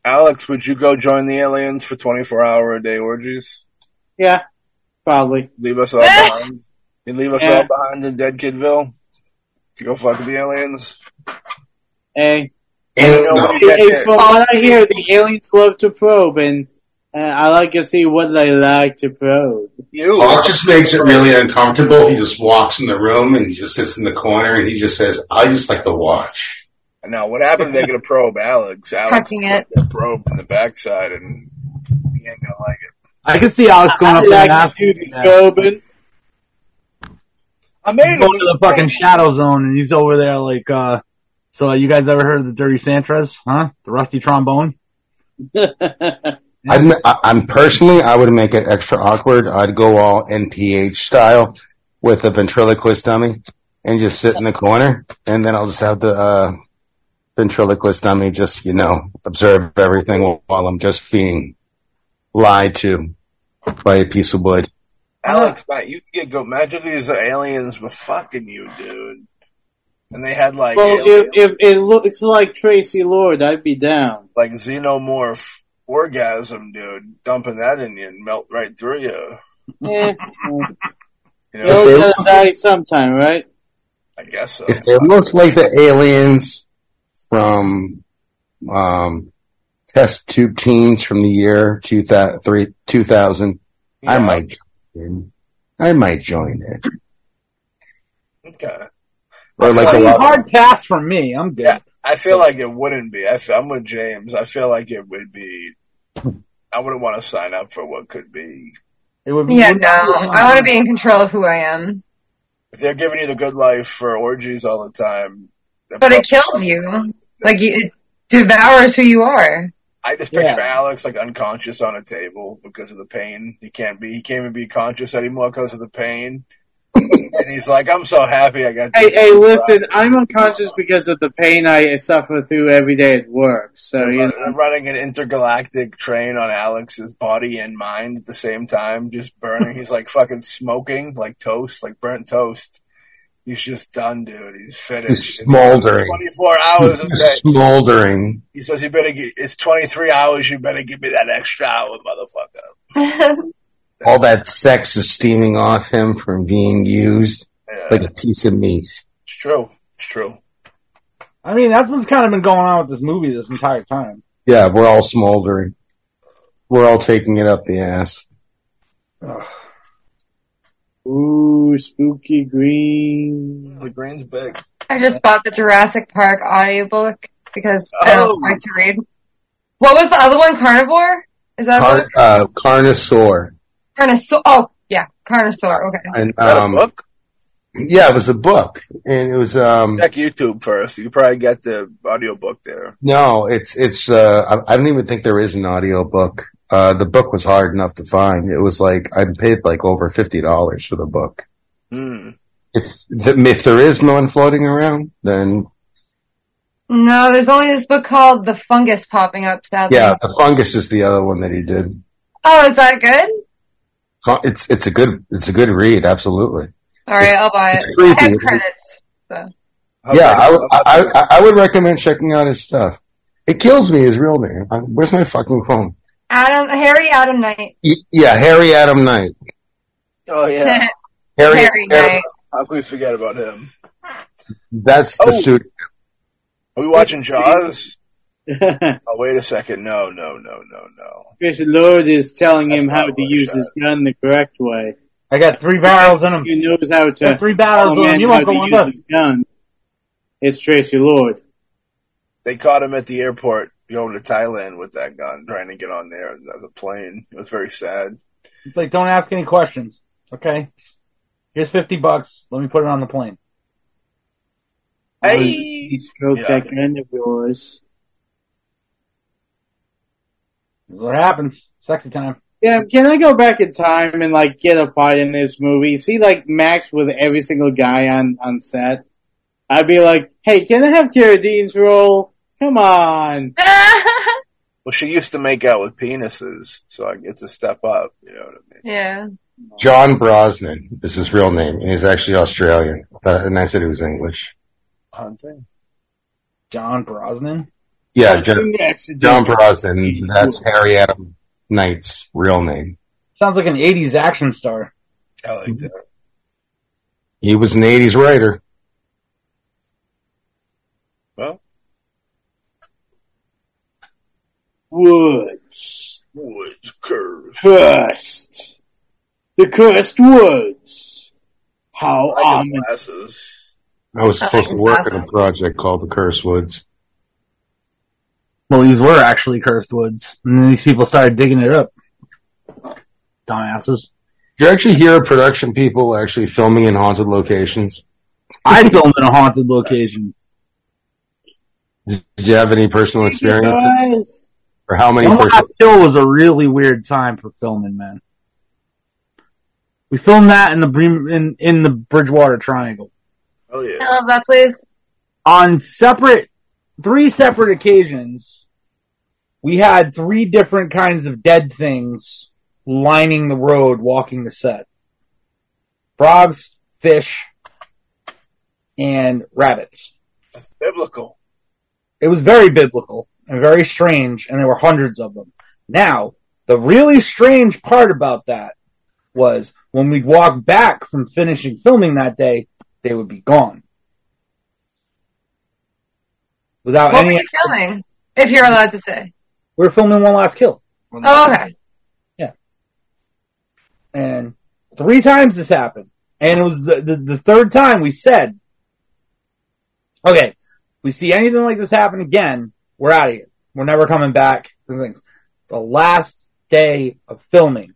Alex. Would you go join the aliens for twenty four hour a day orgies? Yeah, probably. Leave us all behind. You leave us Yeah. all behind in Dead Kidville. To go fuck the aliens. Hey, And, No, no, we get hey that. from what I hear, the aliens love to probe, and uh, I like to see what they like to probe. You. Hawk just makes it really uncomfortable. He just walks in the room and he just sits in the corner and he just says, "I just like to watch." Now, what happened? They're gonna probe Alex. Alex Touching it. got probed in the backside, and he ain't gonna like it. I can see Alex going I up there and like to asking do the that. probing. [LAUGHS] I made him going to the fucking shadow zone, and he's over there like, uh, so you guys ever heard of the Dirty Santras? Huh? The rusty trombone? I'd, ma- I- I'm personally, I would make it extra awkward. I'd go all NPH style with a ventriloquist dummy and just sit in the corner, and then I'll just have the uh, ventriloquist dummy just you know observe everything while I'm just being lied to by a piece of wood. Alex, Matt, you can get go. Imagine these aliens were fucking you, dude. And they had like Well, if, alien- if it looks like Tracy Lord, I'd be [LAUGHS] down. like xenomorph orgasm, dude, dumping that in you and melt right through you. Eh, You you know, always gotta die sometime, right? I guess so. If they look like the aliens from um, test tube teens from the year 2000, three- 2000 I Yeah, might join. I might join it. Okay. Or like a Well, lot. Hard pass for me. I'm good. Yeah, I feel like it wouldn't be. I feel, I'm with James. I feel like it would be. I wouldn't want to sign up for what could be. It would be Yeah, no. I want to be in control of who I am. If they're giving you the good life for orgies all the time, But it kills you. Like, you, it devours who you are. I just picture Yeah. Alex like unconscious on a table because of the pain. He can't be. He can't even be conscious anymore because of the pain. and he's like, "I'm so happy I got." Hey, this [LAUGHS] hey, new listen, product." I'm unconscious because of the pain I suffer through every day at work. So, you know, Run- running an intergalactic train on Alex's body and mind at the same time, just burning. He's like fucking smoking, like toast, like burnt toast. He's just done, dude. He's finished. smoldering. Twenty-four hours [LAUGHS] a day. Smoldering. He says, "You better get. It's twenty-three hours. You better give me that extra hour, motherfucker." All that sex is steaming off him from being used Yeah, like a piece of meat. it's true. It's true. I mean, that's what's kind of been going on with this movie this entire time. Yeah, we're all smoldering. We're all taking it up the ass. ooh, spooky green. The green's big. I just bought the Jurassic Park audiobook because I Oh. don't like to read. What was the other one? Carnivore? Is that a Car- book? uh, Carnosaur. Carnosaur. Oh, yeah, Carnosaur. Okay. And, Is that um, a book? Yeah, it was a book, and it was um, Check YouTube first. You can probably get the audiobook there. no, it's it's. Uh, I, I don't even think there is an audio book. Uh, the book was hard enough to find. It was like I paid like over fifty dollars for the book. Hmm. If th- if there is one floating around, then No, there's only this book called The Fungus popping up. Sadly. yeah, the fungus is the other one that he did. Oh, is that good? Fu- It's it's a good it's a good read, absolutely. All right, I'll buy it. it's creepy. I have credits. So. How yeah, big- I, how big- I, I I would recommend checking out his stuff. It kills me his real name. I, where's my fucking phone? Adam, Harry, Adam Knight. Y- yeah, Harry Adam Knight. oh yeah. [LAUGHS] Harry, Harry Adam- Knight. How could we forget about him? That's the Oh. suit. Are we watching Jaws? [LAUGHS] Fish Oh, wait a second. No, no, no, no, no. Lord is telling That's him not how to what I use said. his gun the correct way. I got three barrels in them. He knows how to Got three tell barrels a man in them. "Oh, You how won't go to on use this. his gun. It's Tracy Lord. They caught him at the airport going to Thailand with that gun, trying to get on there as a plane. It was very sad. It's like, don't ask any questions. Okay. Here's 50 bucks. Let me put it on the plane. Hey, stroked Yeah. that gun of yours. This is what happens. Sexy time. Yeah, can I go back in time and like get a part in this movie? See, like Max with every single guy on on set. I'd be like, "Hey, can I have Cara Deen's role? Come on!" well, she used to make out with penises, so I- it's a step up. You know what I mean? [LAUGHS] yeah. John Brosnan is his real name, and he's actually Australian. Uh, and I said he was English. Hunting. John Brosnan. Yeah, John, Next, John Brosnan. That's Harry Adam Knight's real name. Sounds like an 80s action star. I like Mm-hmm. that. He was an '80s writer. Well, Woods woods curves. cursed, the cursed woods. How I Oh, like his ominous! glasses. I was supposed to work on a Awesome. project called The Curse Woods. Well, these were actually cursed woods. And then these people started digging it up. Dumbasses. Do you actually hear of production people actually filming in haunted locations? I filmed in a haunted location. Did you have any personal experiences, Guys, or how many? Omaha Personal- Hill was a really weird time for filming, man. We filmed that in the Bream- in, in the Bridgewater Triangle Oh yeah. I love that place. on separate three separate occasions. We had three different kinds of dead things lining the road, walking the set: frogs, fish, and rabbits. That's biblical. It was very biblical and very strange, and there were hundreds of them. Now, the really strange part about that was when we'd walk back from finishing filming that day, they would be gone. Oh, Without What were any, you filming? If you're allowed to say. we were filming One Last Kill. Oh, okay. And three times this happened. And it was the, the, the third time we said, okay, we see anything like this happen again, we're out of here. We're never coming back. and things. The last day of filming,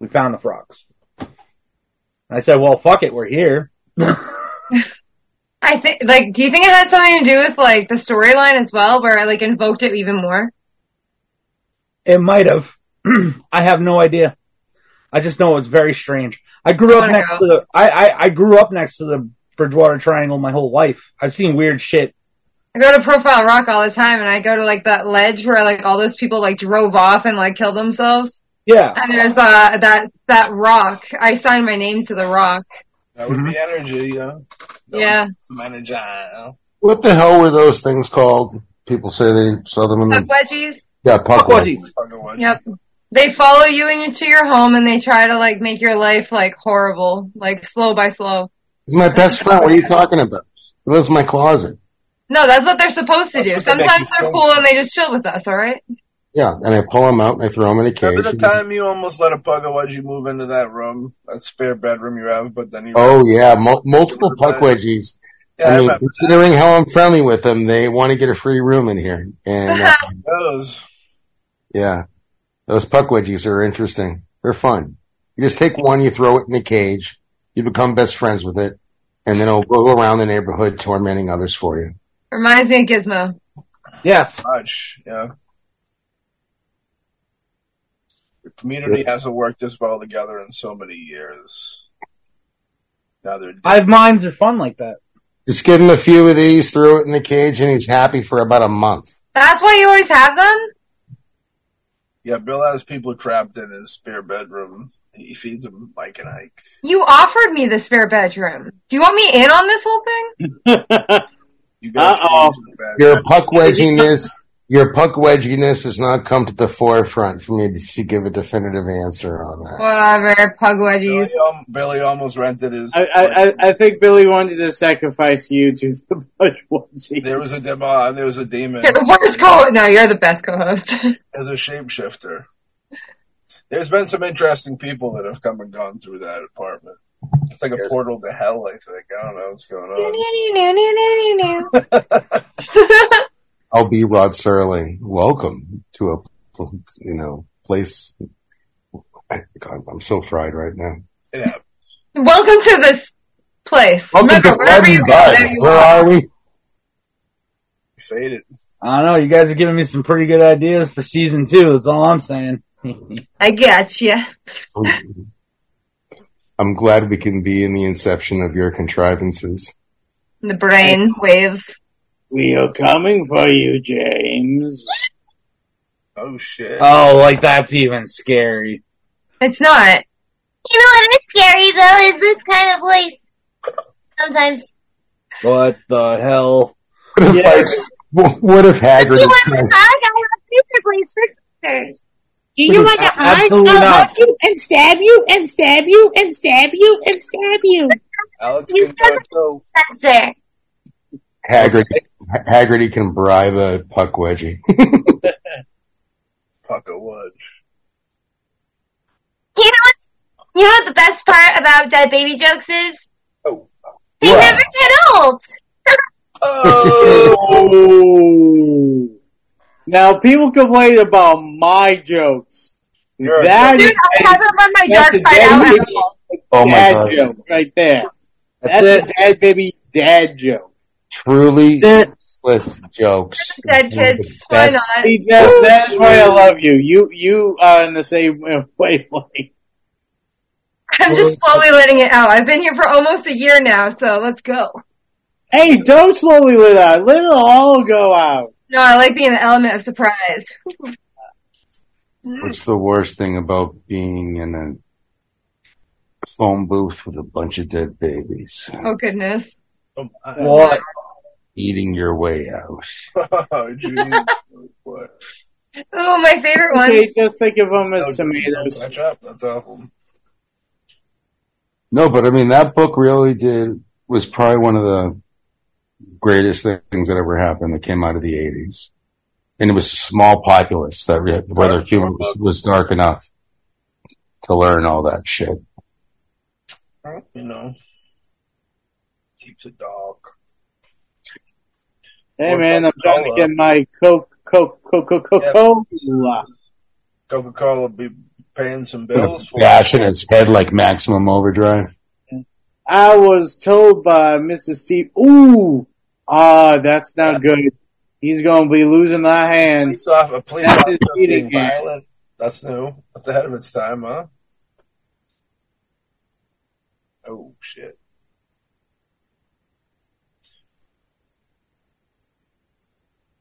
we found the frogs. And I said, well, fuck it, we're here. I think, like, do you think it had something to do with like the storyline as well, where I like invoked it even more? It might have. [CLEARS THROAT] I have no idea. I just know it's very strange. I grew up Wanna next go? to the. I, I I grew up next to the Bridgewater Triangle my whole life. I've seen weird shit. I go to Profile Rock all the time, and I go to like that ledge where like all those people like drove off and like killed themselves. Yeah, And there's uh that that rock. I signed my name to the rock. That would be energy, yeah. Oh. Yeah. Some energy. yeah. What the hell were those things called? People say they saw them in Puck the wedgies. yeah puck wedge. [LAUGHS] Fucking one. Yep. They follow you into your home and they try to like make your life like horrible, like slow by slow. It's my best friend. What are you talking about? It was my closet. No, that's what they're supposed to do. That's what they Sometimes make you they're feel. cool and they just chill with us, all right? Yeah, and I pull them out and I throw them in a cage. Remember the time you almost let a Pugawudgie move into that room, that spare bedroom you have, but then you. Oh yeah, mul- multiple puck wedgies. yeah, I I mean, remember considering how I'm friendly with them, they want to get a free room in here. And uh, those. yeah, those puck wedgies are interesting. They're fun. You just take one, you throw it in the cage, you become best friends with it, and then it'll go around the neighborhood tormenting others for you. Reminds me of Gizmo. yes. Much, yeah. The community Yes. hasn't worked this well together in so many years. Now they're Hive minds are fun like that. Just give him a few of these, throw it in the cage, and he's happy for about a month. That's why you always have them? Yeah, Bill has people trapped in his spare bedroom. He feeds them Mike and Ike. You offered me the spare bedroom. Do you want me in on this whole thing? You gotta Uh-oh. change the bed. Your puck wedginess, your puck wedginess has not come to the forefront for me to give a definitive answer on that. Whatever, pug wedgies. Billy, al- Billy almost rented his. I, I, I- I think Billy wanted to sacrifice you to [LAUGHS] the Budge there was a demon. There was a demon. You're the worst co No, you're the best [LAUGHS] co host. as a shapeshifter. There's been some interesting people that have come and gone through that apartment. It's like a portal to hell, I think. I don't know what's going on. I'll be Rod Serling. Welcome to a pl- you know place. God, I'm so fried right now. Yeah, Welcome to this place. Remember, wherever you go, there you Where are. are we? faded. I don't know. You guys are giving me some pretty good ideas for season two. That's all I'm saying. I gotcha. I'm glad we can be in the inception of your contrivances. The brain waves. We are coming for you, James. Oh shit! oh, like that's even scary. It's not. You know what is scary though is this kind of voice. Sometimes. What the hell? What if, I- wh- what if Haggard? Do you want a hug? I have pizza place for sisters. Do you Look, want to a- hug? absolutely I'll not. hug you and stab you and stab you and stab you and stab you. Alex can do it too. Spencer. Haggard, Haggerty can bribe a puck wedgie. Fuck a wood. You know what's you know what the best part about dead baby jokes is? Oh. They [LAUGHS] What? never get old. Oh. Oh. Now people complain about my jokes. You're a That Dude, is I haven't let my dark that's a side dad, out at baby- all. Oh my dad god! joke right there. That's That's, a dad baby dad joke. Truly That- useless jokes. Dead kids, why That's- not? See, Jess, that's why I love you. You you are in the same [LAUGHS] wavelength. I'm just slowly letting it out. I've been here for almost a year now, so let's go. Hey, don't slowly let out. Let it all go out. No, I like being the element of surprise. What's the worst thing about being in a phone booth with a bunch of dead babies? Oh goodness. Oh, What? Eating your way out. [LAUGHS] geez. Oh, What? Oh, my favorite one. Okay, just think of Oh, them as tomatoes. Catch up. That's awful. No, but I mean, that book really did, was probably one of the greatest things that ever happened that came out of the 80s. And it was a small populace that, re- where their humor was, was dark enough to learn all that shit. You know, keeps a dog. Hey man, I'm trying to get my Coke, Coke, Coke, Coke, Yeah. Cola. Coca Cola be paying some With bills a for. it. Bash in its head like maximum overdrive. I was told by Mr. Steve, ooh, ah, that's not good. He's going to be losing that hand. Police off a police That's officer his being beating hand. violent. That's new. That's ahead of its time, huh? Oh shit.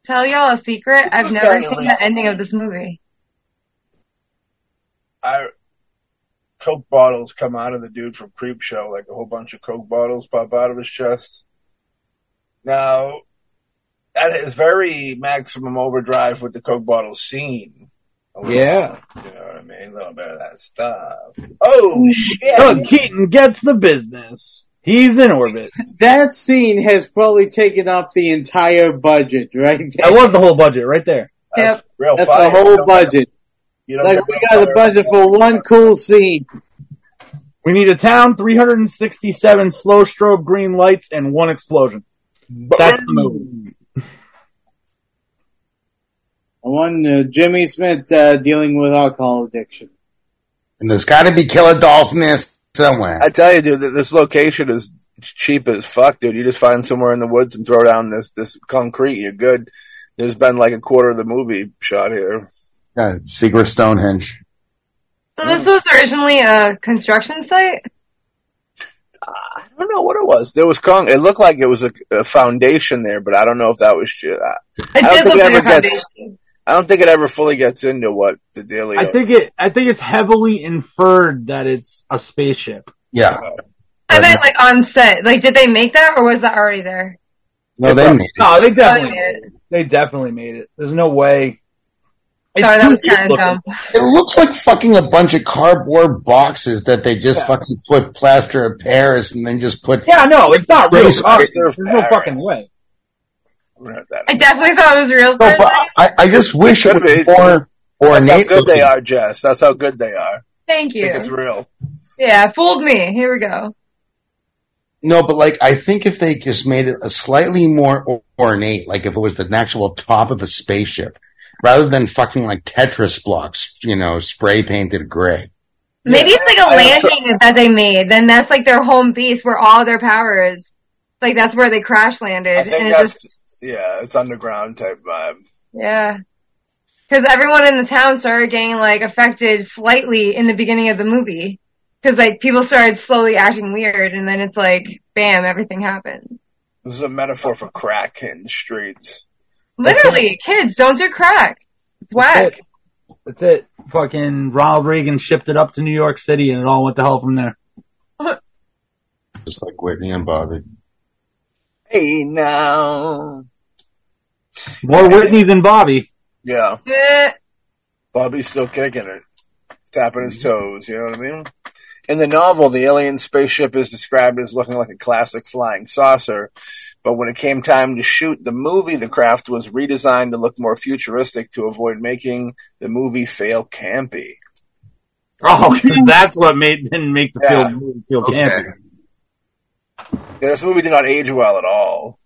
Tell y'all a secret. I've never seen the ending of this movie. I Coke bottles come out of the dude from Creep Show, like a whole bunch of Coke bottles pop out of his chest. Now that is very maximum overdrive with the Coke bottle scene. A little- Yeah. You know what I mean? A little bit of that stuff. Oh shit. Doug Keaton gets the business. He's in [LAUGHS] orbit. That scene has probably taken up the entire budget, right? That was the whole budget right there. That's real That's fire. the You whole don't- budget. you don't Like get we no got a fire. budget for one cool scene. We need a town, 367 slow strobe green lights, and one explosion. That's the movie. The One uh, Jimmy Smith uh, dealing with alcohol addiction. And there's got to be killer dolls in there somewhere. I tell you, dude, that this location is cheap as fuck, dude. You just find somewhere in the woods and throw down this this concrete. You're good. There's been like a quarter of the movie shot here. Yeah, Secret Stonehenge. So this was originally a construction site. I don't know what it was. There was con. It looked like it was a, a foundation there, but I don't know if that was. ju- I- It don't did think look it like a ever gets- foundation. I don't think it ever fully gets into what the deal I is. think it. I think it's heavily inferred that it's a spaceship. Yeah. I meant like on set. Like, did they make that or was that already there? Oh, No, they made it. No, they Probably definitely. made it. They definitely made it. There's no way. It's Sorry, that too was weird kind of looking. dumb. It looks like fucking a bunch of cardboard boxes that they just fucking put plaster of Paris and then just put. Yeah, no, it's not real. Really cars. scared There's of no Paris. fucking way. I'm gonna have that. I definitely thought it was real. for No, a but second. I, I just wish it Could be. was more That's ornate. how good they looking. are, Jess. That's how good they are. Thank I think it's you. real. Yeah, fooled me. Here we go. No, but like I think if they just made it a slightly more or- ornate, like if it was the actual top of a spaceship, rather than fucking like Tetris blocks, you know, spray painted gray. Maybe it's like a I also- landing that they made. Then that's like their home base where all their power is. Like that's where they crash I landed. think And it that's just yeah, it's underground type vibe. yeah. Because everyone in the town started getting like affected slightly in the beginning of the movie. Because like people started slowly acting weird, and then it's like, bam, everything happens. This is a metaphor for crack in the streets. Literally, kids don't do crack. It's whack. That's it. Fucking Ronald Reagan shipped it up to New York City, and it all went to hell from there. Just like Whitney and Bobby. Hey now, More Whitney than Bobby. Yeah, Eh, Bobby's still kicking it, tapping his toes. You know what I mean? In the novel, the alien spaceship is described as looking like a classic flying saucer, but when it came time to shoot the movie, the craft was redesigned to look more futuristic to avoid making the movie fail campy. Oh, [LAUGHS] 'cause that's what made didn't make the Yeah. field feel Okay. campy. Yeah, this movie did not age well at all.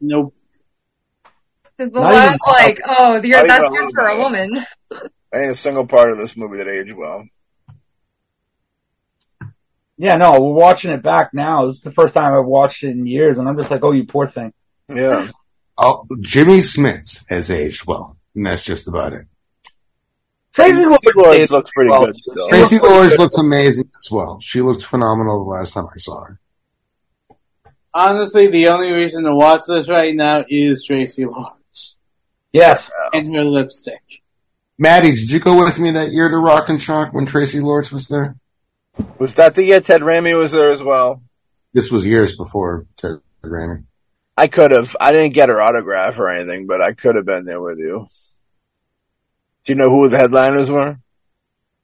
Nope. There's a Not lot even- of like, oh, Not you're, even that's a little good for a bit. woman. I ain't a single part of this movie that aged well. Yeah, no, we're watching it back now. This is the first time I've watched it in years, and I'm just like, oh, you poor thing. Yeah. Oh, Jimmy Smith has aged well, and that's just about it. Tracy Lords Lawrence did- looks pretty well, good still. she- Tracy Lords looks amazing as well. She looked phenomenal the last time I saw her. Honestly, the only reason to watch this right now is Tracy Lawrence Yes, and her lipstick. Maddie, did you go with me that year to Rock and Shock when Tracy Lords was there? was that the year Ted Ramey was there as well? This was years before Ted Grammy. I could have. I didn't get her autograph or anything, but I could have been there with you. Do you know who the headliners were?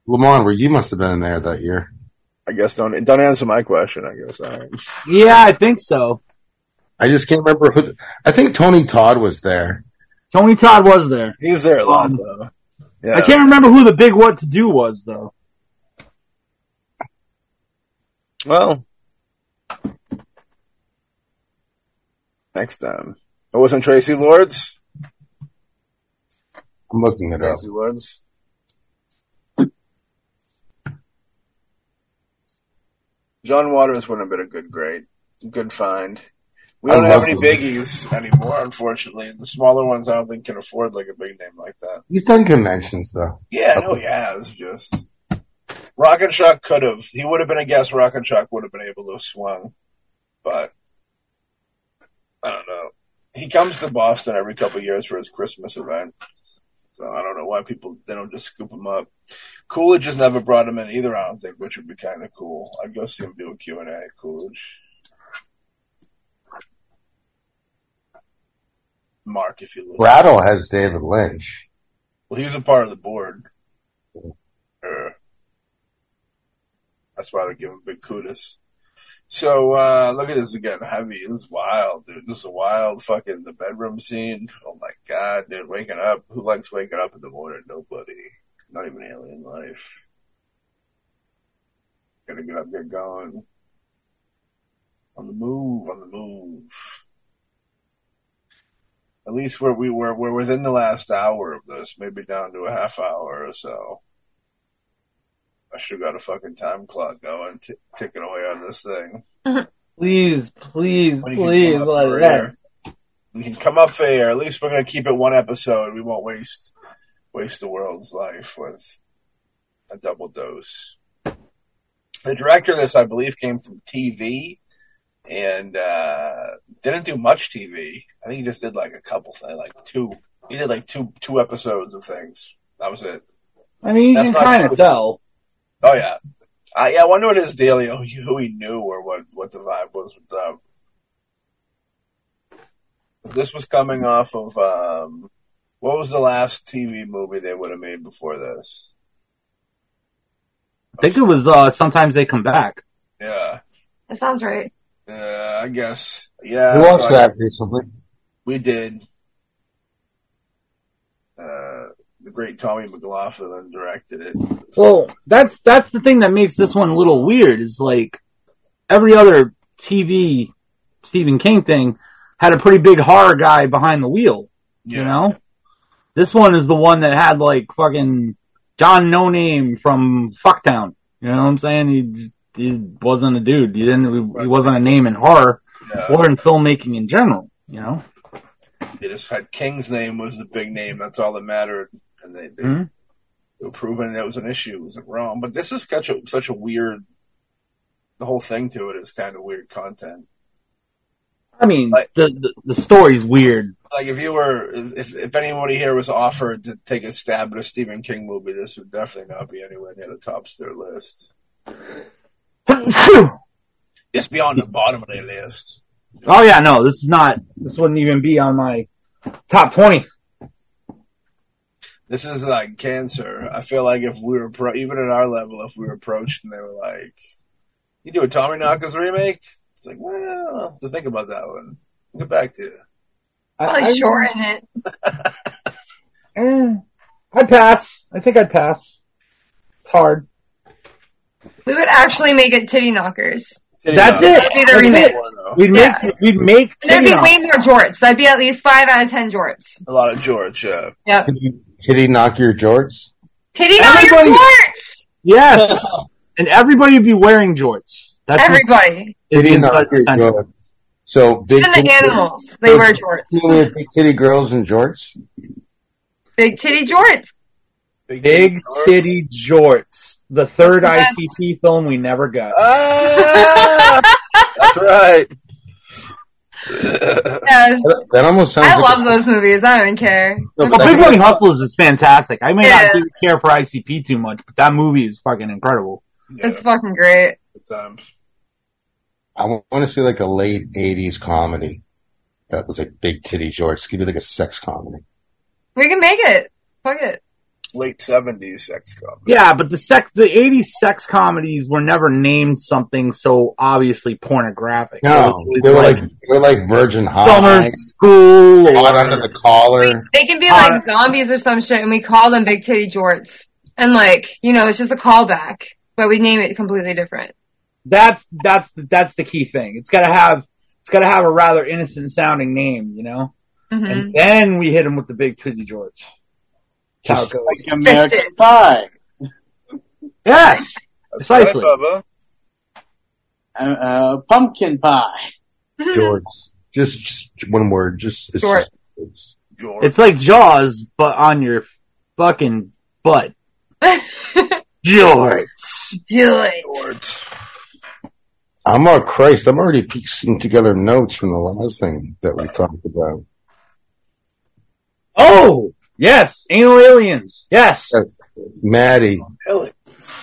Lamont, where you must have been there that year. I guess don't don't answer my question. I guess. All right. yeah, I think so. I just can't remember who. I think Tony Todd was there. Tony Todd was there. He's there a lot Um, though. Yeah. I can't remember who the big what to do was though. Well, next time. It wasn't Tracy Lords. I'm looking it up. Tracy Lords. John Waters would have been a good grade, good find. We I don't have love any him. biggies anymore, unfortunately. The smaller ones, I don't think, can afford like a big name like that. He's done conventions though. Yeah, no, he has just. Rock and Shock could have. He would have been a guess. Rock and Shock would have been able to have swung, but I don't know. He comes to Boston every couple of years for his Christmas event, so I don't know why people they don't just scoop him up. Coolidge has never brought him in either. I don't think, which would be kind of cool. I'd go see him do a Q and A at Coolidge. Mark, if you listen. Rattle has David Lynch. Well, he was a part of the board. Uh, that's why they give him big kudos. So uh, look at this again, heavy. This is wild, dude. This is a wild fucking the bedroom scene. Oh my god, dude, waking up. Who likes waking up in the morning? Nobody. Not even alien life. Gotta get up, get going. On the move, on the move at least where we were, we're within the last hour of this, maybe down to a half hour or so. I should have got a fucking time clock going, t- ticking away on this thing. Please, please, When you can please, come up for like that. air. We can come up for air. At least we're gonna keep it one episode. We won't waste waste the world's life with a double dose. The director of this, I believe, came from TV and uh, didn't do much TV. I think he just did like a couple, things, like two. He did like two two episodes of things. That was it. I mean, you That's can not kind true. of tell. Oh yeah, uh, yeah. I wonder what his daily who he- who he knew or what what the vibe was with them. This was coming off of um, what was the last TV movie they would have made before this? I think it was uh, sometimes they come back. Yeah, That sounds right. uh, I guess. Yeah, Who Uh, so watched I- that recently? we did. Uh, the great Tommy McLaughlin directed it. Well, that's that's the thing that makes this one a little weird. Is like every other TV Stephen King thing had a pretty big horror guy behind the wheel. You know, this one is the one that had like fucking John No Name from Fucktown. You know what I'm saying? He j- he wasn't a dude. He didn't. He wasn't a name in horror yeah. or in filmmaking in general. You know. They just had King's name was the big name. That's all that mattered, and they they, Mhm. they were proven that was an issue. It wasn't wrong, but this is such a such a weird. The whole thing to it is kind of weird content. I mean, Like- the, the the story's [LAUGHS] weird. Like if you were, if if anybody here was offered to take a stab at a Stephen King movie, this would definitely not be anywhere near the tops of their list. oh It's beyond the bottom of their list. yeah, no, this is not. This wouldn't even be on my top twenty. This is like cancer. I feel like if we were pro- even at our level, if we were approached and they were like, "You do a Tommy Knockers remake," it's like, well, I'll have to think about that one. I'll Get back to you. I- Probably I, shorten it. eh, I'd pass. I think I'd pass. It's hard. We would actually make it titty knockers. That's it. That'd be the remake. We'd make. Yeah. We'd make. And there'd be Tinian. way more jorts. That'd be at least five out of ten jorts. A lot of George. Uh, Yep. Did he knock your jorts? Titty knock your Everybody- jorts! [LAUGHS] [LAUGHS] yes, and everybody would be wearing jorts. That's Everybody. Did it'd be he inside knock your the center. jorts? So big Even the titty- animals. They wear jorts. You mean big titty girls in jorts? Big titty jorts. Big George. City Jorts, the third Yes. ICP film we never got. Ah, that's right. Yes. That, that almost sounds. I like love those movies. I don't even care. No, Well, Big Money Hustlers is fantastic. I may It not is. care for ICP too much, but that movie is fucking incredible. Yeah, It's fucking great. good times. I want to see like a late '80s comedy that was like big titty jorts. Could be like a sex comedy. We can make it. Fuck it. Late seventies sex comedy. Yeah, but the sex, the '80s sex comedies were never named something so obviously pornographic. No, It was they were always like they were like Virgin Summer High, School. or- Hot under the collar. They can be Uh, like zombies or some shit, and we call them big titty jorts. And like, you know, it's just a callback, but we name it completely different. That's that's the, that's the key thing. It's gotta have it's gotta have a rather innocent sounding name, you know. hmm And then we hit him with the big titty George. How it Just, goes. Like American Fisted. Pie. Yes, That's precisely. right, Bubba. Uh, uh, pumpkin pie. Jorts. Just, just one word. Just it's just it's, George. It's like Jaws, but on your fucking butt. Jorts. Jorts. I'm oh Christ. I'm already piecing together notes from the last thing that we talked about. Oh, yes, anal aliens. Yes. Maddie,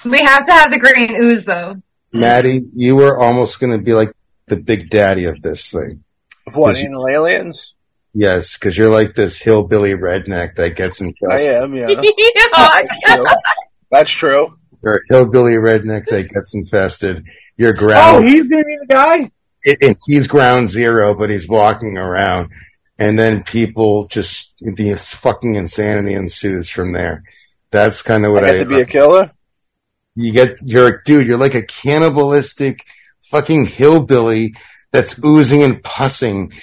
We have to have the green [LAUGHS] ooze though. Maddie, you were almost going to be like the big daddy of this thing. Of what? Is- Anal aliens? Yes, because you're like this hillbilly redneck that gets in I custody. am, yeah. Oh, True. That's true. You're a hillbilly redneck that gets infested. You're Oh, ground, he's gonna be the guy. and he's ground zero, but he's walking around, and then people just the fucking insanity ensues from there. That's kind of I what I, get to be a killer? you get. You're dude. You're like a cannibalistic fucking hillbilly that's oozing and pussing.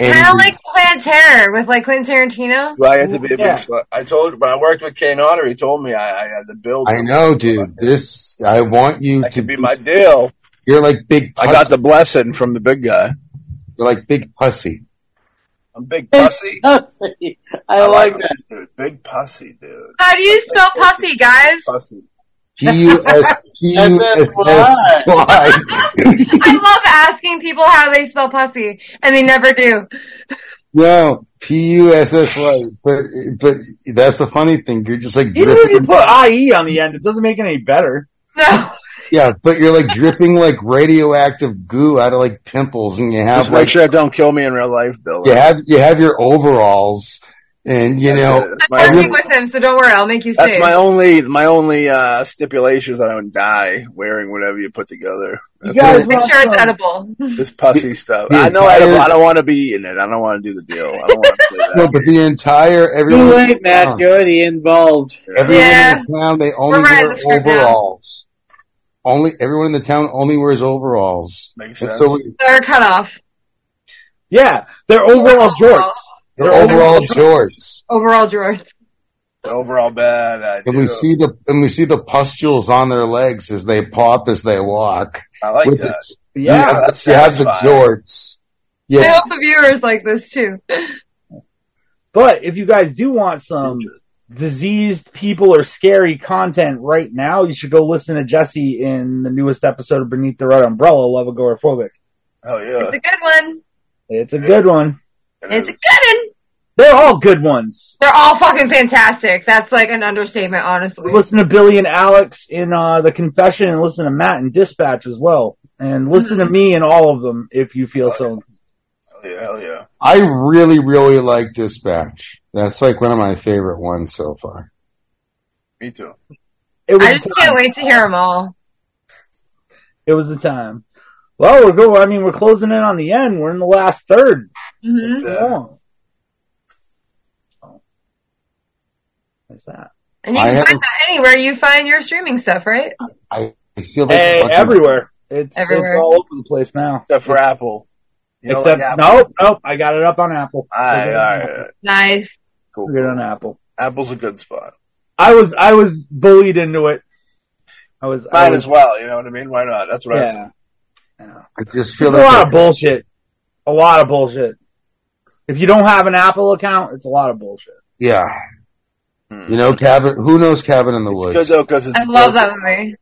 And kind of like Planet Terror with like Quentin Tarantino. Do I get to be a big Yeah. slut? I told when I worked with Kane Otter, he told me I, I had the build. I know, dude. This I want you That to could be my deal. You're like big. I Pussy. got the blessing from the big guy. You're like big [LAUGHS] pussy. I'm big pussy. I like that. Dude, big pussy, dude. How do you spell pussy, guys? Pussy. P U S [LAUGHS] P U S S Y. I love asking people how they spell pussy, and they never do. No, P U S S Y. But but that's the funny thing. You're just like Even if you dripping. put IE on the end, it doesn't make it any better. No. Yeah, but you're like dripping like radioactive goo out of like pimples, and you have Just like make sure it don't kill me in real life, Bill. you have you have your overalls, and you That's know. it. That's I'm my, working with him, so don't worry. I'll make you that's safe. my only my only uh, stipulation is that I don't die wearing whatever you put together. You That's guys it. Make rock sure it's some. edible. This pussy stuff. the I know I entire- don't, I don't want to be in it. I don't want to do the deal. I don't want to [LAUGHS] play that. No, but the entire Too everyone, late, Matt. Town, You're already involved. everyone Yeah. in the town, they only We're right wear in the script now. overalls. Only everyone in the town only wears overalls. Makes And sense. so They're cut off. Yeah, they're overall jorts. [LAUGHS] they're overall shorts. Overall drawers. overall bad idea. And we see the and we see the pustules on their legs as they pop as they walk. I like with that. you Yeah, have, that's you have the satisfying. jorts. I Yeah, hope the viewers like this too. but if you guys do want some diseased people or scary content right now, you should go listen to Jesse in the newest episode of Beneath the Red Umbrella, Love Agoraphobic. Hell yeah. It's a good one. It's a good one. It [LAUGHS] It's a is. good one. They're all good ones. They're all fucking fantastic. That's like an understatement, honestly. Listen to Billy and Alex in uh, the Confession, and listen to Matt in Dispatch as well, and listen to Mm-hmm. me in all of them if you feel so. Hell yeah. Hell yeah. I really, really like Dispatch. That's like one of my favorite ones so far. Me too. It was I just the time. can't wait to hear them all. It was the time. Well, we're going. I mean, we're closing in on the end. We're in the last third. hmm Yeah. Oh. So, There's that. And you I can have- find that anywhere you find your streaming stuff, right? Uh, I feel like Hey, fucking- everywhere. It's, Everywhere. it's all over the place now. Except for Apple. You don't Except like Apple? nope, nope. I got it up on Apple. All right, all right, all right. Nice. Cool. Figured on Apple. Apple's a good spot. I was I was bullied into it. I was. I Might was as well. You know what I mean? Why not? That's what I said. Yeah. yeah. I just feel There's a like lot of bullshit. A lot of bullshit. If you don't have an Apple account, it's a lot of bullshit. yeah. Hmm. You know, cabin. Who knows cabin in the It's good woods? though because it's. I love built- that movie.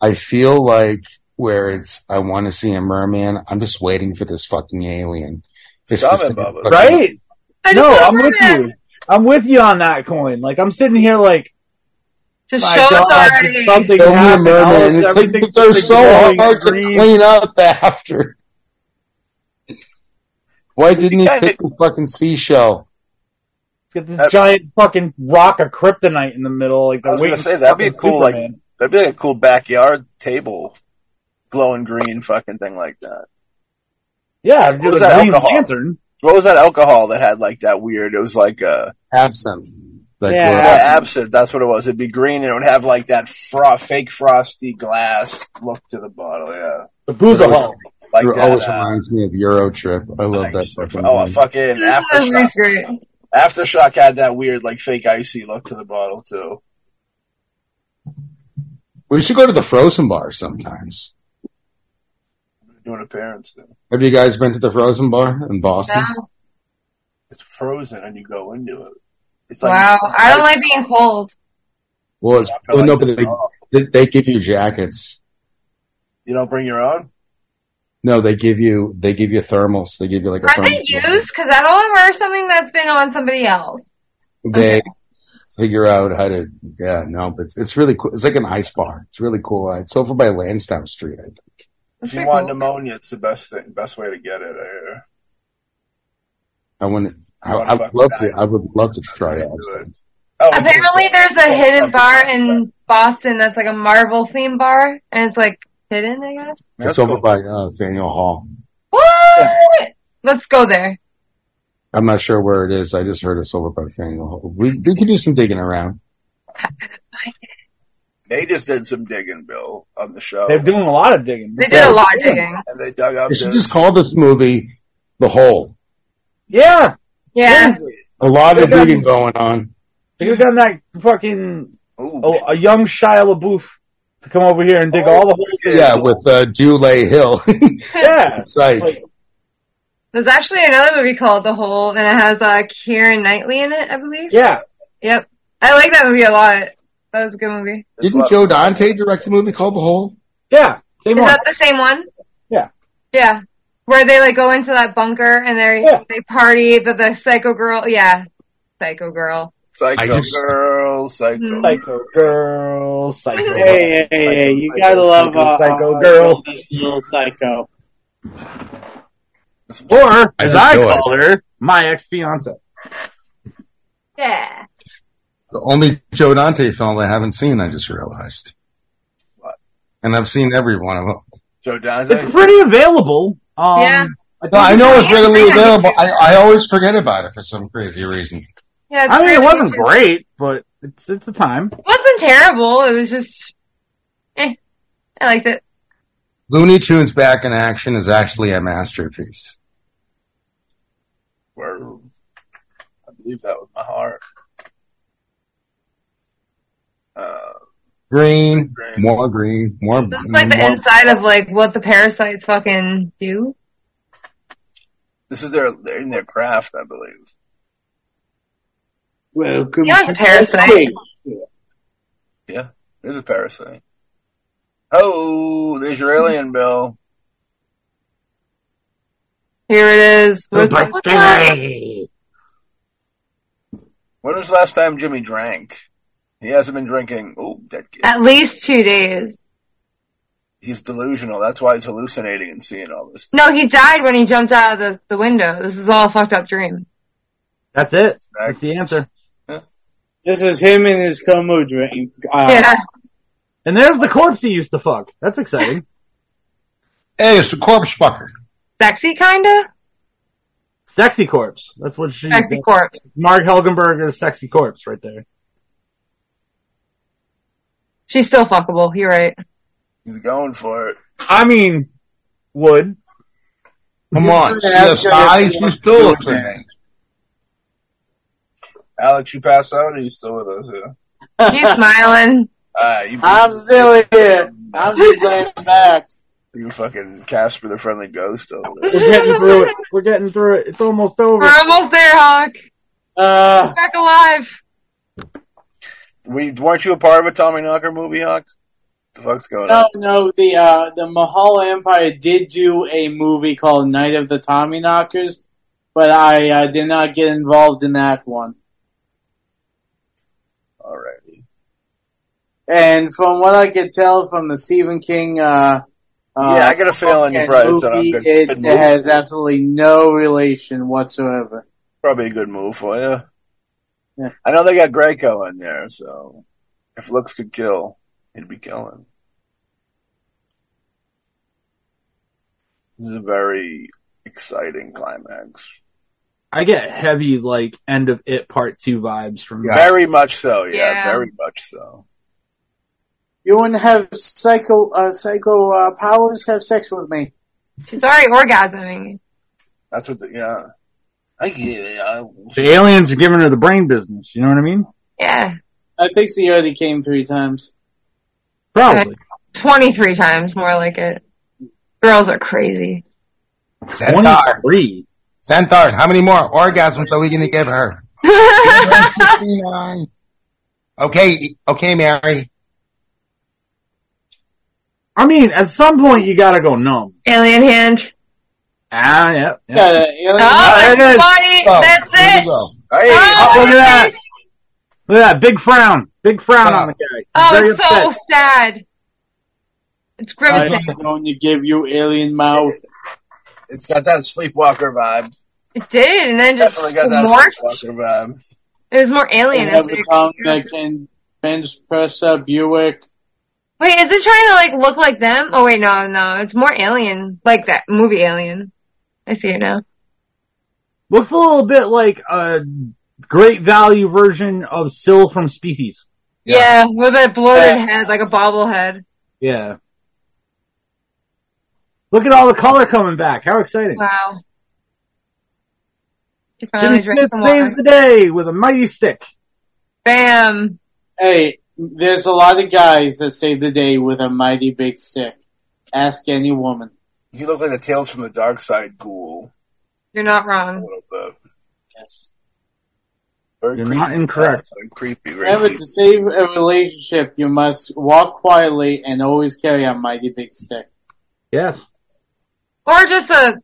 I feel like where it's I want to see a merman. I'm just waiting for this fucking alien. It's coming, this Bubba. fucking- Right? I just no, love I'm with Birdman. you. I'm with you on that coin. Like I'm sitting here like To show my us God, did already. something Show me a happened. All merman. of- It's like everything's they're just so glowing hard to green. clean up after. Why didn't he Kinda- pick the fucking seashell? Get this That- giant fucking rock of kryptonite in the middle. Like I was gonna they're waiting say for that'd be fucking cool, like- Superman. That'd be like a cool backyard table, glowing green fucking thing like that. yeah, if you're was the that Green alcohol? Lantern. What was that alcohol that had like that weird? It was like uh, Absinthe. Like, uh, Yeah. well, yeah, absinthe. That's what it was. It'd be green and it would have like that fro- fake frosty glass look to the bottle. Yeah, The boozahol. like it that. always uh, reminds me of Euro Trip. I love that ice. fucking oh, movie. fucking That aftershock. movie's great. Aftershock had that weird like fake icy look to the bottle too. We should go to the Frozen Bar sometimes. do an appearance there. Have you guys been to the Frozen Bar in Boston? No. It's frozen and you go into it. It's like Wow. I don't like being cold. Well, it's, I feel well, like no, but this they, is all- they- they give you jackets. you don't bring your own. No, they give you they give you thermals. They give you like a Are thermal. they used? Because I don't want to wear something that's been on somebody else. They figure out how to. Yeah, no, but it's, it's really cool. It's like an ice bar. It's really cool. It's over by Lansdowne Street. I think. if That's you pretty want cool. pneumonia, it's the best thing, best way to get it. I hear. I want. I, Oh, I would fuck love to. that. I would love to try it. Do it. Oh, and Apparently, there's Oh, a hidden bar in Boston that's like a Marvel theme bar, and it's like hidden, I guess. That's it's over cool. by uh, Faneuil Hall. What? Let's go there. I'm not sure where it is. I just heard it's over by Faneuil Hall. We we could do some digging around. they just did some digging, Bill, on the show, They're doing a lot of digging. They did a lot of digging. and they dug up. We should this- just call this movie "The Hole." Yeah. Yeah. A lot of They got- digging going on. They could have done that fucking Ooh, oh, a young Shia LaBeouf to come over here and Oh, dig all the holes. Yeah. Yeah, with uh, Dulé Hill. [LAUGHS] Yeah. it's like Like, [LAUGHS] There's actually another movie called The Hole, and it has uh, Kieran Knightley in it, I believe. yeah. Yep. I like that movie a lot. That was a good movie. this didn't lot- Joe Dante direct a movie called The Hole? Yeah. Same Is one. that the same one? Yeah. Yeah. Where they like go into that bunker and they Yeah. they party, but the psycho girl, yeah, psycho girl. I Psycho just- girl, psycho. Mhm. Psycho girl, psycho. [LAUGHS] Hey, hey, hey, hey, you gotta love uh, Psycho uh, girl. this [LAUGHS] little psycho. Or, I as just I know it. call her, my ex fiance. Yeah. The only Joe Dante film I haven't seen. I just realized. What? And I've seen every one of them. Joe Dante. It's pretty available. Um, Yeah. I, No, I know. know it's readily Yeah, available. me too. I, I always forget about it for some crazy reason. Yeah. it's I mean, it really wasn't good. great, but it's it's a time. It wasn't terrible. It was just, eh, I liked it. Looney Tunes Back in Action is actually a masterpiece. Where I believe that with my heart. Uh, Green, Green. more green, more. This is like the Mm-hmm. more- inside of like what the parasites fucking do. this is their they're in their craft, I believe. Welcome He was a parasite. There's a parasite. Oh, there's your alien, Bill. Here it is. The With the- Blackberry. When was the last time Jimmy drank? He hasn't been drinking. Oh, that kid. At least two days. He's delusional. That's why he's hallucinating and seeing all this. No, he died when he jumped out of the, the window. This is all a fucked up dream. That's it. Back. That's the answer. This is him in his Komu dream. Oh. Uh, yeah. And there's the corpse he used to fuck. That's [LAUGHS] exciting. Hey, it's a corpse fucker. Sexy kinda? sexy corpse. That's what she. Sexy corpse. Mark Helgenberger's sexy corpse right there. She's still fuckable. You're [LAUGHS] right. He's going for it. I mean, would Come on, gonna yes, ask her I. if she She's wants still a to do it. thing. Alex, you pass out or you still with us? Yeah. He's smiling. Ah, you, I'm still here. I'm just laying [LAUGHS] back. you fucking Casper the Friendly Ghost over there. [LAUGHS] we're getting through it. We're getting through it. It's almost over. We're almost there, Hawk. Uh, Back alive. We, weren't you a part of a Tommy Knocker movie, Hawk? The fuck's going no, on? no, the uh, the Mahal Empire did do a movie called Night of the Tommyknockers, but I uh, did not get involved in that one. Alrighty. And from what I could tell from the Stephen King, uh, uh, yeah, I got a feeling you and probably it's a movie, good, it, good it move. has absolutely no relation whatsoever. probably a good move for you. Yeah. I know they got Greco in there, so if looks could kill, he'd be killing. This is a very exciting climax. I get heavy like end of it part two vibes from that. Very much so, yeah, Yeah. very much so. You wouldn't have psycho uh, psycho uh, powers have sex with me. She's already orgasming. That's what the yeah. I yeah, I- The aliens are giving her the brain business. You know what I mean? Yeah. I think she already came three times. Probably. 23 times, more like it. Girls are [LAUGHS] crazy. Centaur. 23. Centaur, how many more orgasms are we going to give her? 59. Okay, okay, Mary. I mean, at some point you gotta go numb. Alien hand. Ah, yeah. yeah. Yeah, alien- Oh, there it that's is. funny. Go. That's Here it. we go. Hey, Oh, look at my that. gosh. Look at that big frown, big frown Yeah. on the guy. Oh, Very it's so upset. sad. It's I'm grimacing. going to give you alien mouth. it's got that sleepwalker vibe. It did, and then just Definitely got that morphed. sleepwalker vibe. It was more alien. I It was have a tongue that like- can Ben's Pressa Buick. Wait, is it trying to like look like them? Oh wait, no, no, it's more alien, like that movie Alien. I see it now. Looks a little bit like a great value version of Syl from Species. Yeah, with that bloated Yeah. head, like a bobblehead. Yeah. Look at all the color coming back. How exciting! Wow. She finally Jimmy drank Smith some saves water. the day with a mighty stick. Bam. Hey, there's a lot of guys that save the day with a mighty big stick. Ask any woman. You look like a Tales from the Dark Side ghoul You're not a wrong. little bit. Yes. Very You're creepy. not incorrect. Very creepy. Very Ever creepy. to save a relationship, you must walk quietly and always carry a mighty big stick. Yes. Or just a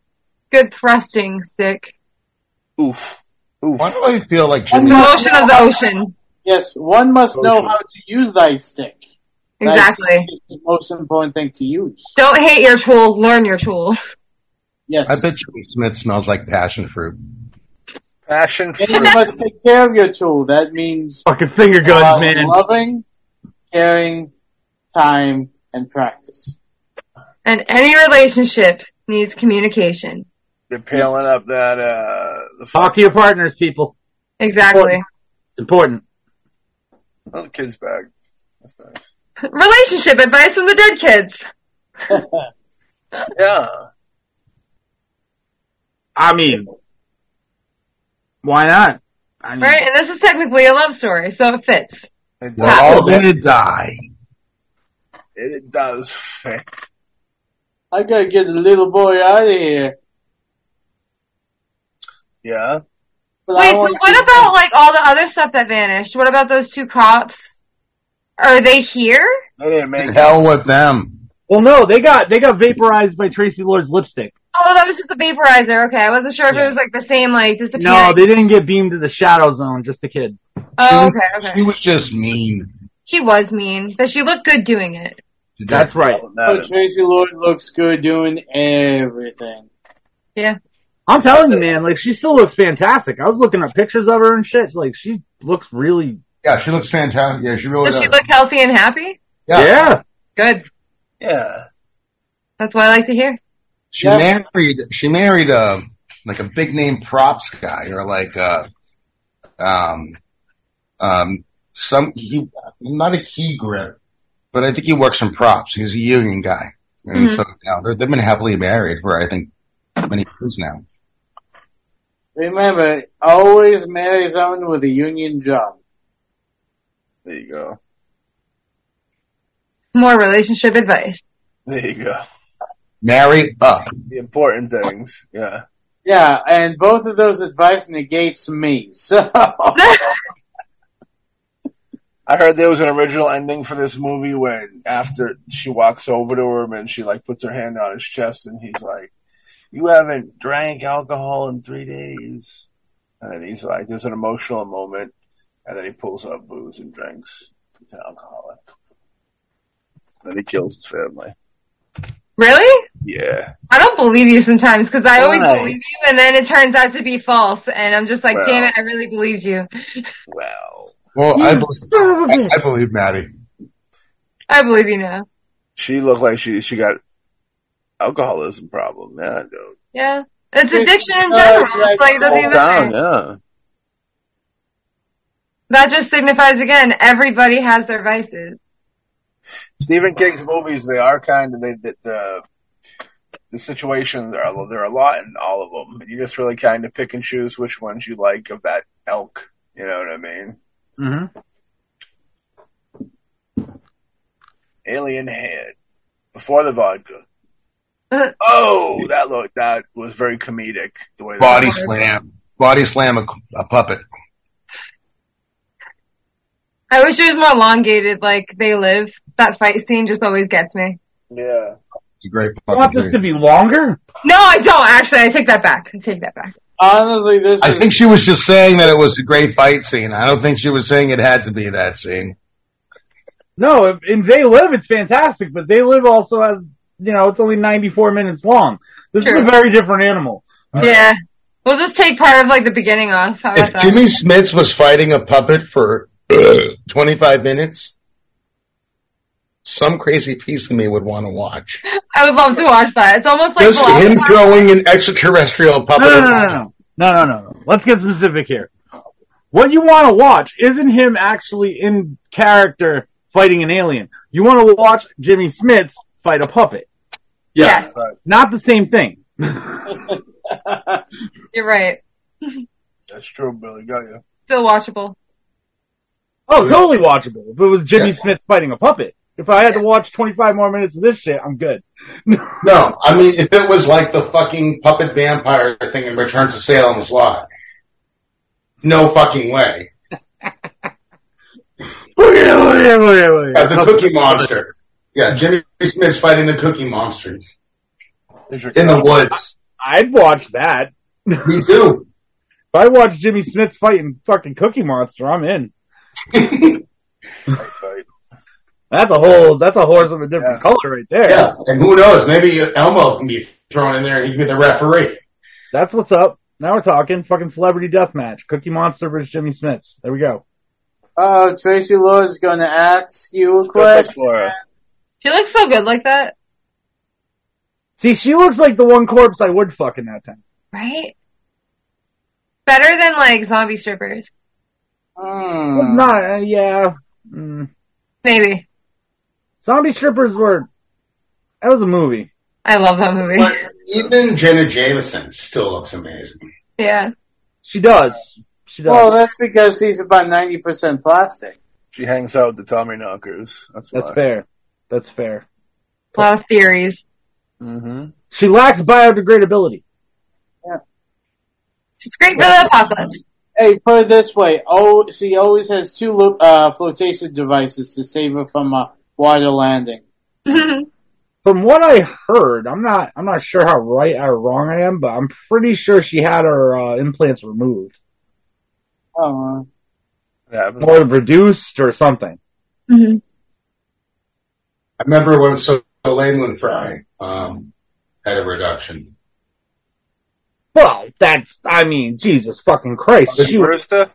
good thrusting stick. Oof. Oof. Why do I feel like The Jimmy? motion of the ocean. Yes, one must know Motion. how to use thy stick. Thy Exactly. stick is the most important thing to use. Don't hate your tool, learn your tool. Yes. I bet Jimmy Smith smells like passion fruit. Passion And you fruit. must take care of your tool. That means Fucking finger guns, uh, Oh, man. loving, caring, time, and practice. And any relationship needs communication. They're paling up that, uh, the Talk fuck. to your partners, people. Exactly. Important. It's important. Oh, the kid's back. That's nice. Relationship advice from the dead kids. Yeah. I mean, why not? I mean, Right? And this is technically a love story, so it fits. It We're does. all going to die. It does fit. I gotta get the little boy out of here. Yeah. But I Wait, so want what to- about like all the other stuff that vanished? What about those two cops? Are they here? They didn't make it. Hell with them. Well, no, they got they got vaporized by Tracy Lord's lipstick. Oh, that was just the vaporizer. Okay, I wasn't sure if it was like the same, like disappearing. No, they didn't get beamed to the shadow zone. Just a kid. oh, okay, He okay. was just mean. She was mean, but she looked good doing it. That's right. That Oh, matters. Tracy Lord looks good doing everything. I'm telling you, man. Like she still looks fantastic. I was looking at pictures of her and shit. Like she looks really. Yeah, she looks fantastic. Yeah, she really Does does. she look healthy and happy? Yeah. Good. Yeah. That's what I like to hear. She Yeah. married. She married a like a big name props guy or like uh um um some he not a key grip, but I think he works in props. He's a union guy, and so now they're, they've been happily married for I think many years now. Remember, always marry someone with a union job. There you go. More relationship advice. There you go. Marry up. The important things. Yeah. Yeah, and both of those advice negates me. [LAUGHS] So I heard there was an original ending for this movie when after she walks over to him and she like puts her hand on his chest and he's like, "You haven't drank alcohol in three days," and then he's like, "There's an emotional moment," and then he pulls out booze and drinks. He's an alcoholic. Then he kills his family. Really? Yeah, I don't believe you sometimes because I always Why? believe you, and then it turns out to be false, and I'm just like, Well. damn it, I really believed you. wow. Well, I believe, I, I believe Maddie. I believe you now. She looked like she she got alcoholism problem. Yeah, dude. Yeah. It's It's, addiction in uh, general. like, It's like, it doesn't All even down. matter. Yeah. That just signifies again, everybody has their vices. Stephen King's movies, they are kind of they, the the the situation there are there are a lot in all of them. You just really kind of pick and choose which ones you like of that elk. You know what I mean? hmm Alien Head before the vodka. Uh, Whoa! That looked that was very comedic. The way that Body slam. Body slam a, a puppet. I wish it was more elongated, like they live. That fight scene just always gets me. Yeah. It's a great I fucking want this series. to be longer. No, I don't. Actually, I take that back. I take that back. Honestly, this I is think she was just saying that it was a great fight scene. I don't think she was saying it had to be that scene. No, if- in They Live, it's fantastic, but They Live also has, you know, it's only 94 minutes long. This is True. a very different animal. Yeah. We'll just take part of like the beginning off. How about If that? Jimmy Smits was fighting a puppet for [CLEARS THROAT] 25 minutes, some crazy piece of me would want to watch. I would love to watch that. It's almost like Just him Velociraptor. throwing an extraterrestrial puppet. No, no, no, no, no. No, no, no, no. Let's get specific here. What you want to watch isn't him actually in character fighting an alien. You want to watch Jimmy Smits fight a puppet. Yeah. Yes, Not the same thing. you're right. That's true, Billy. Got you. Still watchable. Oh, totally watchable. If it was Jimmy Smits fighting a puppet. If I had to watch 25 more minutes of this shit, I'm good. No, I mean, if it was like the fucking puppet vampire thing in Return to Salem's Lot, no fucking way. Yeah, the Cookie Monster. Yeah, Jimmy Smith's fighting the Cookie Monster There's your in the woods. I'd watch that. Me too. If I watch Jimmy Smith's fighting fucking Cookie Monster, I'm in. fight. That's a whole. That's a horse of a different Yes. color right there. Yeah, and who knows? Maybe Elmo can be thrown in there and he can be the referee. That's what's up. Now we're talking fucking celebrity death match. Cookie Monster versus Jimmy Smith's. There we go. Oh, Tracy Lord's going to ask you a Perfect question. for her. She looks so good like that, See, she looks like the one corpse I would fuck in that time. right? Better than like zombie strippers, It's Hmm. not. Uh, yeah. Mm. maybe. Zombie strippers were. That was a movie. I love that movie. But even Jenna Jameson still looks amazing. Yeah, She does. She does. Well, that's because he's about ninety percent plastic. She hangs out with the Tommy Knockers. That's why. that's fair. That's fair. a lot of theories. Mm-hmm. She lacks biodegradability. She's great for the apocalypse. Hey, put it this way: oh, she always has two lo- uh, flotation devices to save her from a wider landing. from what I heard, I'm not I'm not sure how right or wrong I am, but I'm pretty sure she had her uh, implants removed Oh, Yeah, Mm. but- or reduced or something. hmm I remember when so Lane Fry um, had a reduction. Well, that's I mean, Jesus fucking Christ. Punky She was, Brewster?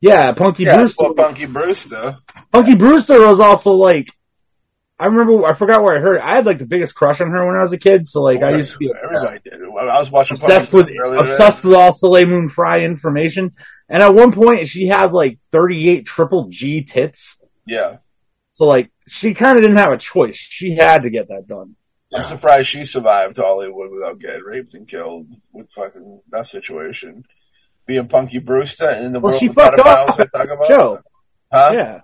yeah, Punky Yeah, Brewster. poor Punky Brewster. Punky Brewster was also like I remember I forgot where I heard. it. I had like the biggest crush on her when I was a kid, so Oh, like I used to be Everybody did. Well, I was watching obsessed Punky with Brewster earlier obsessed with all Soleil Moon Fry information. And at one point she had like 38 triple G tits. today. Yeah. So like she kind of didn't have a choice. She had to get that done. Yeah. I'm surprised she survived Hollywood without getting raped and killed with fucking that situation. Being Punky Brewster and in the Well, world she of fucked pedophiles off I talk about. Show. Huh? Yeah.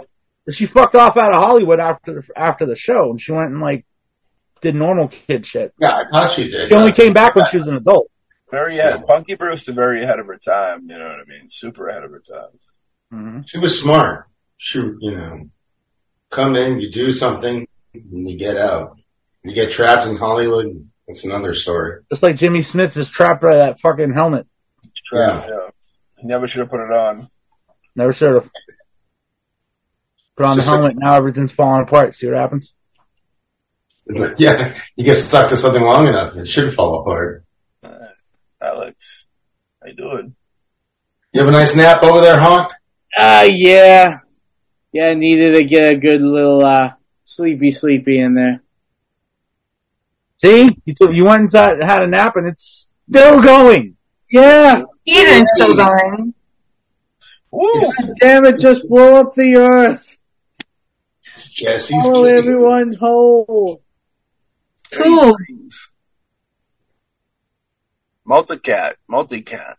She fucked off out of Hollywood after after the show and she went and like did normal kid shit. Yeah, I thought she did. She only came back when she was an adult. Very ahead. Punky Brewster very ahead of her time, you know what I mean? Super ahead of her time. Mm-hmm. She was smart. She, you know, come in, you do something, and you get out. You get trapped in Hollywood. That's another story. Just like Jimmy Smith is trapped by that fucking helmet. Yeah. Yeah. Never should have put it on. Never should have. Put on the It's just like- helmet, now everything's falling apart. See what happens? Yeah, you get stuck to something long enough, it should fall apart. Alex, how you doing? You have a nice nap over there, Hawk. uh, yeah, yeah. I Needed to get a good little uh, sleepy, sleepy in there. See? You, took, you went inside and had a nap and it's still going. Yeah. Ethan's still going. Woo! Damn it! Just blow up the earth. It's Jesse's Follow kitty. everyone's hole. Cool. Multicat. Multicat.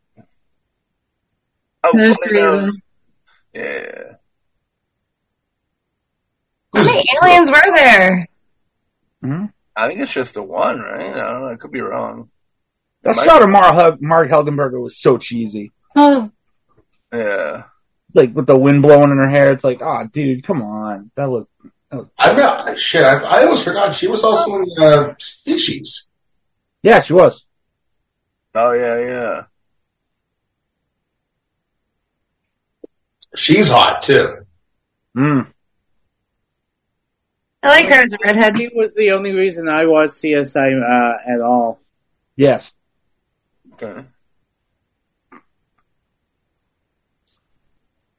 There's play three of them. those. Yeah. How many aliens were there? Mhm. I think it's just the one, right? I don't know. I could be wrong. That Mike- shot of Mark, Hug- Mark Helgenberger was so cheesy. Oh, Yeah. It's like with the wind blowing in her hair. It's like, ah, dude, come on. That look. I know. Shit, I, I almost forgot she was also in uh, Species. Yeah, she was. Oh yeah, yeah. She's hot too. Mm. I like her as a redhead. He was the only reason I watched CSI uh, at all. Yes. Okay.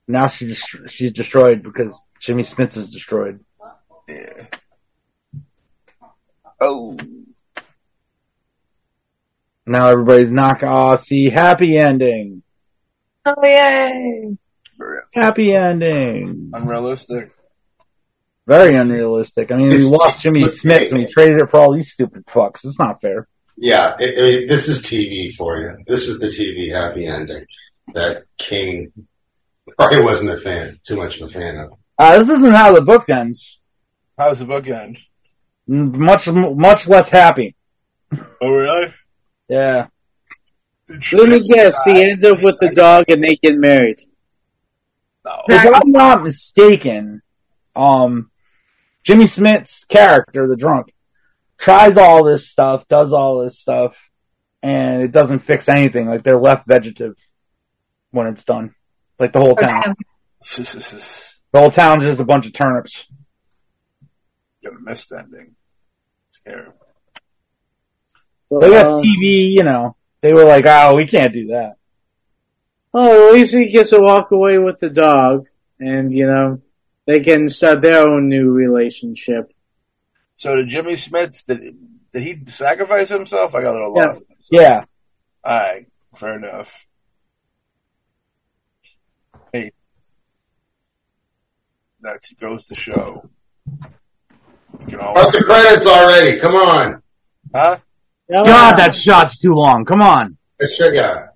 Now she just she's destroyed because Jimmy Smith is destroyed. Yeah. Oh. Now everybody's knock. Aw, see, happy ending. Oh yay! Happy ending. Unrealistic. Very unrealistic. I mean, we It's lost just- Jimmy Smith and we traded it for all these stupid fucks. It's not fair. Yeah, it, I mean, this is TV for you. This is the TV happy ending that King probably wasn't a fan, too much of a fan of. Uh, this isn't how the book ends. How's the book end? M- Much much less happy. Oh really? Yeah. Let me guess. He ends up with the dog and they get married. No. If I'm not mistaken, um, Jimmy Smith's character, the drunk, tries all this stuff, does all this stuff, and it doesn't fix anything. Like they're left vegetative when it's done. Like the whole town. The whole town's just a bunch of turnips. You missed ending. Scary. But I guess Uh, TV, you know, they were like, "Oh, we can't do that." oh, at least he gets to walk away with the dog, and you know they can start their own new relationship. So did Jimmy Smith? Did did he sacrifice himself? I got a little Yeah. lost. Yeah, All right, fair enough. Hey, that goes to show. You can Cut always, the credits already. Come on. huh? God, Ah, that shot's too long. Come on. That's it, Yeah.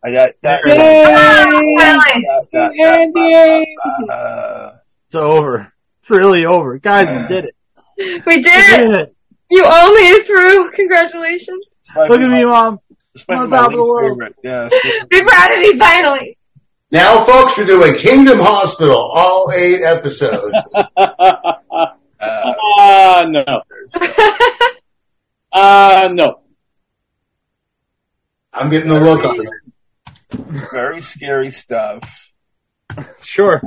I got that. Oh, Finally. that- that- that- Andy! uh, It's over. It's really over, guys. We did it. We We did did it! it. You all made it through. Congratulations! this might Look be at my- me, mom. This might on be my top of the least world. favorite. Yeah, it's- Be proud of me finally. Now, folks, we're doing Kingdom Hospital, all eight episodes. [LAUGHS] uh, uh, [LAUGHS] no. Uh, no. I'm getting a look on it. very scary stuff, Sure.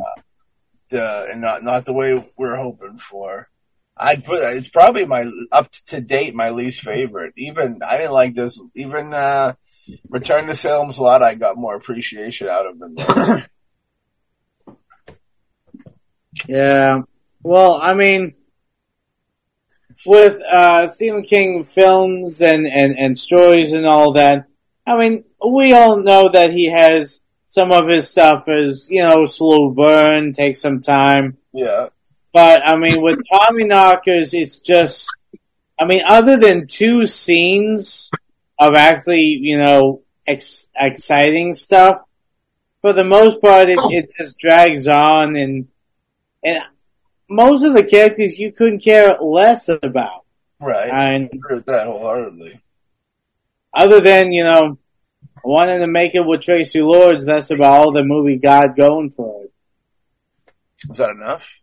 uh, and not not the way we're hoping for. I'd put it's probably my up to date my least favorite. Even I didn't like this. Even uh, Return to Salem's Lot, I got more appreciation out of than this. Yeah. Well, I mean, with uh, Stephen King films and, and, and stories and all that, I mean, we all know that he has some of his stuff is, you know, slow burn, takes some time. yeah, But, I mean, with Tommy Knockers, it's just, I mean, other than two scenes of actually, you know, ex- exciting stuff, for the most part, it, it just drags on and, and most of the characters you couldn't care less about. right. I And agree with that wholeheartedly. other than, you know, wanting to make it with Tracy Lords, that's about all the movie got going for it. Is that enough?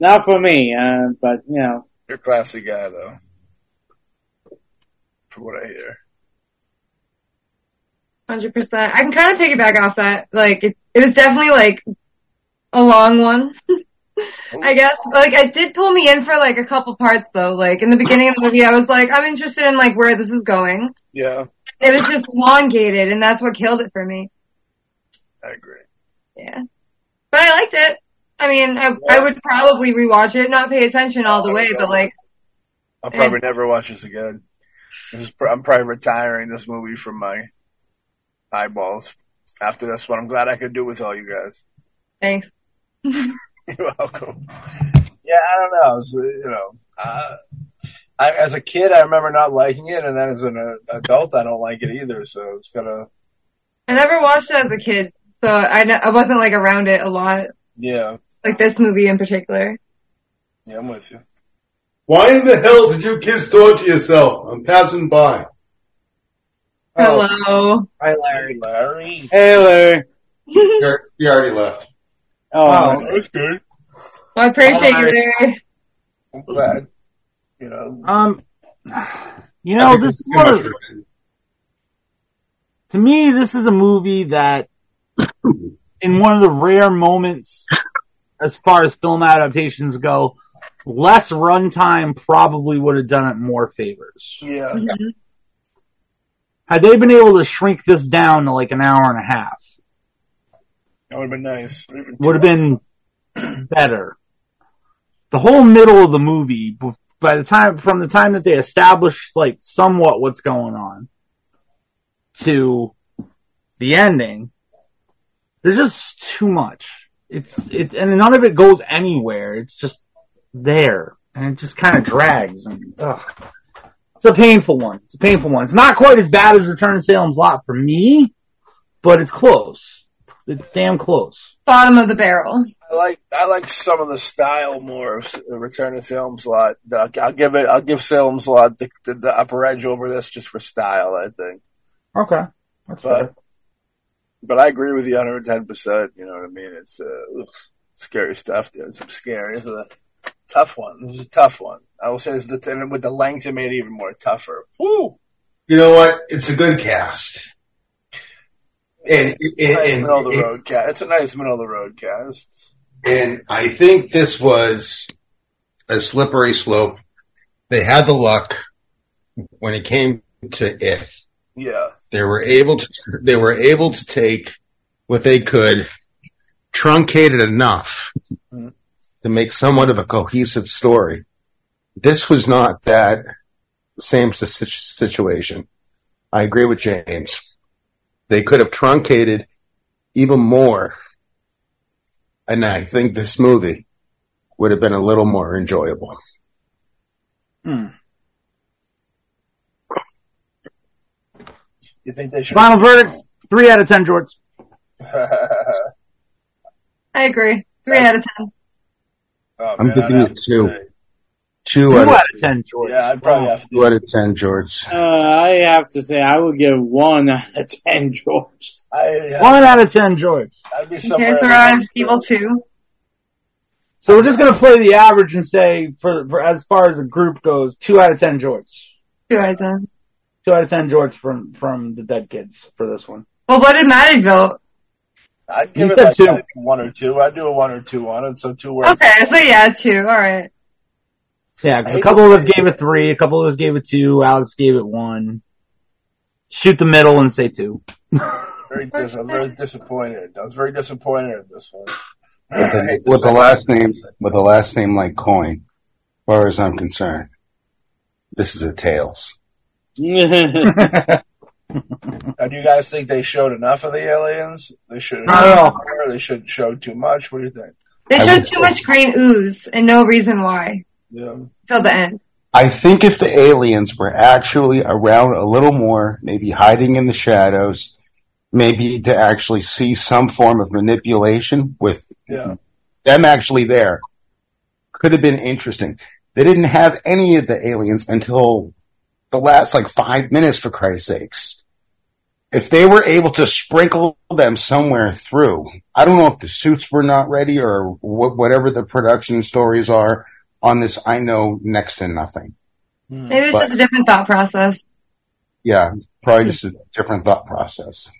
Not for me, uh, but, you know. You're a classy guy, though, from what I hear. Hundred percent. I can kind of piggyback off that. Like it, it was definitely like a long one, [LAUGHS] I guess. Like it did pull me in for like a couple parts though. Like in the beginning of the movie, I was like, I'm interested in like where this is going. Yeah, It was just elongated, and that's what killed it for me. I agree. Yeah, but I liked it. I mean, I, I would probably rewatch it, not pay attention all the way, but like, I'll probably never watch this again. This is, pr- I'm probably retiring this movie from my eyeballs after this one. I'm glad I could do with all you guys. [LAUGHS] thanks. You're welcome. Yeah, I don't know. It's, uh, you know, uh, I, as a kid, I remember not liking it, and then as an uh, adult, I don't like it either. So it's gonna, I never watched it as a kid, so I ne- I wasn't like around it a lot, yeah, like this movie in particular. yeah, I'm with you. Why in the hell did you kiss door to yourself? I'm passing by. Oh. Hello. Hi, Larry. Larry. Hey, Larry. He al- he already left. Oh, Okay. I appreciate you, Larry. I'm glad. You know, Um, you know, this is one of, to me, this is a movie that, in one of the rare moments, as far as film adaptations go, less runtime probably would have done it more favors. yeah. Had they been able to shrink this down to like an hour and a half, That would have been nice. would have been better. The whole middle of the movie, b- by the time from the time that they established like somewhat what's going on to the ending, there's just too much. It's it and none of it goes anywhere. It's just there, and it just kind of drags. And, ugh. It's a painful one. It's a painful one. It's not quite as bad as Return to Salem's Lot for me, but it's close. It's damn close. Bottom of the barrel. I like I like some of the style more of S- Return to Salem's Lot. I'll, I'll give it. I'll give Salem's Lot the, the, the upper edge over this just for style. I think, Okay. That's but but I agree with you 110. percent You know what I mean? It's uh, ugh, scary stuff. Dude. It's scary. It's a tough one. This is a tough one. I will say this is the, and with the length, it made it even more tougher. Woo! You know what? It's a good cast. And and, Nice and, middle of the road cast. It's a nice middle of the road cast. and I think this was a slippery slope. They had the luck when it came to it. Yeah. They were able to they were able to take what they could, truncate it enough Mhm. to make somewhat of a cohesive story. This was not that same si- situation. I agree with James. They could have truncated even more, and I think this movie would have been a little more enjoyable. Hmm. You think they [LAUGHS] should? Final verdict: three out of ten, Jorts. Oh, I agree. Three out of ten. Oh, I'm man, I'd giving have it to two. say. Two, Two out of, out of ten, Jorts. Yeah, I'd probably have to. two out of ten, George. uh, I have to say, I would give one out of ten George. [LAUGHS] I, uh, One out of ten, Jorts. I'd be Okay, somewhere. Thrive, Evil 2. So we're just gonna play the average and say, for, for as far as the group goes, two out of ten, Jorts. Two out of ten. Two out of ten, Jorts from from the Dead Kids for this one. Well, what did Maddie vote? I'd give You it said like two. I think one or two. I'd do a one or two on it. So two words. Okay, so yeah, two. All right. Yeah, 'cause I hate a couple of this us gave it three, a couple of us gave it two, Alex gave it one. Shoot the middle and say two. Very dis- I'm very disappointed. I was very disappointed in this one. with I the, hate to with the say last name with the last name like coin, as far as I'm concerned, this is a tails. I Uh, do you guys think they showed enough of the aliens? They should. Not at all. They shouldn't show too much. What do you think? They I showed would- too much green ooze and no reason why Yeah. till the end. I think if the aliens were actually around a little more, maybe hiding in the shadows, maybe to actually see some form of manipulation with Yeah. them actually there, could have been interesting. They didn't have any of the aliens until the last like five minutes, for Christ's sakes. If they were able to sprinkle them somewhere through, I don't know if the suits were not ready or wh- whatever the production stories are on this. I know next to nothing. Mm-hmm. Hmm. Maybe it's But- just a different thought process. Yeah, probably just a different thought process.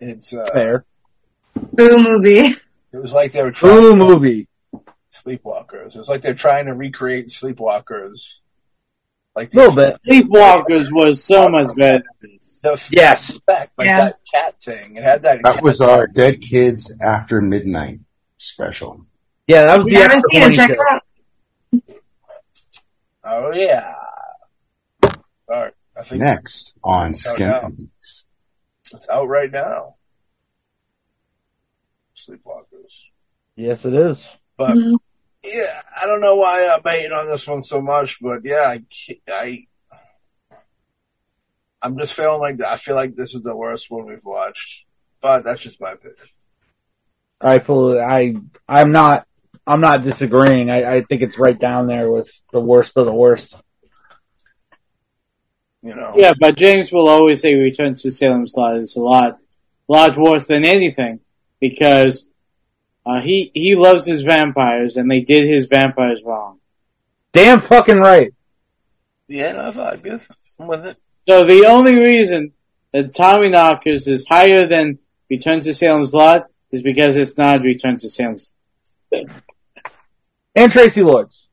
It's. Uh, Fair. Boo movie. it was like they were trying Ooh, movie. sleepwalkers. It was like they're trying to recreate sleepwalkers. Like A little bit. Sleepwalkers was so much better than this. The f- Yes. effect, like Yeah. that cat thing. It had that. That cat- was our Dead Kids After Midnight special. Yeah, that was If the you haven't extra seen it, check 22. it out. Oh yeah. All right. I think Next on Oh, Skin no. Companies. It's out right now. Sleepwalkers. Yes, it is. But Mhm. yeah, I don't know why I'm hating on this one so much, but yeah, I, ca- I I'm just feeling like I feel like this is the worst one we've watched. But that's just my opinion. I fully, I, I'm not I'm not disagreeing. I, I think it's right down there with the worst of the worst. You know, Yeah, but James will always say Return to Salem's Lot is a lot, lot worse than anything because uh, he he loves his vampires and they did his vampires wrong. Damn fucking right. yeah, no, I thought yeah, I'm with it. So the only reason that Tommy Knockers is higher than Return to Salem's Lot is because it's not Return to Salem's. And Tracy Lords.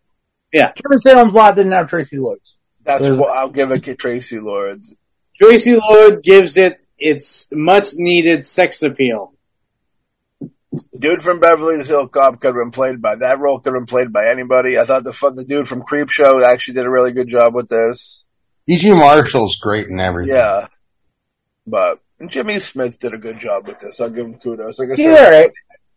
Yeah. Kevin Salem's lot didn't have Tracy Lords. That's There's- what I'll give it to Tracy Lords. Tracy E. Lord gives it its much needed sex appeal. Dude from Beverly Hills Cop could have been played by that role. Could have been played by anybody. I thought the fun, the dude from Creep Show actually did a really good job with this. E.G. E Marshall's great and everything. Yeah, but Jimmy Smith did a good job with this. I'll give him kudos. Like I He's said, alright.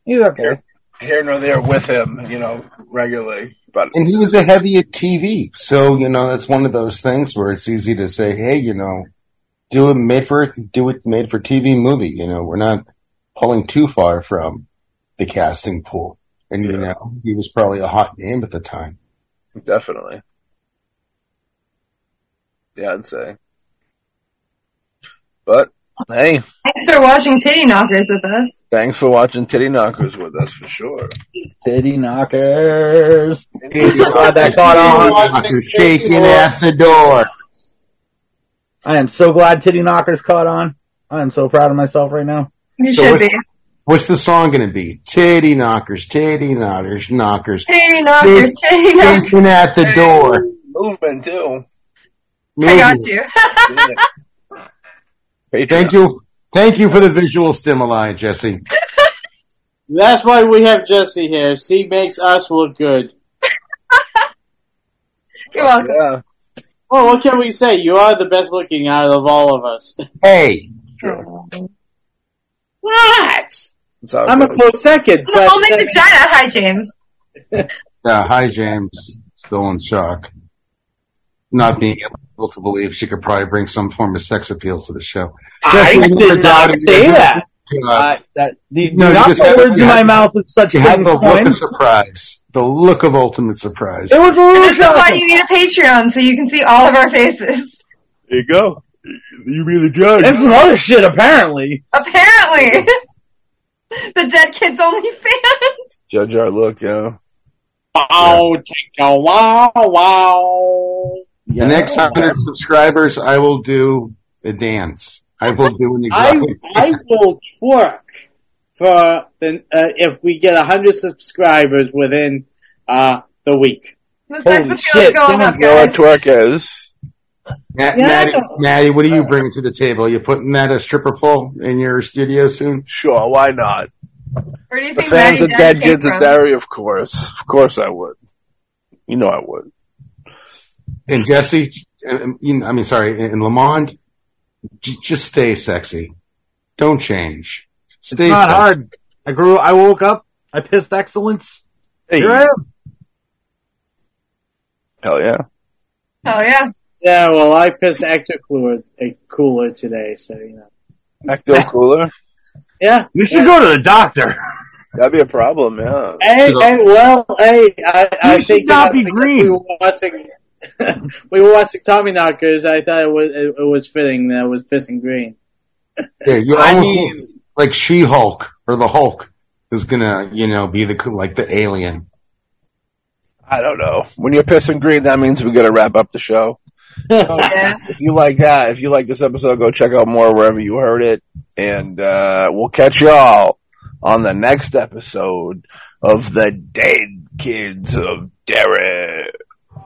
He's okay. here nor there with him, you know, regularly. But And he was a heavy at TV. So, you know, that's one of those things where it's easy to say, hey, you know, do a made for do it made for TV movie. You know, we're not pulling too far from the casting pool. And you Yeah. know, he was probably a hot name at the time. definitely, yeah, I'd say. But hey, Thanks for watching Titty Knockers with us. thanks for watching Titty Knockers with us for sure. Titty knockers. God, that caught on. shaking ass the door. I am so glad Titty knockers caught on. I am so proud of myself right now. You So should what- be. What's the song gonna be? Titty knockers, titty knockers, knockers, Titty Knockers, Titty Knockers. shaking at the door. Movement [LAUGHS] too. I got Maybe. you. [LAUGHS] Thank you. Thank you for the visual stimuli, Jesse. That's why we have Jesse here. She makes us look good. You're welcome. Yeah, Well, what can we say? You are the best looking out of all of us. [LAUGHS] Hey, true. What? It's all I'm a good. close second, The but folding vagina. Hi, James. uh, hi, James. Still in shock. Not being able to believe she could probably bring some form of sex appeal to the show. Jesse, I you were did not doubting say your- that. Uh, I, that the, No, you not just the had- words you in my had- mouth of such you had things the look coined. of surprise. The look of ultimate surprise. It was a And little this is why shocking. you need a Patreon so you can see all of our faces. [LAUGHS] There you go. You be the judge. That's some other shit, apparently. Apparently, [LAUGHS] the dead kids only fans. Judge our look, yeah. wow, tinka, Oh, wow, wow. The next hundred subscribers, I will do a dance. I will do an I exotic. [LAUGHS] I will twerk for the, uh, if we get hundred subscribers within uh, the week. The sex Holy appeal is shit, going someone up, You know what guys. twerk is? Matt, Yeah. Maddie, Maddie, what do you bring to the table? You putting that a stripper pole in your studio soon? Sure, why not? Where do you The think fans of Maddie Dead Dead came Kids from? of Derry, of course. Of course I would. You know I would. And Jesse, uh, you know, I mean, sorry, and Lamond, j- just stay sexy. Don't change. It's Stay not sexy. hard. I grew. I woke up. I pissed excellence. Hey, Here I am. hell yeah. Oh yeah. Yeah, well, I pissed actor cooler, a uh, cooler today, so you know. [LAUGHS] Ecto cooler? Yeah, You should go to the doctor. That'd be a problem, yeah. Hey, hey, well, hey, I, I You should think not uh, be because green. We were watching, [LAUGHS] we were watching Tommy Knockers. I thought it was it, it was fitting that it was pissing green. Yeah, you I almost mean- look like She Hulk or the Hulk is gonna, you know, be the co- like the alien. I don't know. When you're pissing green, that means we got to wrap up the show. So, Yeah. if you like that, if you like this episode, go check out more wherever you heard it. And uh, we'll catch y'all on the next episode of The Dead Kids of Derry. I'm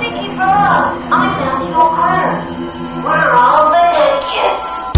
Vicky Burrows. I'm Matthew O'Connor. We're all the dead kids.